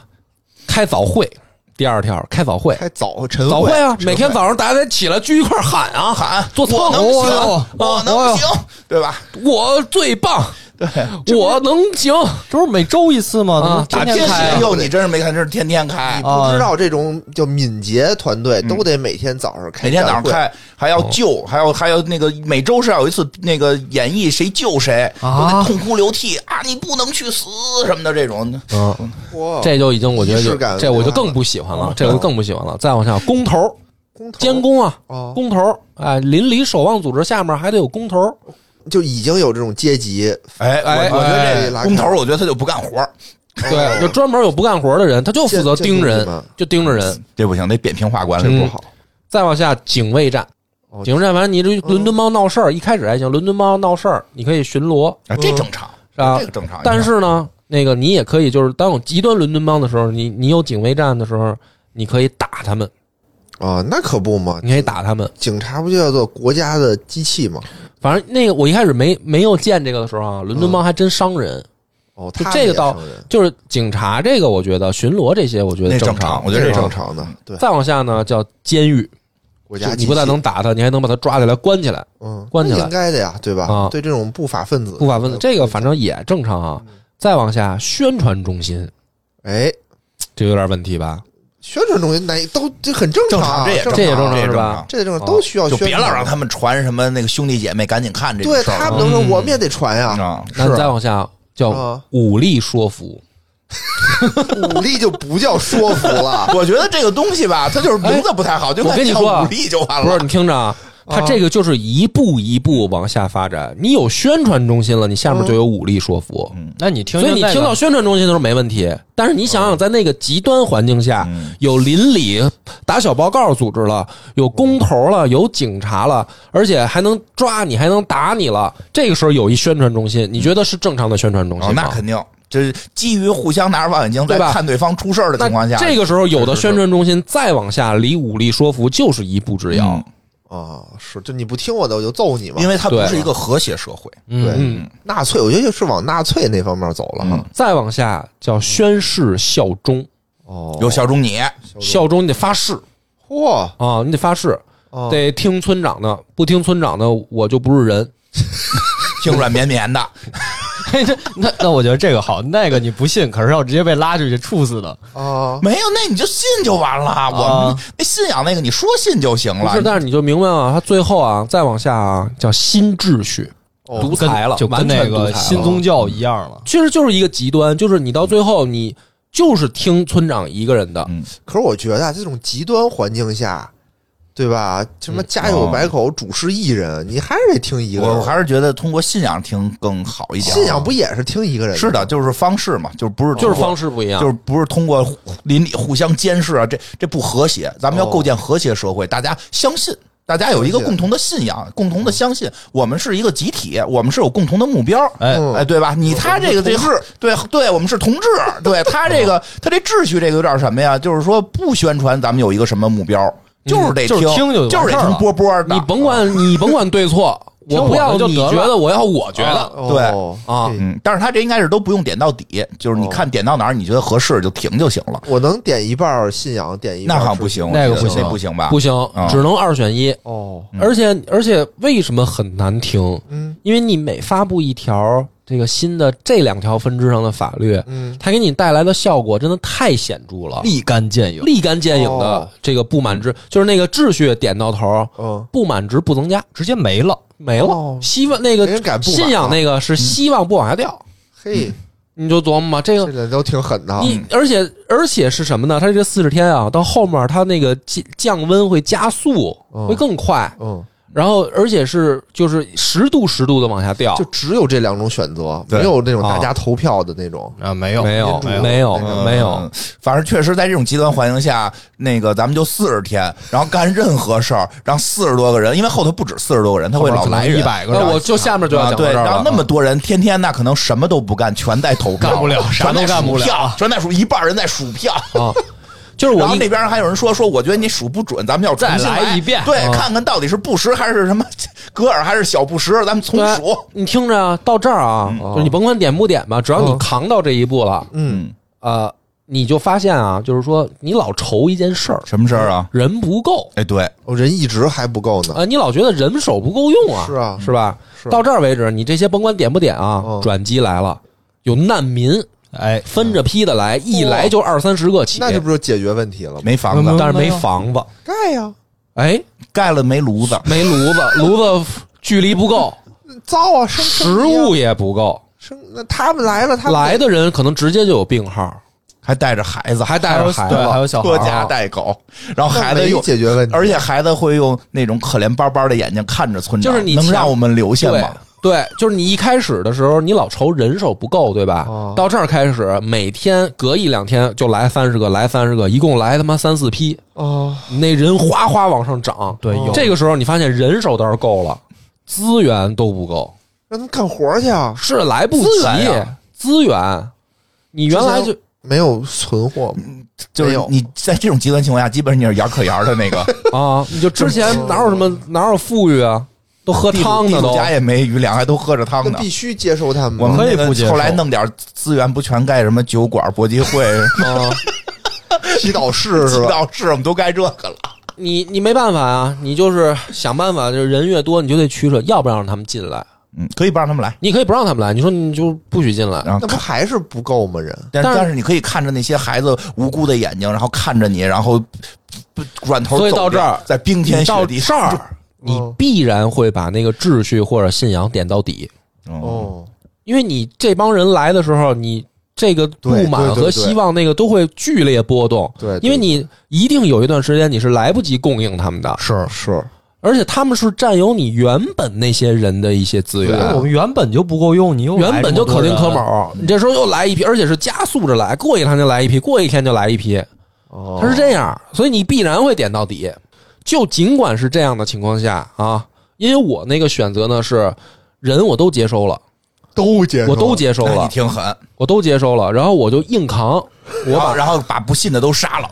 Speaker 1: 开早会，第二条开早会，
Speaker 4: 开早晨
Speaker 1: 早
Speaker 4: 会
Speaker 1: 会啊，
Speaker 4: 晨
Speaker 1: 每天早上大家起来聚一块儿喊啊，
Speaker 2: 喊
Speaker 1: 做操
Speaker 2: 我能
Speaker 1: 我
Speaker 2: 行，我能行，对吧？
Speaker 1: 我最棒，
Speaker 2: 对，
Speaker 1: 我能行，
Speaker 3: 这不是每周一次吗？
Speaker 1: 啊
Speaker 3: 怎
Speaker 1: 天
Speaker 3: 么天
Speaker 1: 天
Speaker 3: 开
Speaker 2: 天
Speaker 3: 啊
Speaker 2: 哟，你真是没看，这是天天开
Speaker 4: 你，不知道这种叫敏捷团队都得每天早上开，
Speaker 2: 嗯每天早上，开，还要救，还要还要那个每周是要有一次那个演绎谁救谁，
Speaker 3: 啊
Speaker 2: 都得痛哭流涕啊，你不能去死什么的这种。
Speaker 1: 嗯，
Speaker 4: 哇，
Speaker 1: 这就已经我觉得
Speaker 4: 仪
Speaker 1: 有
Speaker 4: 式感
Speaker 1: 这我就更不喜欢了，这我就更不喜欢了。再往下，工头
Speaker 4: 工头
Speaker 1: 监工啊，
Speaker 4: 哦
Speaker 1: 工头哎，邻里守望组织下面还得有工头，
Speaker 4: 哦就已经有这种阶级，
Speaker 2: 哎
Speaker 1: 哎
Speaker 2: 我我觉
Speaker 4: 哎
Speaker 2: 得这
Speaker 4: 拉
Speaker 2: 工头
Speaker 4: 开
Speaker 2: 儿，我觉得他就不干活儿
Speaker 1: 对，就专门有不干活的人，他就负责
Speaker 4: 监
Speaker 1: 盯
Speaker 4: 监督嗯
Speaker 1: 人
Speaker 4: 你们，
Speaker 1: 就盯着人。
Speaker 2: 这不行，得扁平化管理
Speaker 1: 嗯
Speaker 2: 不
Speaker 4: 不
Speaker 2: 好。
Speaker 4: 好。
Speaker 1: 再往下，警卫站
Speaker 4: 哦，
Speaker 1: 警卫站，反正你这伦敦猫闹事儿，一开始还行，伦敦猫闹事儿，你可以巡逻
Speaker 2: 啊，这正常，
Speaker 1: 啊
Speaker 4: 哎
Speaker 2: 这个，正常。
Speaker 1: 但是呢，那个你也可以，就是当有极端伦敦帮的时候，你你有警卫站的时候，你可以打他们，
Speaker 4: 啊，那可不嘛！
Speaker 1: 你可以打他们。
Speaker 4: 警察不就叫做国家的机器吗？
Speaker 1: 反正那个我一开始没没有见这个的时候啊，伦敦帮还真伤人，
Speaker 4: 哦，
Speaker 1: 就
Speaker 4: 他
Speaker 1: 这个
Speaker 4: 们也
Speaker 1: 倒
Speaker 4: 伤人
Speaker 1: 就是警察这个，我觉得巡逻这些我觉得
Speaker 2: 那
Speaker 1: 正
Speaker 2: 正
Speaker 1: 常
Speaker 2: 常，。我觉得这
Speaker 4: 是
Speaker 2: 正
Speaker 4: 正
Speaker 2: 常。
Speaker 4: 常的，对，
Speaker 1: 再往下呢，叫监狱，
Speaker 4: 国家
Speaker 1: 就
Speaker 4: 机器
Speaker 1: 你不但能打他，你还能把他抓起来关起来。
Speaker 4: 嗯
Speaker 1: 关起来
Speaker 4: 那应该的呀，对吧？
Speaker 1: 啊
Speaker 4: 对这种不法分子，
Speaker 1: 不法分
Speaker 2: 嗯
Speaker 1: 子，这个反正也正常啊。再往下，宣传中心
Speaker 4: 哎，
Speaker 1: 就有点问题吧？
Speaker 4: 宣传中心那都这很正
Speaker 2: 正
Speaker 4: 啊，
Speaker 2: 常，也
Speaker 4: 正
Speaker 1: 这也
Speaker 2: 正
Speaker 1: 正常啊
Speaker 2: 这也
Speaker 1: 是吧
Speaker 2: 常啊
Speaker 4: 这种都需要
Speaker 2: 就
Speaker 4: 宣
Speaker 2: 别
Speaker 4: 传，
Speaker 2: 老让他们传什么那个兄弟姐妹赶紧看这种
Speaker 4: 对
Speaker 2: 事儿
Speaker 4: 他
Speaker 2: 啊
Speaker 4: 们都说
Speaker 1: 嗯
Speaker 4: 我们也得传呀，
Speaker 2: 啊，哦
Speaker 1: 那
Speaker 2: 是。
Speaker 1: 再往下叫
Speaker 4: 啊
Speaker 1: 武力说服，
Speaker 4: 武力就不叫说服了
Speaker 2: 我觉得这个东西 吧，它就是名字不太好，就
Speaker 1: 我跟你说啊
Speaker 2: 武力就完
Speaker 1: 不是
Speaker 2: 了。
Speaker 1: 你听着啊，它这个就是一步一步往下发展。你有宣传中心了，你下面就有武力说服。
Speaker 2: 嗯
Speaker 3: 那你听
Speaker 1: 所以
Speaker 3: 听
Speaker 1: 你
Speaker 3: 那个，
Speaker 1: 听到宣传中心的时候没问题，但是你
Speaker 2: 哦
Speaker 1: 想想，在那个极端环境下，
Speaker 2: 嗯
Speaker 1: 有邻里打小报告组织了，有工头了，有警察了，而且还能抓你，还能打你了。这个时候有一宣传中心，你觉得是正常的宣传中
Speaker 2: 哦
Speaker 1: 心吗？
Speaker 2: 那肯定，这是基于互相拿着望远镜在
Speaker 1: 对吧
Speaker 2: 看对方出事儿的
Speaker 1: 那
Speaker 2: 情况下，
Speaker 1: 这个时候有的
Speaker 2: 是是
Speaker 1: 宣传中心再往下，离武力说服就是一步之遥
Speaker 2: 嗯。
Speaker 4: 啊，是，就你不听我的，我就揍你嘛。
Speaker 2: 因为它不
Speaker 1: 对
Speaker 2: 是一个和谐社会。
Speaker 4: 对
Speaker 1: 嗯，
Speaker 4: 纳粹，我觉得就是往纳粹那方面走了哈。
Speaker 1: 再往下叫宣誓效忠，
Speaker 4: 哦，
Speaker 2: 有效忠你，
Speaker 1: 效忠你得发誓
Speaker 4: 嚯，
Speaker 1: 啊，你得发誓，
Speaker 3: 啊
Speaker 4: 哦
Speaker 1: 得听村长的，不听村长的我就不是人。
Speaker 2: 听软绵 绵的，
Speaker 1: 哦
Speaker 3: 那那我觉得这个好，那个你不信，可是要直接被拉出去处死的。
Speaker 4: 啊，
Speaker 2: 没有那你就信就完了。我们那信仰那个你说信就行
Speaker 1: 哦不
Speaker 2: 了
Speaker 1: 啊是，，但是你就明白了，他最后啊，再往下啊叫新秩序，
Speaker 4: 哦
Speaker 1: 独裁了，
Speaker 3: 就跟
Speaker 1: 完全
Speaker 3: 那
Speaker 1: 独裁
Speaker 3: 个
Speaker 1: 了
Speaker 3: 新宗教一样了。
Speaker 1: 确实就是一个极端，就是你到最后你就是听村长一个人的，
Speaker 2: 嗯，
Speaker 4: 可是我觉得啊这种极端环境下，对吧？什么家有百口，主事一人，你还是得听一个
Speaker 2: 我我
Speaker 4: 人。
Speaker 2: 还是觉得通过信仰听更好一点。
Speaker 4: 信仰不也是听一个人？
Speaker 2: 是的，，就是方式嘛，就是不是
Speaker 1: 就是
Speaker 2: 通过
Speaker 1: 方式不一样，
Speaker 2: 就是不是通过互邻里互相监视啊，这这不和谐。咱们要
Speaker 4: 哦
Speaker 2: 构建和谐社会，大家相信，大家有一个
Speaker 4: 相信
Speaker 2: 共同的信仰，共同的相信，我们是一个集体，我们是有共同的目标。
Speaker 3: 哎，
Speaker 4: 嗯
Speaker 2: 哎，对吧？你他这个这
Speaker 4: 同志，
Speaker 2: 对对，我们是同志，对他这个他这秩序这个有点什么呀？就是说不宣传咱们有一个什么目标，就是得
Speaker 3: 就是听就完
Speaker 2: 就是得
Speaker 3: 事儿
Speaker 2: 听
Speaker 3: 了
Speaker 2: 波波的。
Speaker 1: 你甭管你甭管对错，
Speaker 3: 听
Speaker 1: 我不
Speaker 3: 我
Speaker 1: 要
Speaker 3: 的就
Speaker 1: 你
Speaker 3: 得
Speaker 1: 觉
Speaker 3: 了
Speaker 1: 得，我要我觉得，
Speaker 4: 哦
Speaker 1: 对啊
Speaker 4: 这
Speaker 2: 嗯，但是他这应该是都不用点到底，就是你
Speaker 4: 哦
Speaker 2: 看点到哪儿你觉得合适就停就行了。
Speaker 4: 我能点一半儿信仰，点一半
Speaker 2: 那好
Speaker 4: 儿
Speaker 2: 像
Speaker 4: 是
Speaker 2: 不行，
Speaker 3: 那个
Speaker 2: 我觉得
Speaker 3: 不行
Speaker 2: 那不行吧？
Speaker 1: 不行，
Speaker 2: 嗯
Speaker 1: 只能二选一。
Speaker 4: 哦，
Speaker 1: 而且而且为什么很难听？
Speaker 4: 嗯
Speaker 1: 因为你每发布一条这个新的这两条分支上的法律，
Speaker 4: 嗯，
Speaker 1: 它给你带来的效果真的太显著了，
Speaker 3: 立竿见影。
Speaker 1: 立竿见影的
Speaker 4: 哦
Speaker 1: 这个不满值，就是那个秩序点到头，
Speaker 4: 嗯，
Speaker 1: 不满值不增加，
Speaker 3: 直接没了，嗯
Speaker 1: 没了
Speaker 4: 哦。
Speaker 1: 希望那
Speaker 4: 没人敢
Speaker 1: 个
Speaker 4: 不满啊
Speaker 1: 信仰那个是希望不往下掉，
Speaker 4: 嘿，
Speaker 1: 你就琢磨吧，这个
Speaker 4: 这个都挺狠的
Speaker 3: 嗯
Speaker 4: 啊。
Speaker 1: 你而且而且是什么呢？它这个四十天啊，到后面它那个降降温会加速，
Speaker 4: 嗯
Speaker 1: 会更快，
Speaker 4: 嗯，
Speaker 1: 然后而且是就是十度十度的往下掉
Speaker 4: 就，只有这两种选择，
Speaker 2: 对
Speaker 4: 没有那种大家投票的那种。
Speaker 3: 啊，没有，
Speaker 1: 没有
Speaker 3: 没
Speaker 1: 没有
Speaker 2: 嗯
Speaker 1: 没有，
Speaker 2: 嗯反正确实在这种极端环境下，那个咱们就四十天，然后干任何事儿，让四十多个人，因为后头不止四十多个人，他会老来人
Speaker 3: 一。百个人，
Speaker 1: 那我就下面就要
Speaker 2: 啊，
Speaker 1: 讲到
Speaker 2: 对，
Speaker 1: 这儿
Speaker 2: 然后
Speaker 1: 了。
Speaker 2: 那么多人，天天那可能什么都不干，全在投票，
Speaker 3: 干不了啥都干不了
Speaker 2: 全在数票，全在数一半人在数票。
Speaker 1: 啊，就是我
Speaker 2: 然后
Speaker 1: 一
Speaker 2: 那边还有人说说，我觉得你数不准，咱们要重新
Speaker 3: 再来一遍
Speaker 2: 对，
Speaker 1: 嗯
Speaker 2: 看看到底是布什还是什么 戈尔还是小布什，咱们重
Speaker 1: 对
Speaker 2: 数。
Speaker 1: 你听着啊，到这儿啊，就是你甭管点不点吧，只要你扛到这一步了，
Speaker 2: 嗯，
Speaker 1: 呃，你就发现啊，就是说你老愁一件事儿，
Speaker 2: 什么事儿啊？
Speaker 1: 人不够，
Speaker 2: 哎，对，
Speaker 4: 哦，人一直还不够呢。
Speaker 1: 呃，你老觉得人手不够用啊，
Speaker 4: 是啊
Speaker 1: 是吧？
Speaker 4: 是
Speaker 1: 到这儿为止，你这些甭管点不点啊
Speaker 4: 嗯，
Speaker 1: 转机来了，有难民
Speaker 3: 哎，
Speaker 1: 分着批的来，一来就二三十个起，
Speaker 4: 那这不就解决问题了吗？
Speaker 2: 没房子，
Speaker 3: 嗯
Speaker 1: 但是没房子，
Speaker 4: 盖呀，
Speaker 1: 哎，
Speaker 2: 盖了没炉子，
Speaker 1: 没炉子，炉子距离不够，
Speaker 4: 造啊，生
Speaker 1: 食物也不够，
Speaker 4: 生那他们来了，他们
Speaker 1: 来的人可能直接就有病号，
Speaker 2: 还带着孩子，
Speaker 1: 还带着孩
Speaker 3: 对，还
Speaker 1: 子，
Speaker 3: 有小孩
Speaker 2: 拖
Speaker 3: 儿
Speaker 2: 家带狗，然后
Speaker 4: 那
Speaker 2: 孩子
Speaker 4: 没
Speaker 2: 又，
Speaker 4: 解决问题，
Speaker 2: 而且孩子会用那种可怜巴巴的眼睛看着村长，
Speaker 1: 就是你
Speaker 2: 能
Speaker 1: 强
Speaker 2: 让我们留下
Speaker 1: 对
Speaker 2: 吗？
Speaker 1: 对，就是你一开始的时候，你老愁人手不够，对吧？
Speaker 4: 哦
Speaker 1: 到这儿开始，每天隔一两天就来三十个，来三十个，一共来他妈三四批，
Speaker 4: 哦，
Speaker 1: 你那人哗哗往上涨。
Speaker 3: 对，有
Speaker 1: 这个时候你发现人手倒是够了，资源都不够，
Speaker 4: 让他们干活去啊，
Speaker 1: 是来不及
Speaker 2: 资源呀
Speaker 1: 资源你原来就嗯
Speaker 4: 没有存货吗，
Speaker 2: 就
Speaker 4: 没
Speaker 2: 是
Speaker 4: 有
Speaker 2: 你在这种极端情况下，基本上你是牙可牙的那个，
Speaker 1: 啊，你就之前哪有什么哪有富裕啊，都 喝
Speaker 2: 地主
Speaker 1: 汤
Speaker 2: 地
Speaker 1: 呢
Speaker 2: 主
Speaker 1: 都。
Speaker 2: 家也没余粮，还都喝着汤
Speaker 4: 那
Speaker 2: 呢
Speaker 4: 必。须接受他们
Speaker 2: 我
Speaker 4: 吗。
Speaker 2: 们那
Speaker 3: 可以不接
Speaker 2: 个
Speaker 3: 受
Speaker 2: 后来弄点资源，不全盖什么酒馆、搏击会、
Speaker 1: 啊，
Speaker 4: 祈祷室是
Speaker 2: 祈
Speaker 4: 吧？
Speaker 2: 祷室，我们都盖这个了。
Speaker 1: 你你没办法啊，你就是想办法，就是人越多你就得取舍，要不然让他们进来。
Speaker 2: 嗯，可以不让他们来，
Speaker 1: 你可以不让他们来，你说你就不许进来。
Speaker 2: 然后
Speaker 4: 那不
Speaker 2: 看。
Speaker 4: 还是不够吗？人
Speaker 2: 但
Speaker 1: 但是
Speaker 2: 但是你可以看着那些孩子无辜的眼睛，然后看着你，然后不不软头走
Speaker 1: 所
Speaker 2: 掉。
Speaker 1: 以到这儿
Speaker 2: 在冰天
Speaker 1: 你到
Speaker 2: 雪地
Speaker 1: 这儿，你必然会把那个秩序或者信仰点到底，
Speaker 2: 哦，
Speaker 4: 哦，
Speaker 1: 因为你这帮人来的时候，你这个不满
Speaker 4: 对对对
Speaker 1: 和希望那个都会剧烈波动。
Speaker 4: 对对
Speaker 1: 因为你一定有一段时间你是来不及供应他们的，
Speaker 3: 是
Speaker 4: 是
Speaker 1: 而且他们是占有你原本那些人的一些资
Speaker 4: 对
Speaker 1: 源
Speaker 4: 啊
Speaker 3: 我。们原本就不够用，你又
Speaker 1: 原本就可丁可
Speaker 3: 卯，
Speaker 1: 卯，你这时候又来一批，而且是加速着来，过一趟就来一批，过一天就来一批，
Speaker 4: 哦，
Speaker 1: 它是这样，所以你必然会点到底。就尽管是这样的情况下啊，因为我那个选择呢是人我都接收了，
Speaker 4: 都接受，
Speaker 1: 我都接收
Speaker 2: 那你
Speaker 1: 了，
Speaker 2: 挺狠，
Speaker 1: 我都接收了，然后我就硬扛，我
Speaker 2: 然后
Speaker 1: 把
Speaker 2: 然后把不信的都杀了。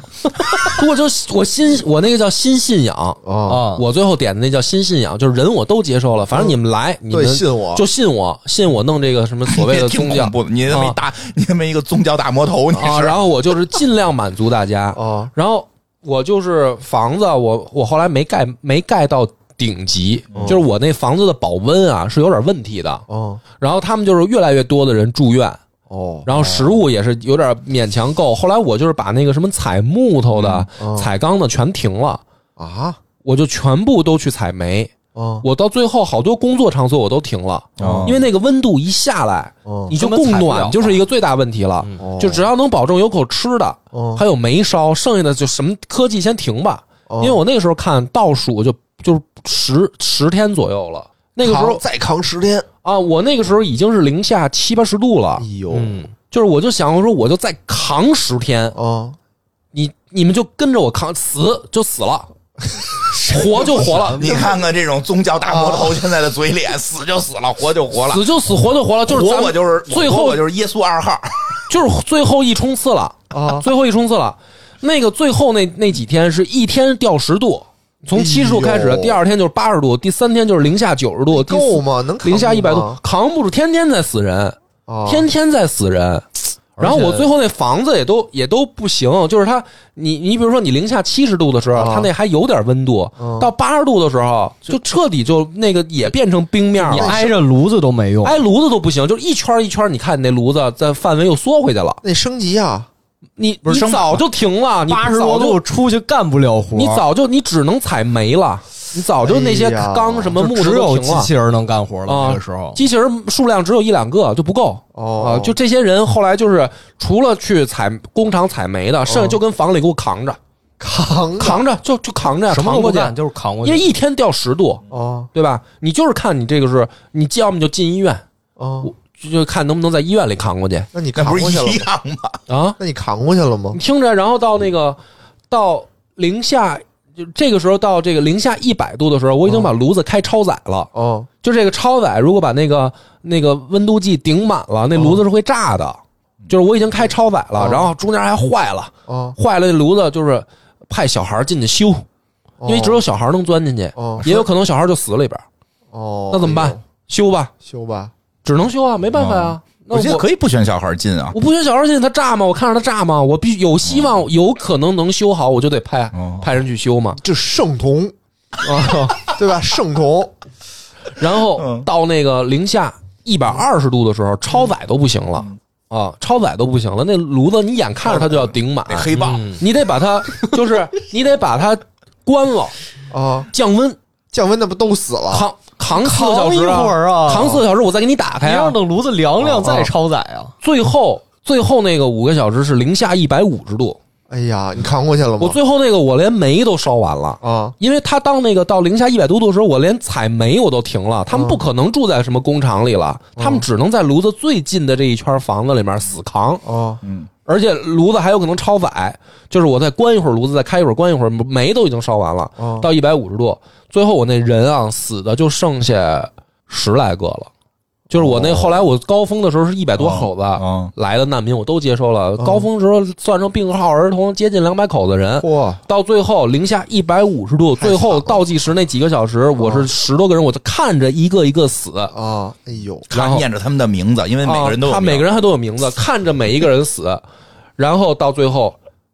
Speaker 1: 我就我新我那个叫新信仰。
Speaker 4: 哦，
Speaker 3: 啊，
Speaker 1: 我最后点的那叫新信仰，就是人我都接受了，反正你们来，你们
Speaker 4: 对信我
Speaker 1: 就信我，信我弄这个什么所谓的
Speaker 2: 挺
Speaker 1: 宗
Speaker 2: 恐
Speaker 1: 教
Speaker 2: 怖的，你那么一大，你那么一个宗教大魔头，你
Speaker 1: 啊，
Speaker 2: 是
Speaker 1: 然后我就是尽量满足大家，
Speaker 4: 哦，
Speaker 1: 然后我就是房子，啊我我后来没盖没盖到顶级，就是我那房子的保温啊是有点问题的。
Speaker 4: 哦，
Speaker 1: 然后他们就是越来越多的人住院，
Speaker 4: 哦，
Speaker 1: 然后食物也是有点勉强够。后来我就是把那个什么采木头的、
Speaker 4: 嗯
Speaker 1: 采钢的全停了，
Speaker 4: 啊，
Speaker 1: 我就全部都去采煤。
Speaker 4: 嗯，
Speaker 1: 我到最后好多工作场所我都停了，
Speaker 2: 哦
Speaker 1: 因为那个温度一下来，
Speaker 4: 嗯
Speaker 1: 你就
Speaker 3: 根本
Speaker 1: 供
Speaker 3: 采不了
Speaker 1: 暖就是一个最大问题了。
Speaker 2: 嗯
Speaker 4: 哦
Speaker 1: 就只要能保证有口吃的，
Speaker 4: 嗯
Speaker 1: 还有煤烧，剩下的就什么科技先停吧。
Speaker 4: 哦
Speaker 1: 因为我那个时候看倒数就就是十十天左右了，那个时
Speaker 4: 扛
Speaker 1: 候
Speaker 4: 再扛十天，
Speaker 1: 啊，我那个时候已经是零下七八十度了
Speaker 4: 哎，呦，
Speaker 3: 嗯，
Speaker 1: 就是我就想说，我就再扛十天，
Speaker 4: 啊，
Speaker 1: 你你们就跟着我扛，死就死了，活就活了，
Speaker 2: 你看看这种宗教大魔头现在的嘴脸，死就死了，活就活了，
Speaker 1: 啊死就死，活就活了，就是咱
Speaker 2: 活
Speaker 1: 们
Speaker 2: 我就是
Speaker 1: 最
Speaker 2: 活
Speaker 1: 后
Speaker 2: 我就是耶稣二号，
Speaker 1: 就是最后一冲刺了
Speaker 4: 啊
Speaker 1: 最后一冲刺了。那个最后那那几天是一天掉十度，从七十度开
Speaker 4: 哎
Speaker 1: 始
Speaker 4: 呦，
Speaker 1: 第二天就是八十度，第三天就是零下九十度，第四
Speaker 4: 够吗？能扛啊
Speaker 1: 零下一百度
Speaker 4: 吗，
Speaker 1: 扛不住，天天在死人，
Speaker 4: 啊，
Speaker 1: 天天在死人。然后我最后那房子也都也都不行，就是它，你你比如说你零下七十度的时候，
Speaker 4: 啊
Speaker 1: 它那还有点温度，
Speaker 4: 嗯
Speaker 1: 到八十度的时候就彻底就那个也变成冰面
Speaker 3: 你
Speaker 1: 了，
Speaker 3: 挨着炉子都没用，
Speaker 1: 挨炉子都不行，就是一圈一圈，你看你那炉子在范围又缩回去了。
Speaker 4: 那升级啊，
Speaker 1: 你
Speaker 2: 不是
Speaker 1: 你
Speaker 2: 生
Speaker 1: 早就停了，你
Speaker 3: 八十
Speaker 1: 早
Speaker 3: 多
Speaker 1: 就
Speaker 3: 度出啊去干不了活，
Speaker 1: 你早就你只能采煤了，你早就那些
Speaker 4: 哎呀
Speaker 1: 钢什么
Speaker 3: 就
Speaker 1: 木头
Speaker 3: 只有
Speaker 1: 都停
Speaker 3: 机
Speaker 1: 了
Speaker 3: 器人能干活了。
Speaker 1: 啊
Speaker 3: 那个时候，
Speaker 1: 机器人数量只有一两个就不够
Speaker 4: 哦
Speaker 1: 啊！就这些人后来就是除了去采工厂采煤的，
Speaker 3: 哦
Speaker 1: 剩下就跟房里给我扛着
Speaker 4: 扛
Speaker 1: 扛着就就扛着
Speaker 3: 什么
Speaker 1: 扛
Speaker 3: 都
Speaker 1: 过
Speaker 3: 不
Speaker 1: 去，
Speaker 3: 干，就是扛过
Speaker 1: 因为
Speaker 3: 去。
Speaker 1: 一天掉十度，
Speaker 4: 哦
Speaker 1: 对吧？你就是看你这个是你要么就进医院，
Speaker 4: 哦，
Speaker 1: 就就看能不能在医院里 扛过去
Speaker 4: 那你
Speaker 2: 那
Speaker 4: 扛
Speaker 2: 不
Speaker 4: 过
Speaker 2: 是
Speaker 4: 去了
Speaker 2: 一
Speaker 4: 吗？
Speaker 2: 样吗？
Speaker 1: 啊！
Speaker 4: 那你扛过去了吗
Speaker 1: 你？听着，然后到那个到零下，就这个时候到这个零下一百度的时候，
Speaker 4: 嗯
Speaker 1: 我已经把炉子开超载了。
Speaker 4: 哦，
Speaker 1: 就这个超载，如果把那个那个温度计顶满了，那
Speaker 4: 嗯
Speaker 1: 炉子是会炸的。就是我已经开超载了，
Speaker 4: 哦
Speaker 1: 然后中间还坏了，
Speaker 4: 哦，
Speaker 1: 坏了这炉子就是派小孩进去修，因为只有小孩能钻进去，
Speaker 4: 哦
Speaker 1: 也有可能小孩就死里边，
Speaker 4: 哦，
Speaker 1: 那怎么
Speaker 4: 哎
Speaker 1: 办
Speaker 4: 呦？？哦
Speaker 1: 修吧，
Speaker 4: 修吧，
Speaker 1: 只能修啊，没办法啊。那
Speaker 2: 我觉得
Speaker 1: 我
Speaker 2: 可以不选小孩进啊。
Speaker 1: 我不学小孩进去，他炸吗？我看着他炸吗？我必须有希望，有可能能修好，我就得派
Speaker 2: 哦
Speaker 1: 派人去修嘛。
Speaker 4: 就圣童，
Speaker 1: 啊，
Speaker 4: 哦 对吧？圣童，
Speaker 1: 然后
Speaker 2: 嗯
Speaker 1: 到那个零下一百二十度的时候，超载都不行了啊，超载都不行了。那炉子你眼看着它就要顶满，
Speaker 2: 那黑豹，
Speaker 1: 你得把它就是你得把它关了，
Speaker 4: 啊，
Speaker 1: 降温，
Speaker 4: 降温那不都死了？
Speaker 1: 扛扛四个小时
Speaker 3: 扛一会儿啊
Speaker 1: 扛四个小时我再给你打
Speaker 3: 你
Speaker 1: 开
Speaker 3: 要
Speaker 1: 啊。
Speaker 3: 等炉子凉
Speaker 1: 哦
Speaker 3: 凉再
Speaker 1: 哦
Speaker 3: 超载啊！
Speaker 1: 最后最后那个五个小时是零下一百五十度，
Speaker 4: 哎呀，你扛过去了吗
Speaker 1: 我？最后那个我连煤都烧完了。
Speaker 4: 啊，
Speaker 1: 因为他到那个到零下一百多度的时候，我连采煤我都停了。他
Speaker 2: 嗯
Speaker 1: 们不可能住在什么工厂里了，他们只能在炉子最近的这一圈房子里面死扛，
Speaker 4: 哦，
Speaker 2: 嗯，
Speaker 1: 而且炉子还有可能超载，就是我再关一会儿炉子，再开一会儿，关一会儿，煤都已经烧完了，
Speaker 2: 嗯
Speaker 4: 哦
Speaker 1: 到一百五十度，最后我那人啊死的就剩下十来个了。就是我那后来我高峰的时候是一百多口子
Speaker 2: 哦嗯
Speaker 1: 来的难民，我都接收了。高峰时候算成病号儿童，接近两百口子人。
Speaker 4: 嚯，
Speaker 1: 到最后零下一百五十度，
Speaker 4: 太惨
Speaker 1: 最
Speaker 4: 了
Speaker 1: 后倒计时那几个小时，我是十多个人，我就看着一个一个死。
Speaker 4: 啊，哎呦，
Speaker 1: 然
Speaker 2: 看
Speaker 1: 后
Speaker 2: 念着他们的名字，因为每个人都
Speaker 1: 啊
Speaker 2: 有
Speaker 1: 他
Speaker 2: 名
Speaker 1: 每个人还都有名字，看着每一个人死，然后到最后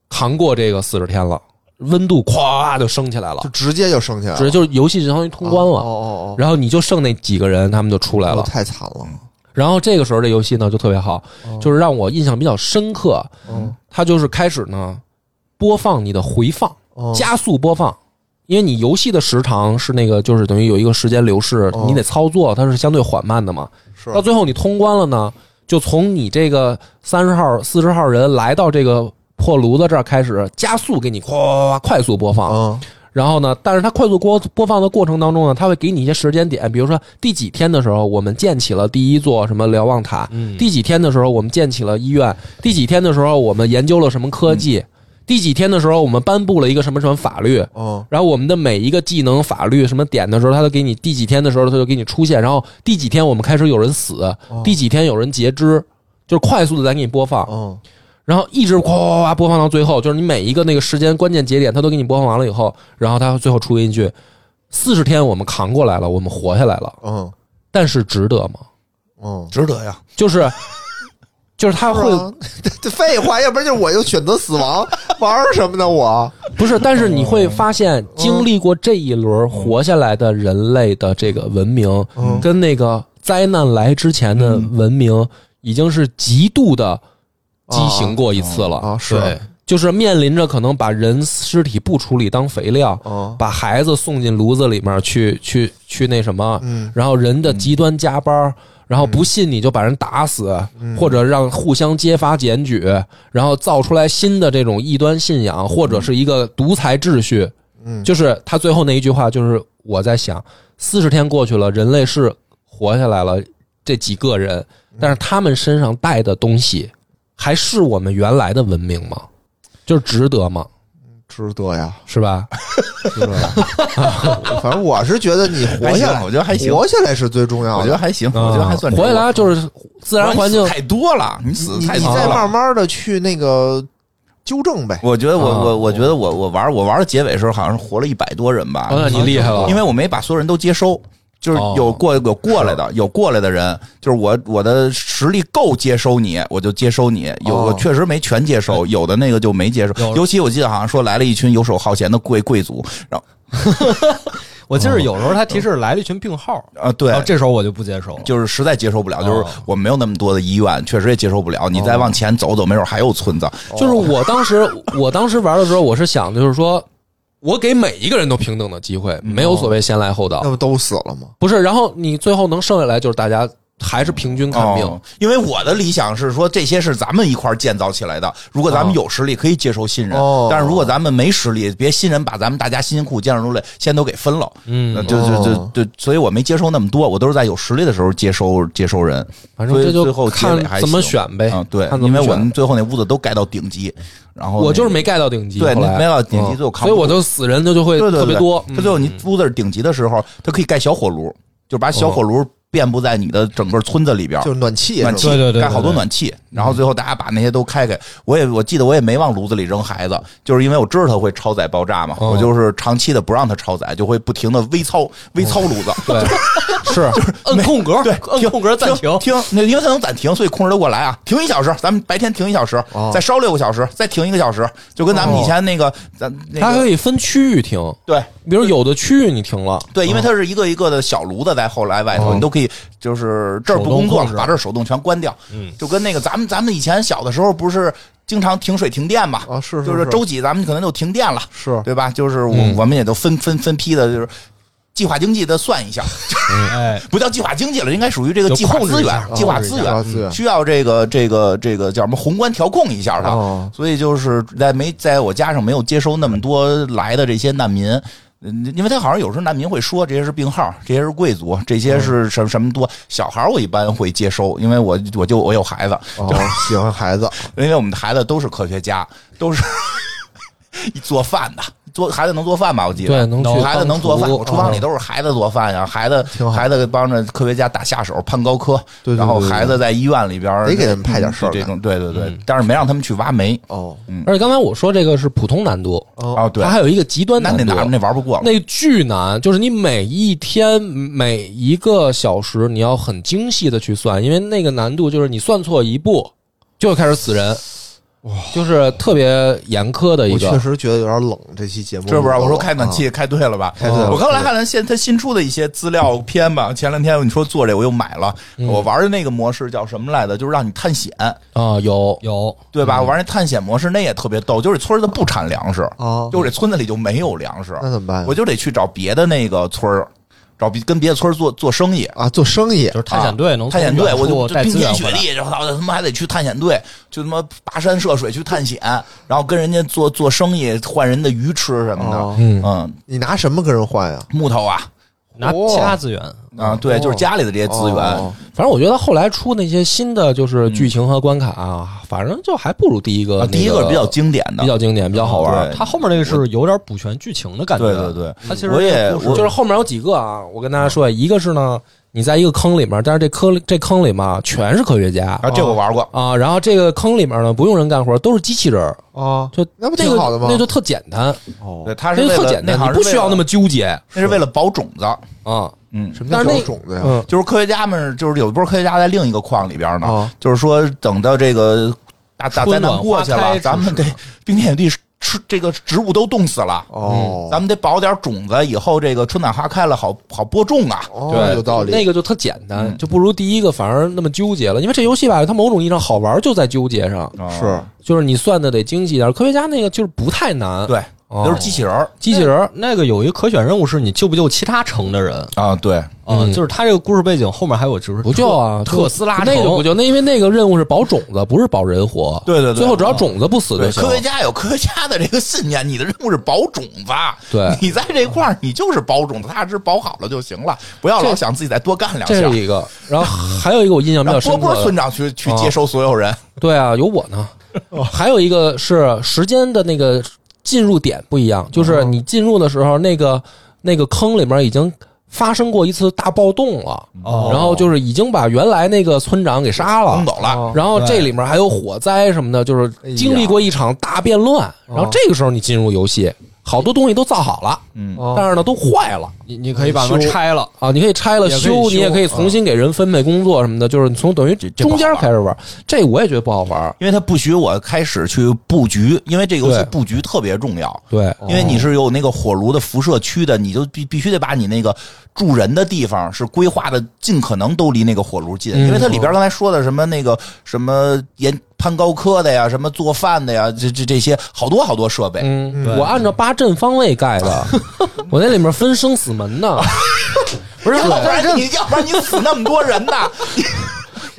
Speaker 1: 扛过这个四十天了，温度咵就升起来了
Speaker 4: 就，直接就升起来了，
Speaker 1: 直接就是游戏就相当于通关
Speaker 4: 啊
Speaker 1: 了。
Speaker 4: 哦哦
Speaker 1: 然后你就剩那几个人，他们就出来
Speaker 4: 哦，
Speaker 1: 了。
Speaker 4: 太惨了，
Speaker 1: 然后这个时候这游戏呢就特别好，就是让我印象比较深刻。
Speaker 4: 嗯，
Speaker 1: 它就是开始呢播放你的回放，
Speaker 4: 哦
Speaker 1: 加速播放，因为你游戏的时长是那个，就是等于有一个时间流逝
Speaker 4: 哦，
Speaker 1: 你得操作，它是相对缓慢的嘛。
Speaker 4: 是哦
Speaker 1: 到最后你通关了呢，就从你这个三十号、四十号人来到这个破炉子这儿开始加速，给你哗哗哗快速播放。
Speaker 4: 嗯
Speaker 1: 然后呢，但是它快速播播放的过程当中呢，它会给你一些时间点，比如说第几天的时候，我们建起了第一座什么瞭望塔；
Speaker 3: 嗯
Speaker 1: 第几天的时候，我们建起了医院；第几天的时候，我们研究了什么科技；第几天的时候，我们颁布了一个什么什么法律。
Speaker 4: 嗯
Speaker 1: 然后我们的每一个技能、法律什么点的时候，它都给你第几天的时候，它就给你出现。然后第几天我们开始有人死，第几天有人截肢，就是快速的在给你播放。
Speaker 4: 嗯，
Speaker 1: 然后一直哗哗哗哗播放到最后，就是你每一个那个时间关键节点，它都给你播放完了以后，然后它最后出一句：“四十天我们扛过来了，我们活下来了，
Speaker 4: 嗯
Speaker 1: 但是值得吗
Speaker 4: 嗯，
Speaker 2: 值得呀。？”
Speaker 1: 就是，就是他会
Speaker 4: 是啊 这废话，要不然就是我就选择死亡，玩什么 呢？我
Speaker 1: 不是，但是你会发现，经历过这一轮活下来的人类的这个文明，跟那个灾难来之前的文明，已经是极度的畸形过一次了。
Speaker 4: 啊是
Speaker 3: 对
Speaker 1: 就是面临着可能把人尸体不处理当肥料，
Speaker 4: 哦，
Speaker 1: 把孩子送进炉子里面去去去那什么，
Speaker 4: 嗯
Speaker 1: 然后人的极端加班儿，然后不信你就把人打死，
Speaker 2: 嗯
Speaker 1: 或者让互相揭发检举，然后造出来新的这种异端信仰，或者是一个独裁秩序。
Speaker 4: 嗯
Speaker 1: 就是他最后那一句话，就是我在想，四十天过去了，人类是活下来了这几个人，
Speaker 2: 嗯
Speaker 1: 但是他们身上带的东西，还是我们原来的文明吗？就是值得吗？
Speaker 4: 值得呀，
Speaker 1: 是吧？
Speaker 4: 值得呀。反正我是觉得你活
Speaker 2: 还行
Speaker 4: 下来，
Speaker 2: 我觉得还行
Speaker 4: 活下来是最重要的。
Speaker 2: 我觉得还行， 我觉得还算
Speaker 1: 啊活下来就是自
Speaker 2: 自
Speaker 1: 然环境
Speaker 2: 太多了，你死的
Speaker 4: 你
Speaker 2: 太
Speaker 4: 你
Speaker 2: 多
Speaker 4: 再
Speaker 2: 了。
Speaker 4: 慢慢的去那个纠正呗。
Speaker 2: 我觉得我
Speaker 1: 啊
Speaker 2: 我我觉得我我玩我玩到结尾的时候，好像是活了一百多人吧。
Speaker 1: 哦那你厉害了
Speaker 2: 因为我没把所有人都接收，就是
Speaker 1: 哦
Speaker 2: 有过有过来的，有过来的人，就是我我的实力够接收你，我就接收你。有
Speaker 4: 哦
Speaker 2: 的确实没全接收，有的那个就没接收。
Speaker 3: 有
Speaker 2: 尤其我记得好像说来了一群游手好闲的贵贵族，然后
Speaker 1: 嗯
Speaker 3: 我记得有时候他提示来了一群病号，
Speaker 2: 啊对
Speaker 3: 然后，这时候我就不接受了。
Speaker 2: 就是实在接受不了，
Speaker 3: 哦
Speaker 2: 就是我没有那么多的医院，确实也接受不了。你再往前走走，没准还有村子。
Speaker 1: 就是我当时，我当时玩的时候，我是想，就是说我给每一个人都平等的机会，没有所谓先来后到
Speaker 2: 嗯
Speaker 4: 那，
Speaker 2: 哦
Speaker 4: 不都死了吗？
Speaker 1: 不是。然后你最后能剩下来，就是大家还是平均看病。
Speaker 2: 哦，因为我的理想是说，这些是咱们一块儿建造起来的。如果咱们有实力，可以接受新人；
Speaker 4: 哦
Speaker 2: 但是如果咱们没实力，别新人把咱们大家辛辛苦苦建造出来，先都给分了。那
Speaker 1: 嗯，
Speaker 2: 就就
Speaker 4: 哦
Speaker 2: 就就，所以我没接收那么多，我都是在有实力的时候接收接收人。
Speaker 1: 反正这
Speaker 2: 所以最
Speaker 1: 就
Speaker 2: 后结
Speaker 1: 看
Speaker 2: 尾还
Speaker 1: 怎么
Speaker 2: 行
Speaker 1: 选呗。
Speaker 2: 啊，对
Speaker 1: 看，怎
Speaker 2: 因
Speaker 1: 么
Speaker 2: 为我
Speaker 1: 选
Speaker 2: 们最后那屋子都盖到顶级，然后
Speaker 1: 我就是
Speaker 2: 那
Speaker 1: 没盖到顶级，
Speaker 2: 对
Speaker 1: 后来
Speaker 2: 没到顶级
Speaker 1: 嗯
Speaker 2: 最后扛
Speaker 1: 所
Speaker 2: 不
Speaker 1: 以
Speaker 2: 住
Speaker 1: 我就死人就就会
Speaker 2: 对对对
Speaker 1: 特别多。嗯
Speaker 2: 他最后你屋子是顶级的时候，它可以盖小火炉，就把
Speaker 1: 哦
Speaker 2: 小火炉遍布在你的整个村子里边儿。
Speaker 4: 就是暖气是吧，
Speaker 2: 暖气，
Speaker 3: 对对对对
Speaker 2: 盖好多暖气，然后最后大家把那些都开开。我也我记得我也没往炉子里扔孩子，就是因为我知道它会超载爆炸嘛，
Speaker 1: 哦
Speaker 2: 我就是长期的不让它超载，就会不停的微操微操炉子。
Speaker 1: 对，是
Speaker 3: 摁空格，
Speaker 2: 对，
Speaker 3: 摁
Speaker 2: 停
Speaker 3: 空格嗯暂停。
Speaker 2: 停，那因为它能暂停，所以控制得过来啊。停一小时，咱们白天停一小时，
Speaker 4: 哦
Speaker 2: 再烧六个小时，再停一个小时，就跟咱们以前那个咱
Speaker 1: 它
Speaker 2: 那
Speaker 1: 可
Speaker 2: 个
Speaker 1: 以分区域停，
Speaker 2: 对
Speaker 1: 比如有的区域你停了，
Speaker 2: 对，因为它是一个一个的小炉子在后来外头，
Speaker 1: 哦
Speaker 2: 你都可以就是这儿不工
Speaker 3: 手动
Speaker 2: 作
Speaker 3: 控
Speaker 2: 了，
Speaker 3: 制
Speaker 2: 把这儿手动全关掉。
Speaker 3: 嗯，
Speaker 2: 就跟那个咱们咱们以前小的时候不是经常停水停电嘛，
Speaker 4: 啊，是是
Speaker 2: 就是周几咱们可能就停电了，
Speaker 4: 是
Speaker 2: 对吧？就是我、
Speaker 1: 嗯
Speaker 2: 我们也都分分分批的，就是计划经济的算一下，
Speaker 3: 哎，
Speaker 2: 不叫计划经济了，应该属于这个
Speaker 3: 就
Speaker 2: 计划
Speaker 3: 控制
Speaker 2: 资
Speaker 3: 一下
Speaker 2: 源，
Speaker 3: 控
Speaker 2: 计划
Speaker 3: 制一
Speaker 2: 资
Speaker 3: 下
Speaker 2: 源
Speaker 4: 啊资源
Speaker 2: 需要这个这个这个叫什么宏观调控一下它。
Speaker 4: 哦
Speaker 2: 所以就是在没在我家上没有接收那么多来的这些难民。嗯，因为他好像有时候难民会说这些是病号，这些是贵族，这些是什么什么多小孩儿我一般会接收，因为我我就我有孩子，
Speaker 4: 哦，喜欢孩子，
Speaker 2: 因为我们的孩子都是科学家，都是 做饭的，做孩子能做饭吧？我记得
Speaker 1: 对能去
Speaker 2: 孩子能做饭，
Speaker 1: 帮厨
Speaker 2: 我厨房里都是孩子做饭呀，孩子
Speaker 4: 嗯挺好
Speaker 2: 孩子帮着科学家打下手，攀高科，
Speaker 4: 对对对
Speaker 2: 然后
Speaker 4: 对对
Speaker 2: 孩子在医院里边儿
Speaker 4: 得给他们派点事儿
Speaker 2: 这
Speaker 4: 干
Speaker 2: 种对对对
Speaker 1: 嗯，
Speaker 2: 但是没让他们去挖煤
Speaker 4: 哦
Speaker 1: 而且刚才我说这个是普通难度，
Speaker 2: 哦，嗯对
Speaker 1: 它，还有一个极端
Speaker 2: 那
Speaker 1: 难
Speaker 2: 那
Speaker 1: 度，
Speaker 2: 哪那玩不过了，
Speaker 1: 那巨难，就是你每一天每一个小时，你要很精细的去算，因为那个难度就是你算错一步就会开始死人，就是特别严苛的一
Speaker 4: 我确
Speaker 1: 个。
Speaker 4: 实觉得有点冷，这期节目啊
Speaker 2: 是不是？
Speaker 4: 冷
Speaker 2: 我说开暖气开对了吧？
Speaker 4: 嗯开对了
Speaker 2: 我刚才看了现他新出的一些资料片吧，前两天你说做这我又买了，我玩的那个模式叫什么来的？就是让你探险，
Speaker 1: 啊、有
Speaker 3: 嗯有
Speaker 2: 对吧？玩那探险模式那也特别逗，就是村儿它不产粮食，
Speaker 4: 啊，
Speaker 2: 就是这村子里就没有粮食，
Speaker 4: 那怎么办呀？
Speaker 2: 我就得去找别的那个村儿，找别跟别的村儿做做生意。
Speaker 4: 啊，做生意
Speaker 3: 就是探险队能
Speaker 2: 探险队，我就
Speaker 3: 我
Speaker 2: 就
Speaker 3: 带
Speaker 2: 冰
Speaker 3: 资
Speaker 2: 天
Speaker 3: 源
Speaker 2: 雪
Speaker 3: 回来。
Speaker 2: 地，然后他妈还得去探险队，就他妈跋山涉水去探险，然后跟人家做做生意，换人的鱼吃什么
Speaker 4: 哦
Speaker 2: 的。
Speaker 1: 嗯
Speaker 2: 嗯，
Speaker 4: 你拿什么跟人换呀？
Speaker 2: 木头啊，
Speaker 3: 拿其他资源，
Speaker 1: 哦
Speaker 2: 啊，对，就是家里的这些资源啊
Speaker 4: 哦，
Speaker 1: 反正我觉得后来出那些新的就是剧情和关卡啊，反正就还不如第一个、
Speaker 2: 啊第一
Speaker 1: 个
Speaker 2: 个是比较经典的
Speaker 1: 比，较啊经典，比较好玩儿。
Speaker 2: 对
Speaker 3: 它后面那个是有点补全剧情的感觉。
Speaker 2: 对对对
Speaker 3: 它其实
Speaker 2: 我也
Speaker 3: 这个故事
Speaker 2: 我
Speaker 1: 就是后面有几个啊，我跟大家说，一个是呢，你在一个坑里面，但是这坑这坑里面全是科学家
Speaker 2: 啊，这我玩过，
Speaker 1: 啊，然后这个坑里面呢不用人干活，都是机器人儿，
Speaker 4: 哦，
Speaker 1: 就
Speaker 4: 那不
Speaker 1: 这
Speaker 4: 挺
Speaker 1: 个
Speaker 4: 好的吗？
Speaker 1: 那就特简单，
Speaker 2: 对，
Speaker 4: 哦，
Speaker 2: 它
Speaker 1: 那
Speaker 2: 是
Speaker 1: 就
Speaker 2: 为
Speaker 1: 特
Speaker 2: 了
Speaker 1: 简单，
Speaker 2: 那
Speaker 1: 你
Speaker 2: 好像
Speaker 1: 不
Speaker 2: 是
Speaker 1: 需要
Speaker 2: 为了
Speaker 1: 那么纠结
Speaker 2: 那是为了保种子，
Speaker 1: 啊。
Speaker 2: 嗯，
Speaker 4: 什么
Speaker 1: 但
Speaker 4: 叫
Speaker 1: 是那
Speaker 4: 找种子呀？
Speaker 1: 嗯，
Speaker 2: 就是科学家们，就是有一波科学家在另一个矿里边呢，
Speaker 4: 哦
Speaker 2: 就是说等到这个大大灾难过去
Speaker 3: 春暖
Speaker 2: 了，
Speaker 3: 花 开
Speaker 2: 咱们得冰天雪地吃吃这个植物都冻死了，
Speaker 4: 哦，
Speaker 2: 嗯咱们得保点种子，以后这个春暖花开了好好播种啊。
Speaker 4: 哦
Speaker 2: 对
Speaker 4: 有道
Speaker 1: 嗯
Speaker 4: 理，
Speaker 1: 那个就特简单，
Speaker 2: 嗯
Speaker 1: 就不如第一个反而那么纠结了。因为这游戏吧，它某种意义上好玩就在纠结上，
Speaker 2: 嗯
Speaker 4: 是
Speaker 1: 哦就是你算的得精细一点。科学家那个就是不太难，
Speaker 2: 嗯对，
Speaker 1: 哦，
Speaker 2: 都是机器人儿
Speaker 1: 机器人儿，
Speaker 3: 那个有一个可选任务是你救不救其他城的人
Speaker 2: 啊，对，
Speaker 3: 啊、
Speaker 1: 嗯
Speaker 3: 就是他这个故事背景后面还有就是
Speaker 1: 不救啊，
Speaker 3: 特特斯拉
Speaker 1: 那
Speaker 3: 城
Speaker 1: 个不救，那因为那个任务是保种子，不是保人活。
Speaker 2: 对对对
Speaker 1: 最后只要种子不死就
Speaker 2: 对，
Speaker 1: 行。
Speaker 2: 科学家有科学家的这个信念，你的任务是保种子。啊
Speaker 1: 对
Speaker 2: 你在这块儿，你就是保种子，踏实保好了就行了，不要老想自己再多干两
Speaker 1: 这
Speaker 2: 下
Speaker 1: 是。一个，然后还有一个我印象比
Speaker 2: 让
Speaker 1: 较
Speaker 2: 波
Speaker 1: 深
Speaker 2: 波
Speaker 1: 刻
Speaker 2: 村
Speaker 1: 的，
Speaker 2: 长去去接收所有人，
Speaker 1: 对啊，有我呢。还有一个是时间的那个进入点不一样，就是你进入的时候，那个那个坑里面已经发生过一次大暴动了，
Speaker 3: 哦
Speaker 1: 然后就是已经把原来那个村长给杀了
Speaker 2: 轰，走了。
Speaker 1: 然后这里面还有火灾什么的，就是经历过一场大变乱，然后这个时候你进入游戏，好多东西都造好了，
Speaker 2: 嗯
Speaker 1: 但是呢都坏了
Speaker 3: 你你可以把它们
Speaker 1: 修
Speaker 3: 拆了，
Speaker 1: 啊，你可以拆了
Speaker 3: 也可以
Speaker 1: 修，
Speaker 3: 修
Speaker 1: 你也可以重新给人分配工作什么的，就是你从等于
Speaker 2: 这不好
Speaker 1: 中间开始玩，这我也觉得不好玩，
Speaker 2: 因为他不许我开始去布局，因为这游戏
Speaker 1: 对
Speaker 2: 布局特别重要。
Speaker 1: 对，
Speaker 2: 因为你是有那个火炉的辐射区的，你就必必须得把你那个住人的地方是规划的，尽可能都离那个火炉近。
Speaker 1: 嗯
Speaker 2: 因为它里边刚才说的什么那个什么研攀高科的呀，什么做饭的呀，这这这些好多好多设备。
Speaker 1: 嗯，我按照八阵方位盖 的，我那里面分生死门呢，
Speaker 2: 不是，要不然你要不然你死那么多人呐，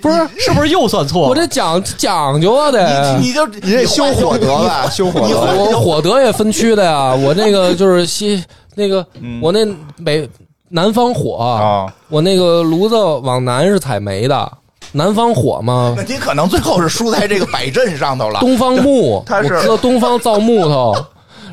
Speaker 3: 不是是不是又算错了？
Speaker 1: 我这讲讲究啊得。
Speaker 2: 你你就
Speaker 4: 你这修火得了，啊修火得了，
Speaker 1: 我我火德也分区的 呀，我那个就是西那个，我那北南方火
Speaker 2: 嗯啊，
Speaker 1: 我那个炉子往南是采煤的，南方火 嘛
Speaker 2: 那，你可能最后是输在这个摆阵上头了。
Speaker 1: 东方木，
Speaker 2: 它是
Speaker 1: 我搁东方造木 头，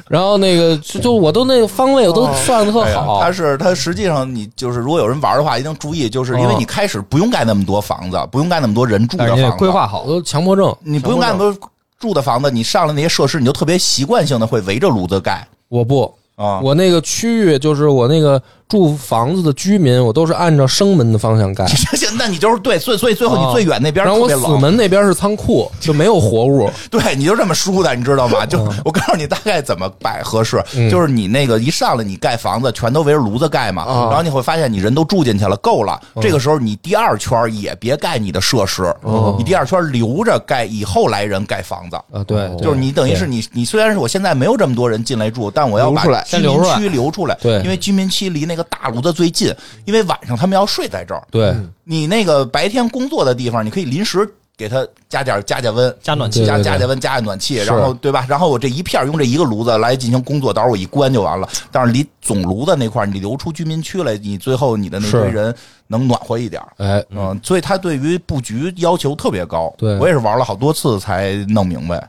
Speaker 1: 然后那个就就我都那个方位我都算的特
Speaker 2: 哎呀
Speaker 1: 好
Speaker 2: 它，是它实际上你就是如果有人玩的话，一定注意，就是因为
Speaker 1: 哦
Speaker 2: 你开始不用盖那么多房子，不用盖那么多人住
Speaker 3: 但
Speaker 2: 的
Speaker 3: 是你得
Speaker 2: 房
Speaker 3: 规
Speaker 2: 子，
Speaker 3: 划好
Speaker 1: 我，都强迫症，
Speaker 2: 你不用盖那么多住的房子，你上了那些设施，你就特别习惯性的会围着炉子盖
Speaker 1: 我不。
Speaker 2: 啊。
Speaker 1: 我那个区域就是我那个住房子的居民，我都是按照生门的方向盖，
Speaker 2: 行，那你就是对，最最最后
Speaker 1: 啊
Speaker 2: 你最远那边
Speaker 1: 然后
Speaker 2: 特
Speaker 1: 我
Speaker 2: 别
Speaker 1: 死
Speaker 2: 冷，
Speaker 1: 门那边是仓库，就没有活 物。
Speaker 2: 对，你就这么输的，你知道吗？就
Speaker 1: 嗯
Speaker 2: 我告诉你大概怎么摆合适，就是你那个一上来你盖房子全都围着炉子盖嘛，
Speaker 1: 哦
Speaker 4: 啊
Speaker 2: 然后你会发现你人都住进去了，够了，这个时候你第二圈也别盖你的设施，你第二圈留着盖以后来人盖房子。
Speaker 1: 哦啊，对，对
Speaker 2: 就是你等于是你，你虽然是我现在没有这么多人进来住，但我要把
Speaker 4: 留出来
Speaker 2: 居
Speaker 3: 先留
Speaker 2: 民
Speaker 3: 出来
Speaker 2: 区留出来，
Speaker 1: 对
Speaker 2: 因为居民区离那个大炉子最近，因为晚上他们要睡在这儿，
Speaker 1: 对，
Speaker 2: 你那个白天工作的地方，你可以临时给它加点加加温，
Speaker 3: 加暖
Speaker 1: 对
Speaker 3: 气
Speaker 1: 对
Speaker 2: 加
Speaker 1: 对
Speaker 2: 加加温，加加暖气，
Speaker 1: 是
Speaker 2: 然后对吧？然后我这一片儿用这一个炉子来进行工作，到时候我一关就完了。但是离总炉子那块儿，你留出居民区来，你最后你的那
Speaker 1: 是
Speaker 2: 堆人能暖和一点儿。
Speaker 1: 哎，
Speaker 2: 嗯，所以他对于布局要求特别高。
Speaker 1: 对
Speaker 2: 我也是玩了好多次才弄明白。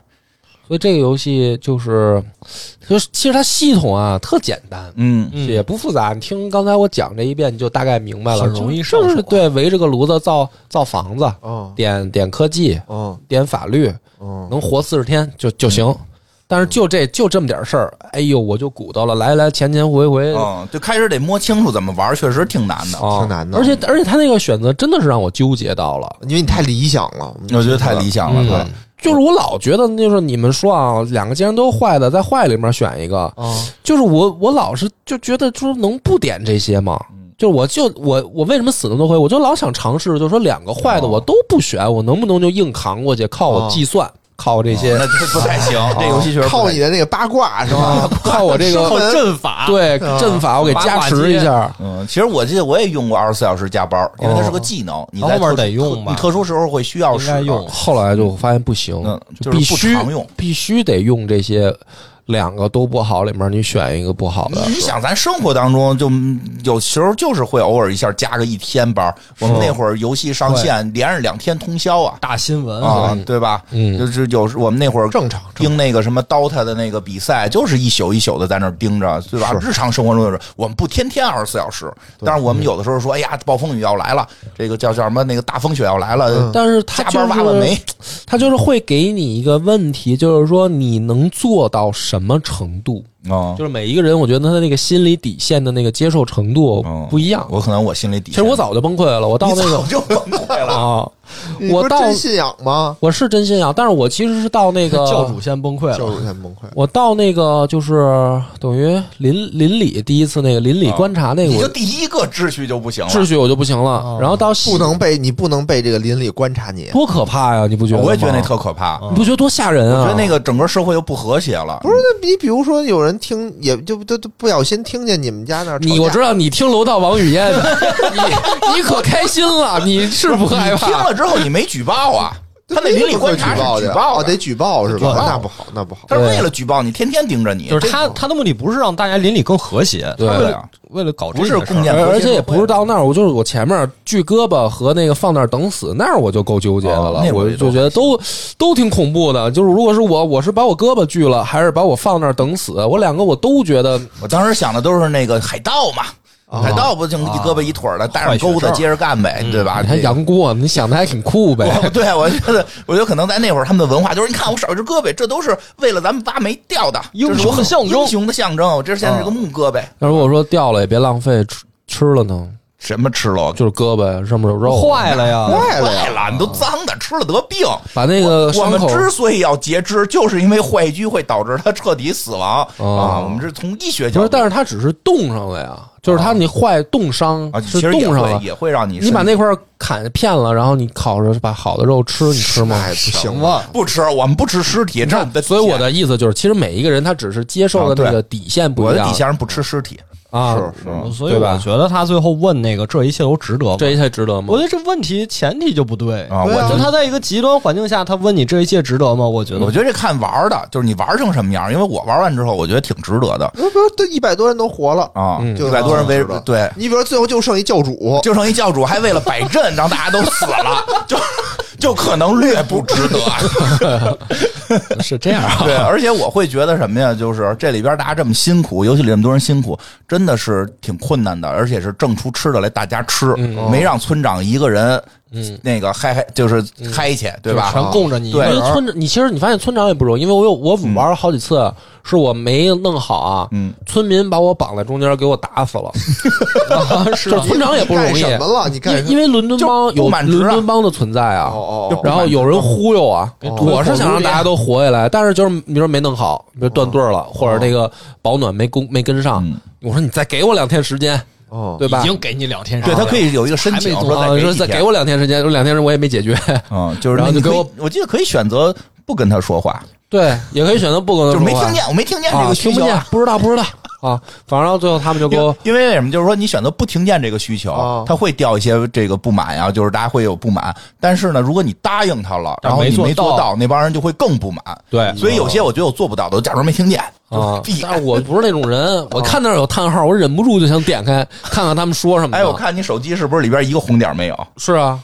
Speaker 1: 所以这个游戏就是，就是其实它系统啊特简单，
Speaker 2: 嗯
Speaker 3: 嗯
Speaker 1: 也不复杂。你听刚才我讲这一遍，你就大概明白了，
Speaker 3: 很容易
Speaker 1: 就
Speaker 3: 上
Speaker 1: 就是
Speaker 3: 手
Speaker 1: 对围着个炉子造造房子，
Speaker 4: 嗯
Speaker 1: 点点科技，
Speaker 4: 嗯
Speaker 1: 点法律，
Speaker 4: 嗯，
Speaker 1: 能活四十天就就
Speaker 2: 嗯
Speaker 1: 行。但是就这就这么点事儿，哎呦，我就鼓捣了，来来前前回回啊，
Speaker 2: 嗯，就开始得摸清楚怎么玩，确实挺难的。
Speaker 1: 挺
Speaker 4: 难的
Speaker 1: 而且而且他那个选择真的是让我纠结到了。
Speaker 4: 因为你太理想了，
Speaker 2: 我觉得太理想了，
Speaker 1: 嗯
Speaker 2: 对，
Speaker 1: 就是我老觉得，就是你们说啊，两个既然都是坏的，在坏里面选一个，
Speaker 4: 啊，
Speaker 1: 就是我我老是就觉得说能不点这些吗？就是我就我我为什么死那么多回？我就老想尝试，就说两个坏的我都不选，我能不能就硬扛过去？靠我计算，靠我这些，
Speaker 2: 哦那这不太行。这游戏确实不
Speaker 4: 靠
Speaker 2: 太
Speaker 4: 你的那个八卦是吧？
Speaker 1: 靠我这
Speaker 3: 靠
Speaker 1: 个
Speaker 3: 阵法，
Speaker 1: 对
Speaker 4: 啊
Speaker 1: 阵法我给加持一下。
Speaker 2: 嗯，其实我记得我也用过二十四小时加班，因为它是个技能，你在
Speaker 3: 后面
Speaker 2: 特
Speaker 3: 得用吧
Speaker 2: 你特殊时候会需要
Speaker 3: 应
Speaker 2: 使
Speaker 3: 该用
Speaker 2: 用。
Speaker 1: 后来就发现不行
Speaker 2: 嗯，就是
Speaker 1: 必
Speaker 2: 不
Speaker 1: 须
Speaker 2: 常用
Speaker 1: 必须得用这些两个都不好里面你选一个不好的。
Speaker 2: 你想，咱生活当中就嗯有时候就是会偶尔一下加个一天班。我们那会儿游戏上线连着两天通宵啊
Speaker 3: 大新闻
Speaker 2: 啊，对吧？
Speaker 1: 嗯
Speaker 2: 就是有时我们那会儿
Speaker 4: 正常正
Speaker 2: 盯那个什么 DOTA 的那个比赛，就是一宿一宿的在那儿盯着，对吧？日常生活中就是我们不天天二十四小时，但是我们有的时候说，哎呀，暴风雨要来了，这个叫叫什么那个大风雪要来了，
Speaker 1: 但是
Speaker 2: 加
Speaker 1: 嗯他
Speaker 2: 班
Speaker 1: 就
Speaker 2: 挖挖
Speaker 1: 是
Speaker 2: 煤。
Speaker 1: 他就是会给你一个问题，就是说你能做到什么程度？
Speaker 2: 啊，
Speaker 1: 就是每一个人，我觉得他的那个心理底线的那个接受程度
Speaker 2: 嗯
Speaker 1: 不一样。
Speaker 2: 我可能我心里底
Speaker 1: 其
Speaker 2: 线，
Speaker 1: 实我早就崩溃了，我到
Speaker 2: 你
Speaker 1: 那个
Speaker 2: 早就崩溃了，
Speaker 1: 啊，
Speaker 4: 你不
Speaker 1: 我
Speaker 4: 是
Speaker 1: 到
Speaker 4: 真信仰吗？
Speaker 1: 我是真心啊，但是我其实是到 那个
Speaker 3: 教主先崩溃
Speaker 4: 教
Speaker 3: 了，
Speaker 4: 主先崩溃了，
Speaker 1: 我到那个就是等于邻邻里第一次那个邻
Speaker 2: 啊
Speaker 1: 里观 察那个
Speaker 2: 你就
Speaker 1: 我
Speaker 2: 第一个秩序就不行了。
Speaker 1: 秩序我就不行了
Speaker 3: 哦，
Speaker 1: 然后到西
Speaker 4: 不能被你不能被这个邻里观察你。
Speaker 1: 多可怕呀！你不觉嗯得吗？
Speaker 2: 我也觉得那特可怕，
Speaker 1: 你不觉得多吓人
Speaker 2: 我
Speaker 1: 啊？
Speaker 2: 觉得那个整个社会就不和谐了。
Speaker 4: 不是，那你比如说有人听，也就都都不小心听见你们家那儿吵架，
Speaker 1: 你我知道你听楼道王语嫣， 你你可开心 了，你是不害
Speaker 2: 你听
Speaker 1: 怕？
Speaker 2: 了之后你没举报 啊？他那
Speaker 4: 那
Speaker 2: 邻里观察
Speaker 4: 举
Speaker 2: 是
Speaker 4: 报
Speaker 2: 举
Speaker 4: 的
Speaker 2: 报
Speaker 4: 哦，得举报是
Speaker 2: 举报
Speaker 4: 吧？那不好，那不好。
Speaker 2: 他是为了举报你，天天盯着你，
Speaker 3: 就是他他的目的不是让大家邻里更和谐，
Speaker 1: 对
Speaker 3: 他为
Speaker 2: 对
Speaker 3: 了
Speaker 2: 啊
Speaker 3: 为了搞这
Speaker 2: 不是
Speaker 3: 件事儿
Speaker 2: 共建和谐社会，
Speaker 1: 而且也不是到那儿，我就是我前面锯胳膊和那个放那儿等死那儿，我就够纠结的了。
Speaker 2: 哦那我
Speaker 1: 我
Speaker 2: 也
Speaker 1: 就觉得都都挺恐怖的。就是如果是我，我是把我胳膊锯了，还是把我放那儿等死？我两个我都觉得
Speaker 2: 我当时想的都是那个海盗嘛，
Speaker 1: 哦
Speaker 2: 海盗不就一胳膊一腿儿的，带上钩
Speaker 3: 坏学
Speaker 2: 子
Speaker 3: 生
Speaker 2: 接着干呗，对吧？
Speaker 1: 嗯你还哎杨过，你想的还挺酷呗
Speaker 2: 我。对，我觉得，我觉得可能在那会儿他们的文化就是，你看我少一只胳膊，这都是为了咱们挖没掉的，
Speaker 3: 英雄
Speaker 2: 这是我
Speaker 3: 的象征
Speaker 2: 英雄的象征。我这现在是个
Speaker 1: 嗯
Speaker 2: 木胳膊，
Speaker 1: 那如果说掉了也别浪费，吃吃了呢，
Speaker 2: 什么吃了
Speaker 1: 就是胳膊上面有肉，
Speaker 3: 坏了呀，
Speaker 4: 坏了呀，
Speaker 2: 坏了，你都脏的，吃了得病。
Speaker 1: 把那嗯个
Speaker 2: 我
Speaker 1: 伤
Speaker 2: 们
Speaker 1: 口
Speaker 2: 之所以要截肢，就是因为坏疽会导致他彻底死亡啊！我们是从医
Speaker 1: 哦
Speaker 2: 学
Speaker 1: 不
Speaker 2: 角
Speaker 1: 是，
Speaker 2: 度，
Speaker 1: 但是它只是冻上了呀，就是它你坏冻伤
Speaker 2: 啊，其
Speaker 1: 是
Speaker 2: 实
Speaker 1: 冻
Speaker 2: 也
Speaker 1: 上
Speaker 2: 会
Speaker 1: 了。
Speaker 2: 也会让你
Speaker 1: 你
Speaker 2: 身
Speaker 1: 把
Speaker 2: 体
Speaker 1: 那块砍片了，然后你烤着把好的肉吃，你吃吗？
Speaker 4: 哎，不行吧？
Speaker 3: 吧？
Speaker 2: 不吃，我们不吃尸体，这是的底线
Speaker 1: 所以我的意思就是，其实每一个人他只是接受的那个底线不
Speaker 2: 我
Speaker 1: 一
Speaker 2: 的
Speaker 1: 样
Speaker 2: 底线是不吃尸体。
Speaker 1: 啊，
Speaker 3: 所以
Speaker 1: 对吧
Speaker 3: 我觉得他最后问那个这一切都值得吗？
Speaker 1: 这一切值得
Speaker 3: 我
Speaker 1: 吗
Speaker 3: 觉？得这问题前提就不对
Speaker 2: 啊
Speaker 4: 对啊
Speaker 3: 就他在一个极端环境下，他问你这一切值得吗？我觉得
Speaker 2: 我觉得这看玩儿的，就是你玩儿成什么样儿。因为我玩完之后，我觉得挺值得的
Speaker 4: 不不，都一百多人都活了。
Speaker 2: 啊，
Speaker 1: 嗯
Speaker 2: 一百多人围
Speaker 4: 就
Speaker 2: 着，
Speaker 4: 是
Speaker 2: 对，
Speaker 4: 你比如说最后就剩一教主，
Speaker 2: 就剩一教主还为了摆阵，让大家都死了，就就可能略不值得。啊
Speaker 1: 是这样啊，
Speaker 2: 对，而且我会觉得什么呀？就是这里边大家这么辛苦，尤其这么多人辛苦，真的是挺困难的，而且是挣出吃的来大家吃，
Speaker 1: 嗯
Speaker 2: 没让村长一个人，嗯，那个嗨嗨，就是嗨去，
Speaker 1: 嗯
Speaker 2: 对吧？
Speaker 3: 全供着你一个
Speaker 2: 对
Speaker 1: 因为
Speaker 3: 人儿。
Speaker 1: 村长，你其实你发现村长也不容易，因为我有我玩了好几次，是我没弄好啊，
Speaker 2: 嗯，
Speaker 1: 村民把我绑在中间，给我打死 了，啊就是村长也不容
Speaker 4: 你
Speaker 1: 易
Speaker 4: 干什，么了？你干什
Speaker 1: 因
Speaker 4: 么？
Speaker 1: 因为伦敦帮
Speaker 2: 就
Speaker 1: 有
Speaker 2: 不满值啊
Speaker 1: 伦敦帮的存在啊，
Speaker 4: 哦哦哦哦
Speaker 1: 然后有人忽悠啊，我是想让大家都活下来，但是就是比如说没弄好，比如断队了，或者那个保暖没供没跟上
Speaker 2: 嗯，
Speaker 1: 我说你再给我两天时间，
Speaker 4: 哦，
Speaker 1: 对吧？
Speaker 3: 给你两天
Speaker 2: 对他可以有一个申
Speaker 3: 还
Speaker 2: 请，
Speaker 3: 没
Speaker 2: 说
Speaker 3: 多
Speaker 1: 啊，
Speaker 2: 再
Speaker 1: 你
Speaker 2: 给
Speaker 1: 说
Speaker 2: 几
Speaker 1: 再
Speaker 2: 天
Speaker 1: 给我两天时间，两天我也没解决，
Speaker 2: 嗯，就是
Speaker 1: 然后就
Speaker 2: 那你
Speaker 1: 给
Speaker 2: 可以
Speaker 1: 我，
Speaker 2: 我记得可以选择不跟他说话，
Speaker 1: 对，也可以选择不跟我
Speaker 2: 就是
Speaker 1: 说
Speaker 2: 没
Speaker 1: 话
Speaker 2: 听见，我没听 见这
Speaker 1: 啊，听
Speaker 2: 个需
Speaker 1: 不
Speaker 2: 求
Speaker 1: 见
Speaker 2: 啊。，
Speaker 1: 不知道不知道 啊，反正到最后他们就给
Speaker 2: 因
Speaker 1: 我
Speaker 2: 为因为什么？就是说，你选择不听见这个需求
Speaker 4: 哦，
Speaker 2: 他会掉一些这个不满啊呀，就是大家会有不满。但是呢，如果你答应他了，
Speaker 3: 但
Speaker 2: 然后你
Speaker 3: 是没做
Speaker 2: 没做
Speaker 3: 到
Speaker 2: 到，那帮人就会更不满。
Speaker 3: 对
Speaker 2: 所以有些我觉得我做不到的，我假装没听见
Speaker 1: 啊
Speaker 2: 闭，眼
Speaker 1: 但是我不是那种人，我看那儿有叹号，我忍不住就想点开看看他们说什么呢。
Speaker 2: 哎，我看你手机是不是里边一个红点没有？
Speaker 1: 是啊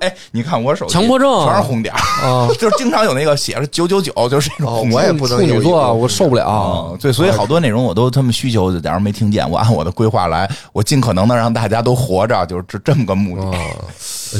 Speaker 2: 哎，你看我手机
Speaker 1: 强迫症啊
Speaker 2: 全是红点，
Speaker 1: 啊，
Speaker 2: 就是经常有那个写着九九九，就是这种
Speaker 4: 哦
Speaker 2: 红点。
Speaker 4: 我也不能
Speaker 1: 处女
Speaker 4: 有一
Speaker 1: 座
Speaker 4: 个
Speaker 1: 我受不了。
Speaker 2: 啊，对，所以好多内容我都他们需求，就假如没听见，我按我的规划来，我尽可能的让大家都活着，就是这这么个目的。
Speaker 1: 啊，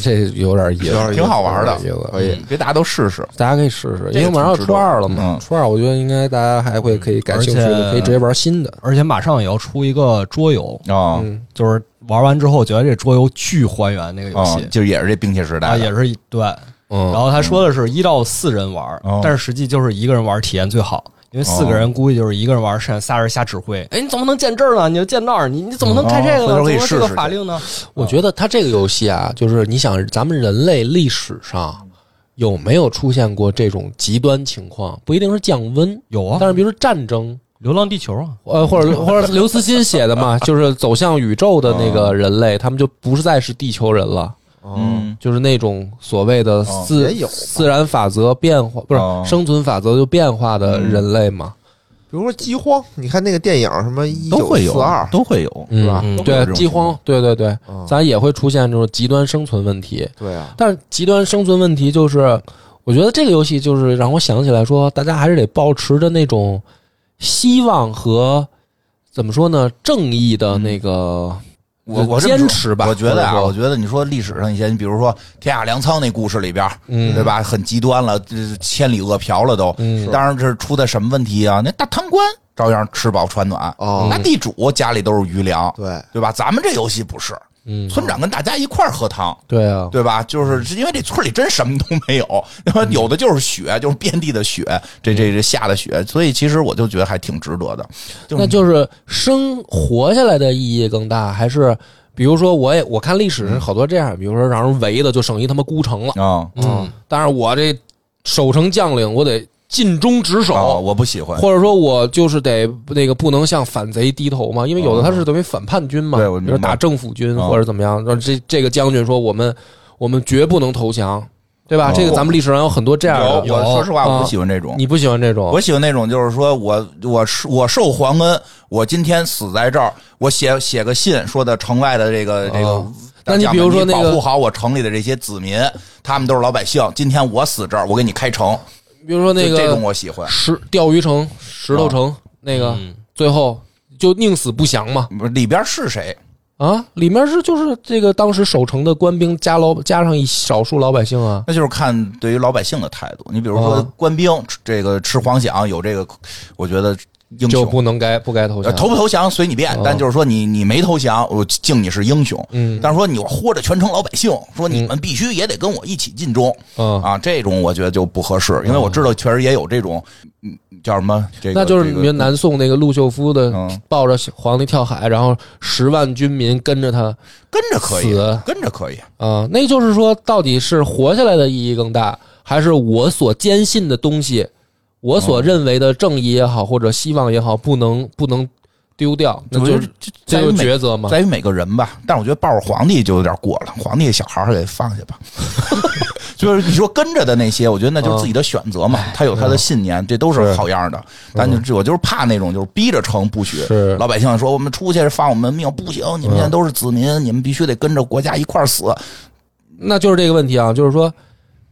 Speaker 1: 这有点意
Speaker 4: 有点
Speaker 1: 思，
Speaker 4: 意思
Speaker 2: 挺好玩的
Speaker 1: 有点意思
Speaker 4: 可以
Speaker 2: 嗯，给大家都试试。
Speaker 1: 大家可以试试，
Speaker 2: 这个
Speaker 1: 因为马上要初二了嘛
Speaker 2: 挺值得的嗯，
Speaker 1: 初二我觉得应该大家还会可以感兴趣
Speaker 3: 而
Speaker 1: 的，
Speaker 3: 且
Speaker 1: 可以直接玩新的。
Speaker 3: 而且马上也要出一个桌游，
Speaker 2: 啊
Speaker 1: 嗯
Speaker 3: 就是玩完之后觉得这桌游巨还原那个游
Speaker 2: 啊
Speaker 3: 戏，
Speaker 2: 就是也是这冰雪时代
Speaker 3: 啊，
Speaker 2: 的，
Speaker 3: 也是一对。然
Speaker 1: 嗯，
Speaker 3: 后他说的是一到四人玩
Speaker 2: 哦，
Speaker 3: 但是实际就是一个人玩体验最好。因为四个人估计就是一个人玩，剩下仨人瞎指挥。哎，你怎么能建这儿呢？你就建那儿，你你怎么能开这
Speaker 2: 嗯
Speaker 3: 个
Speaker 2: 哦
Speaker 3: 呢？
Speaker 2: 回头可以
Speaker 3: 怎么这个
Speaker 2: 试试
Speaker 3: 法令呢？
Speaker 1: 我觉得它这个游戏啊，就是你想，咱们人类历史上有没有出现过这种极端情况？不一定是降温，
Speaker 3: 有啊，
Speaker 1: 但是比如说战争，
Speaker 3: 流浪地球》啊，
Speaker 1: 呃，或者或者刘慈欣写的嘛，就是走向宇宙的那个人类，他们就不再是地球人了。
Speaker 4: 嗯，
Speaker 2: 嗯，
Speaker 1: 就是那种所谓的自、
Speaker 4: 也有吧
Speaker 1: 自然法则变化，不是、
Speaker 2: 哦
Speaker 1: 生存法则就变化的人类嘛？
Speaker 4: 比如说饥荒，你看那个电影什么一
Speaker 2: 都
Speaker 4: 九
Speaker 2: 会有
Speaker 4: 四二，
Speaker 2: 都会有。
Speaker 1: 嗯
Speaker 4: 是吧
Speaker 3: 嗯
Speaker 2: 都有
Speaker 1: 对
Speaker 2: 这，种
Speaker 1: 饥荒，对对对，
Speaker 4: 嗯
Speaker 1: 咱也会出现这种极端生存问题。
Speaker 4: 对啊，
Speaker 1: 但是极端生存问题就是，我觉得这个游戏就是让我想起来说，大家还是得保持着那种希望和怎么说呢，正义的那个
Speaker 2: 我我这么
Speaker 1: 坚
Speaker 2: 说
Speaker 1: 持吧。
Speaker 2: 我觉得啊，
Speaker 1: 或
Speaker 2: 我
Speaker 1: 者说
Speaker 2: 觉得你说历史上一些，你比如说天下粮仓那故事里边，
Speaker 1: 嗯
Speaker 2: 对吧？很极端了，这千里饿殍了都。
Speaker 1: 嗯
Speaker 2: 当然这是出的什么问题啊？那大贪官照样吃饱穿暖。
Speaker 4: 哦
Speaker 2: 那地主家里都是余粮，
Speaker 4: 对，
Speaker 2: 对吧？咱们这游戏不是，
Speaker 1: 嗯，
Speaker 2: 村长跟大家一块儿喝汤，
Speaker 1: 对啊，
Speaker 2: 对吧？就是因为这村里真什么都没有，那么有的就是雪，就是遍地的雪，这这这下的雪，所以其实我就觉得还挺值得的。就是
Speaker 1: 那就是生活下来的意义更大，还是比如说我也我看历史
Speaker 2: 嗯
Speaker 1: 上好多这样，比如说让人围的就剩一他妈孤城了，
Speaker 2: 啊
Speaker 3: 嗯，
Speaker 1: 但是我这守城将领我得尽忠职
Speaker 2: 啊，
Speaker 1: 守。
Speaker 2: 我不喜欢，
Speaker 1: 或者说我就是得那个不能向反贼低头嘛，因为有的他是等于反叛军嘛，
Speaker 2: 哦对我
Speaker 1: 比
Speaker 2: 明白
Speaker 1: 如打政府军
Speaker 2: 啊
Speaker 1: 或者怎么样。让这这个将军说我们我们绝不能投降，对吧？
Speaker 2: 哦
Speaker 1: 这个咱们历史上有很多这样
Speaker 2: 有
Speaker 1: 的，
Speaker 2: 我说实话，我
Speaker 1: 啊
Speaker 2: 不喜欢这种。
Speaker 1: 你不喜欢这种？
Speaker 2: 我喜欢那种，就是说我我是我受皇恩，我今天死在这儿，我写写个信，说的城外的这个这个
Speaker 1: 哦。那
Speaker 2: 大将
Speaker 1: 你
Speaker 2: 们
Speaker 1: 比如说那个
Speaker 2: 保护好我城里的这些子民，他们都是老百姓。今天我死这儿，我给你开城，
Speaker 1: 比如说那
Speaker 2: 就
Speaker 1: 个
Speaker 2: 这种我喜欢。
Speaker 1: 石钓鱼城、石
Speaker 2: 啊
Speaker 1: 头城、那个，
Speaker 2: 嗯
Speaker 1: 最后就宁死不降嘛。
Speaker 2: 不是里边是谁？
Speaker 1: 啊，里面是就是这个当时守城的官兵加老加上一少数老百姓啊，
Speaker 2: 那就是看对于老百姓的态度。你比如说
Speaker 1: 哦
Speaker 2: 官兵，吃这个吃黄饷有这个，我觉得英
Speaker 1: 就
Speaker 2: 雄
Speaker 1: 不能该不该投
Speaker 2: 呃，
Speaker 1: 降。
Speaker 2: 投不投降随你便
Speaker 1: 哦，
Speaker 2: 但就是说你你没投降，我敬你是英雄。
Speaker 1: 嗯
Speaker 2: 但是说你我豁着全城老百姓，说你们必须也得跟我一起尽忠
Speaker 1: 嗯，
Speaker 2: 啊，这种我觉得就不合适，
Speaker 1: 哦
Speaker 2: 因为我知道确实也有这种，嗯，叫什么这个，
Speaker 1: 那就是
Speaker 2: 这
Speaker 1: 你
Speaker 2: 个
Speaker 1: 们南宋那个陆秀夫的
Speaker 2: 嗯
Speaker 1: 抱着皇帝跳海，然后十万军民跟着他
Speaker 2: 跟着可以
Speaker 1: 死，
Speaker 2: 跟着可以，
Speaker 1: 啊，那就是说到底是活下来的意义更大，还是我所坚信的东西，我
Speaker 2: 哦
Speaker 1: 所认为的正义也好，或者希望也好，不能不能丢掉，那
Speaker 2: 我
Speaker 1: 就
Speaker 2: 觉
Speaker 1: 是
Speaker 2: 得
Speaker 1: 这
Speaker 2: 在
Speaker 1: 就
Speaker 2: 于
Speaker 1: 是
Speaker 2: 每
Speaker 1: 抉择嘛。
Speaker 2: 在于每个人吧。但是我觉得抱着皇帝就有点过了，皇帝小孩儿还得放 下吧。就是你说跟着的那些，我觉得那就是自己的选择
Speaker 1: 嗯
Speaker 2: 嘛，他有他的信念，这都是好样的。但就是我就是怕那种就是逼着成不许
Speaker 1: 是，嗯
Speaker 2: 老百姓说我们出去放我们命不行，你们现在都是子民，你们必须得跟着国家一块儿死。
Speaker 1: 那就是这个问题啊，就是说，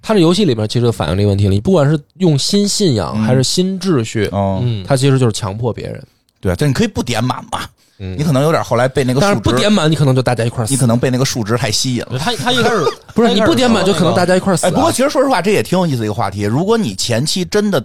Speaker 1: 它这游戏里面其实就反映这个问题了。你不管是用新信仰
Speaker 2: 嗯
Speaker 1: 还是新秩序，
Speaker 2: 嗯，
Speaker 3: 嗯，
Speaker 1: 它其实就是强迫别人。
Speaker 2: 对，但你可以不点满嘛，
Speaker 1: 嗯
Speaker 2: 你可能有点后来被那个
Speaker 1: 但
Speaker 2: 数
Speaker 1: 是不
Speaker 2: 值，
Speaker 1: 点满，你可能就大家一块儿
Speaker 2: 你
Speaker 1: 死。
Speaker 2: 可能被那个数值太吸引了。
Speaker 3: 他他一开始
Speaker 1: 不是你不点满，就可能大
Speaker 3: 家
Speaker 1: 家一块儿死、啊
Speaker 2: 哎，不过其实说实话，这也挺有意思的一个话题。如果你前期真的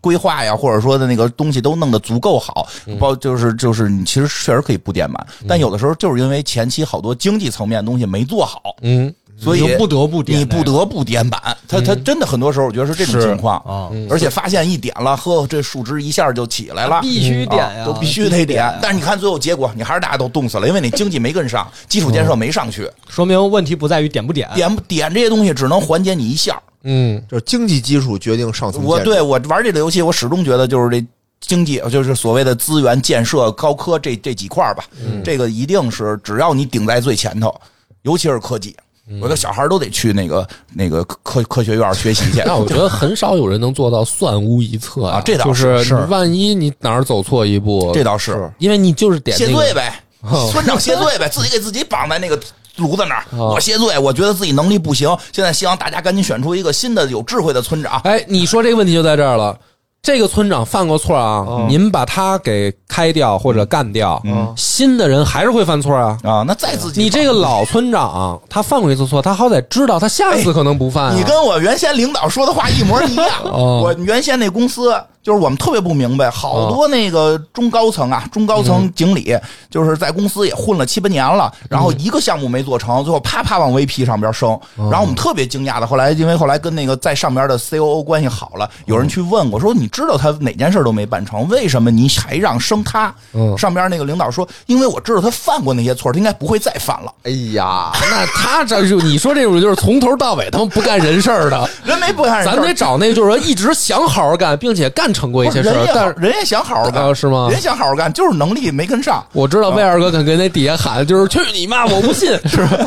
Speaker 2: 规划呀，或者说的那个东西都弄得足够好，
Speaker 3: 嗯
Speaker 2: 包就是就是你其实确实可以不点满，但有的时候就是因为前期好多经济层面的东西没做好，
Speaker 1: 嗯，
Speaker 2: 所以
Speaker 3: 你就不得不点
Speaker 2: 你
Speaker 3: 那个
Speaker 2: 不得不点满。他他真的很多时候，我觉得是这种情况。
Speaker 3: 啊，
Speaker 2: 而且发现一点了，呵，这数值一下就起来了，
Speaker 3: 嗯必须点呀
Speaker 2: 啊都必须得点。但是你看最后结果，你还是大家都冻死了，因为你经济没跟上，基础建设没上去，
Speaker 3: 说明问题不在于点不点，
Speaker 2: 点点这些东西只能缓解你一下。
Speaker 1: 嗯，
Speaker 4: 就是经济基础决定上层建筑。
Speaker 2: 我对我玩这个游戏，我始终觉得就是这经济，就是所谓的资源、建设、高科这这几块儿吧，
Speaker 1: 嗯
Speaker 2: 这个一定是只要你顶在最前头，尤其是科技，
Speaker 1: 嗯
Speaker 2: 有的小孩都得去那个那个科科学院学习去。
Speaker 1: 但我觉得很少有人能做到算无一策
Speaker 2: 啊这倒
Speaker 1: 就是你万一你哪儿走错一步，
Speaker 2: 这倒是
Speaker 4: 是
Speaker 1: 因为你就是点
Speaker 2: 谢
Speaker 1: 那
Speaker 2: 罪
Speaker 1: 个，
Speaker 2: 呗，村长谢罪呗，自己给自己绑在那个。炉子那儿，
Speaker 1: 哦
Speaker 2: 我谢罪，我觉得自己能力不行。现在希望大家赶紧选出一个新的有智慧的村长。
Speaker 1: 哎，你说这个问题就在这儿了。这个村长犯过错啊，您把他给开掉或者干掉，
Speaker 2: 哦嗯
Speaker 1: 新的人还是会犯错啊。
Speaker 2: 啊，那再自己
Speaker 1: 你这个老村长，他犯过一次错，他好歹知道他下次可能不犯、啊
Speaker 2: 哎你跟我原先领导说的话一模一样。
Speaker 1: 哦
Speaker 2: 我原先那公司就是我们特别不明白，好多那个中高层啊，中高层经理就是在公司也混了七八年了，然后一个项目没做成，最后啪啪往 VP 上边升。然后我们特别惊讶的，后来因为后来跟那个在上边的 COO 关系好了，有人去问我说：“你知道他哪件事都没办成，为什么你还让升他？”
Speaker 1: 嗯
Speaker 2: 上边那个领导说：“因为我知道他犯过那些错，他应该不会再犯了。”
Speaker 4: 哎呀，
Speaker 1: 那他这就你说这种就是从头到尾他们不干人事儿的，
Speaker 2: 人没不干人
Speaker 1: 咱
Speaker 2: 事儿
Speaker 1: 得找那个就是说一直想好好干，并且干成过一
Speaker 2: 不是
Speaker 1: 些事
Speaker 2: 人
Speaker 1: 儿
Speaker 2: 也，
Speaker 1: 但
Speaker 2: 好人也想好好干、
Speaker 1: 啊是吗
Speaker 2: 人想好好干，就是能力没跟上。
Speaker 1: 我知道魏二哥肯跟那底下喊，就是去你妈！我不信，是吧？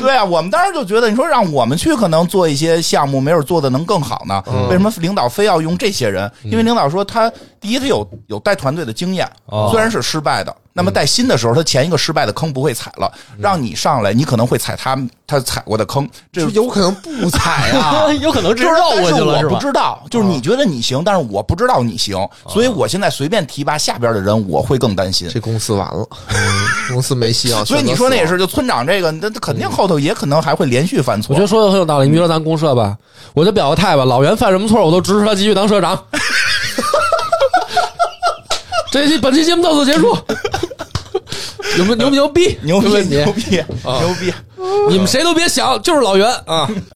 Speaker 2: 对啊，我们当时就觉得，你说让我们去可能做一些项目，没准做的能更好呢。为什么领导非要用这些人？因为领导说他第一，他有有带团队的经验，
Speaker 3: 哦
Speaker 2: 虽然是失败的。那么带新的时候，他前一个失败的坑不会踩了，让你上来，你可能会踩他他踩过的坑，这
Speaker 4: 这有可能不
Speaker 2: 踩 啊
Speaker 3: ，有可能直
Speaker 2: 就
Speaker 3: 接
Speaker 2: 是
Speaker 3: 绕
Speaker 2: 但
Speaker 3: 过
Speaker 2: 是
Speaker 3: 去了，
Speaker 2: 我
Speaker 3: 是
Speaker 2: 不
Speaker 3: 吧？
Speaker 2: 知道，就是你觉得你行，但是我不知道你行，所以我现在随便提拔下边的人，我会更担心。
Speaker 4: 这公司完了，嗯公司没啊希望。
Speaker 2: 所以你说那也
Speaker 4: 选择死亡
Speaker 2: 是，就村长这个，那那肯定后头也可能还会连续犯
Speaker 1: 我
Speaker 2: 错
Speaker 1: 觉。得说的很有道理。你比如说咱公社吧，我就表个态吧，老袁犯什么错，我都支持他继续当社长。这期本期节目到此结束，有没有牛不牛逼？
Speaker 2: 牛逼
Speaker 1: 没问题
Speaker 2: 牛逼牛逼！
Speaker 1: 你们谁都别想，就是老袁啊。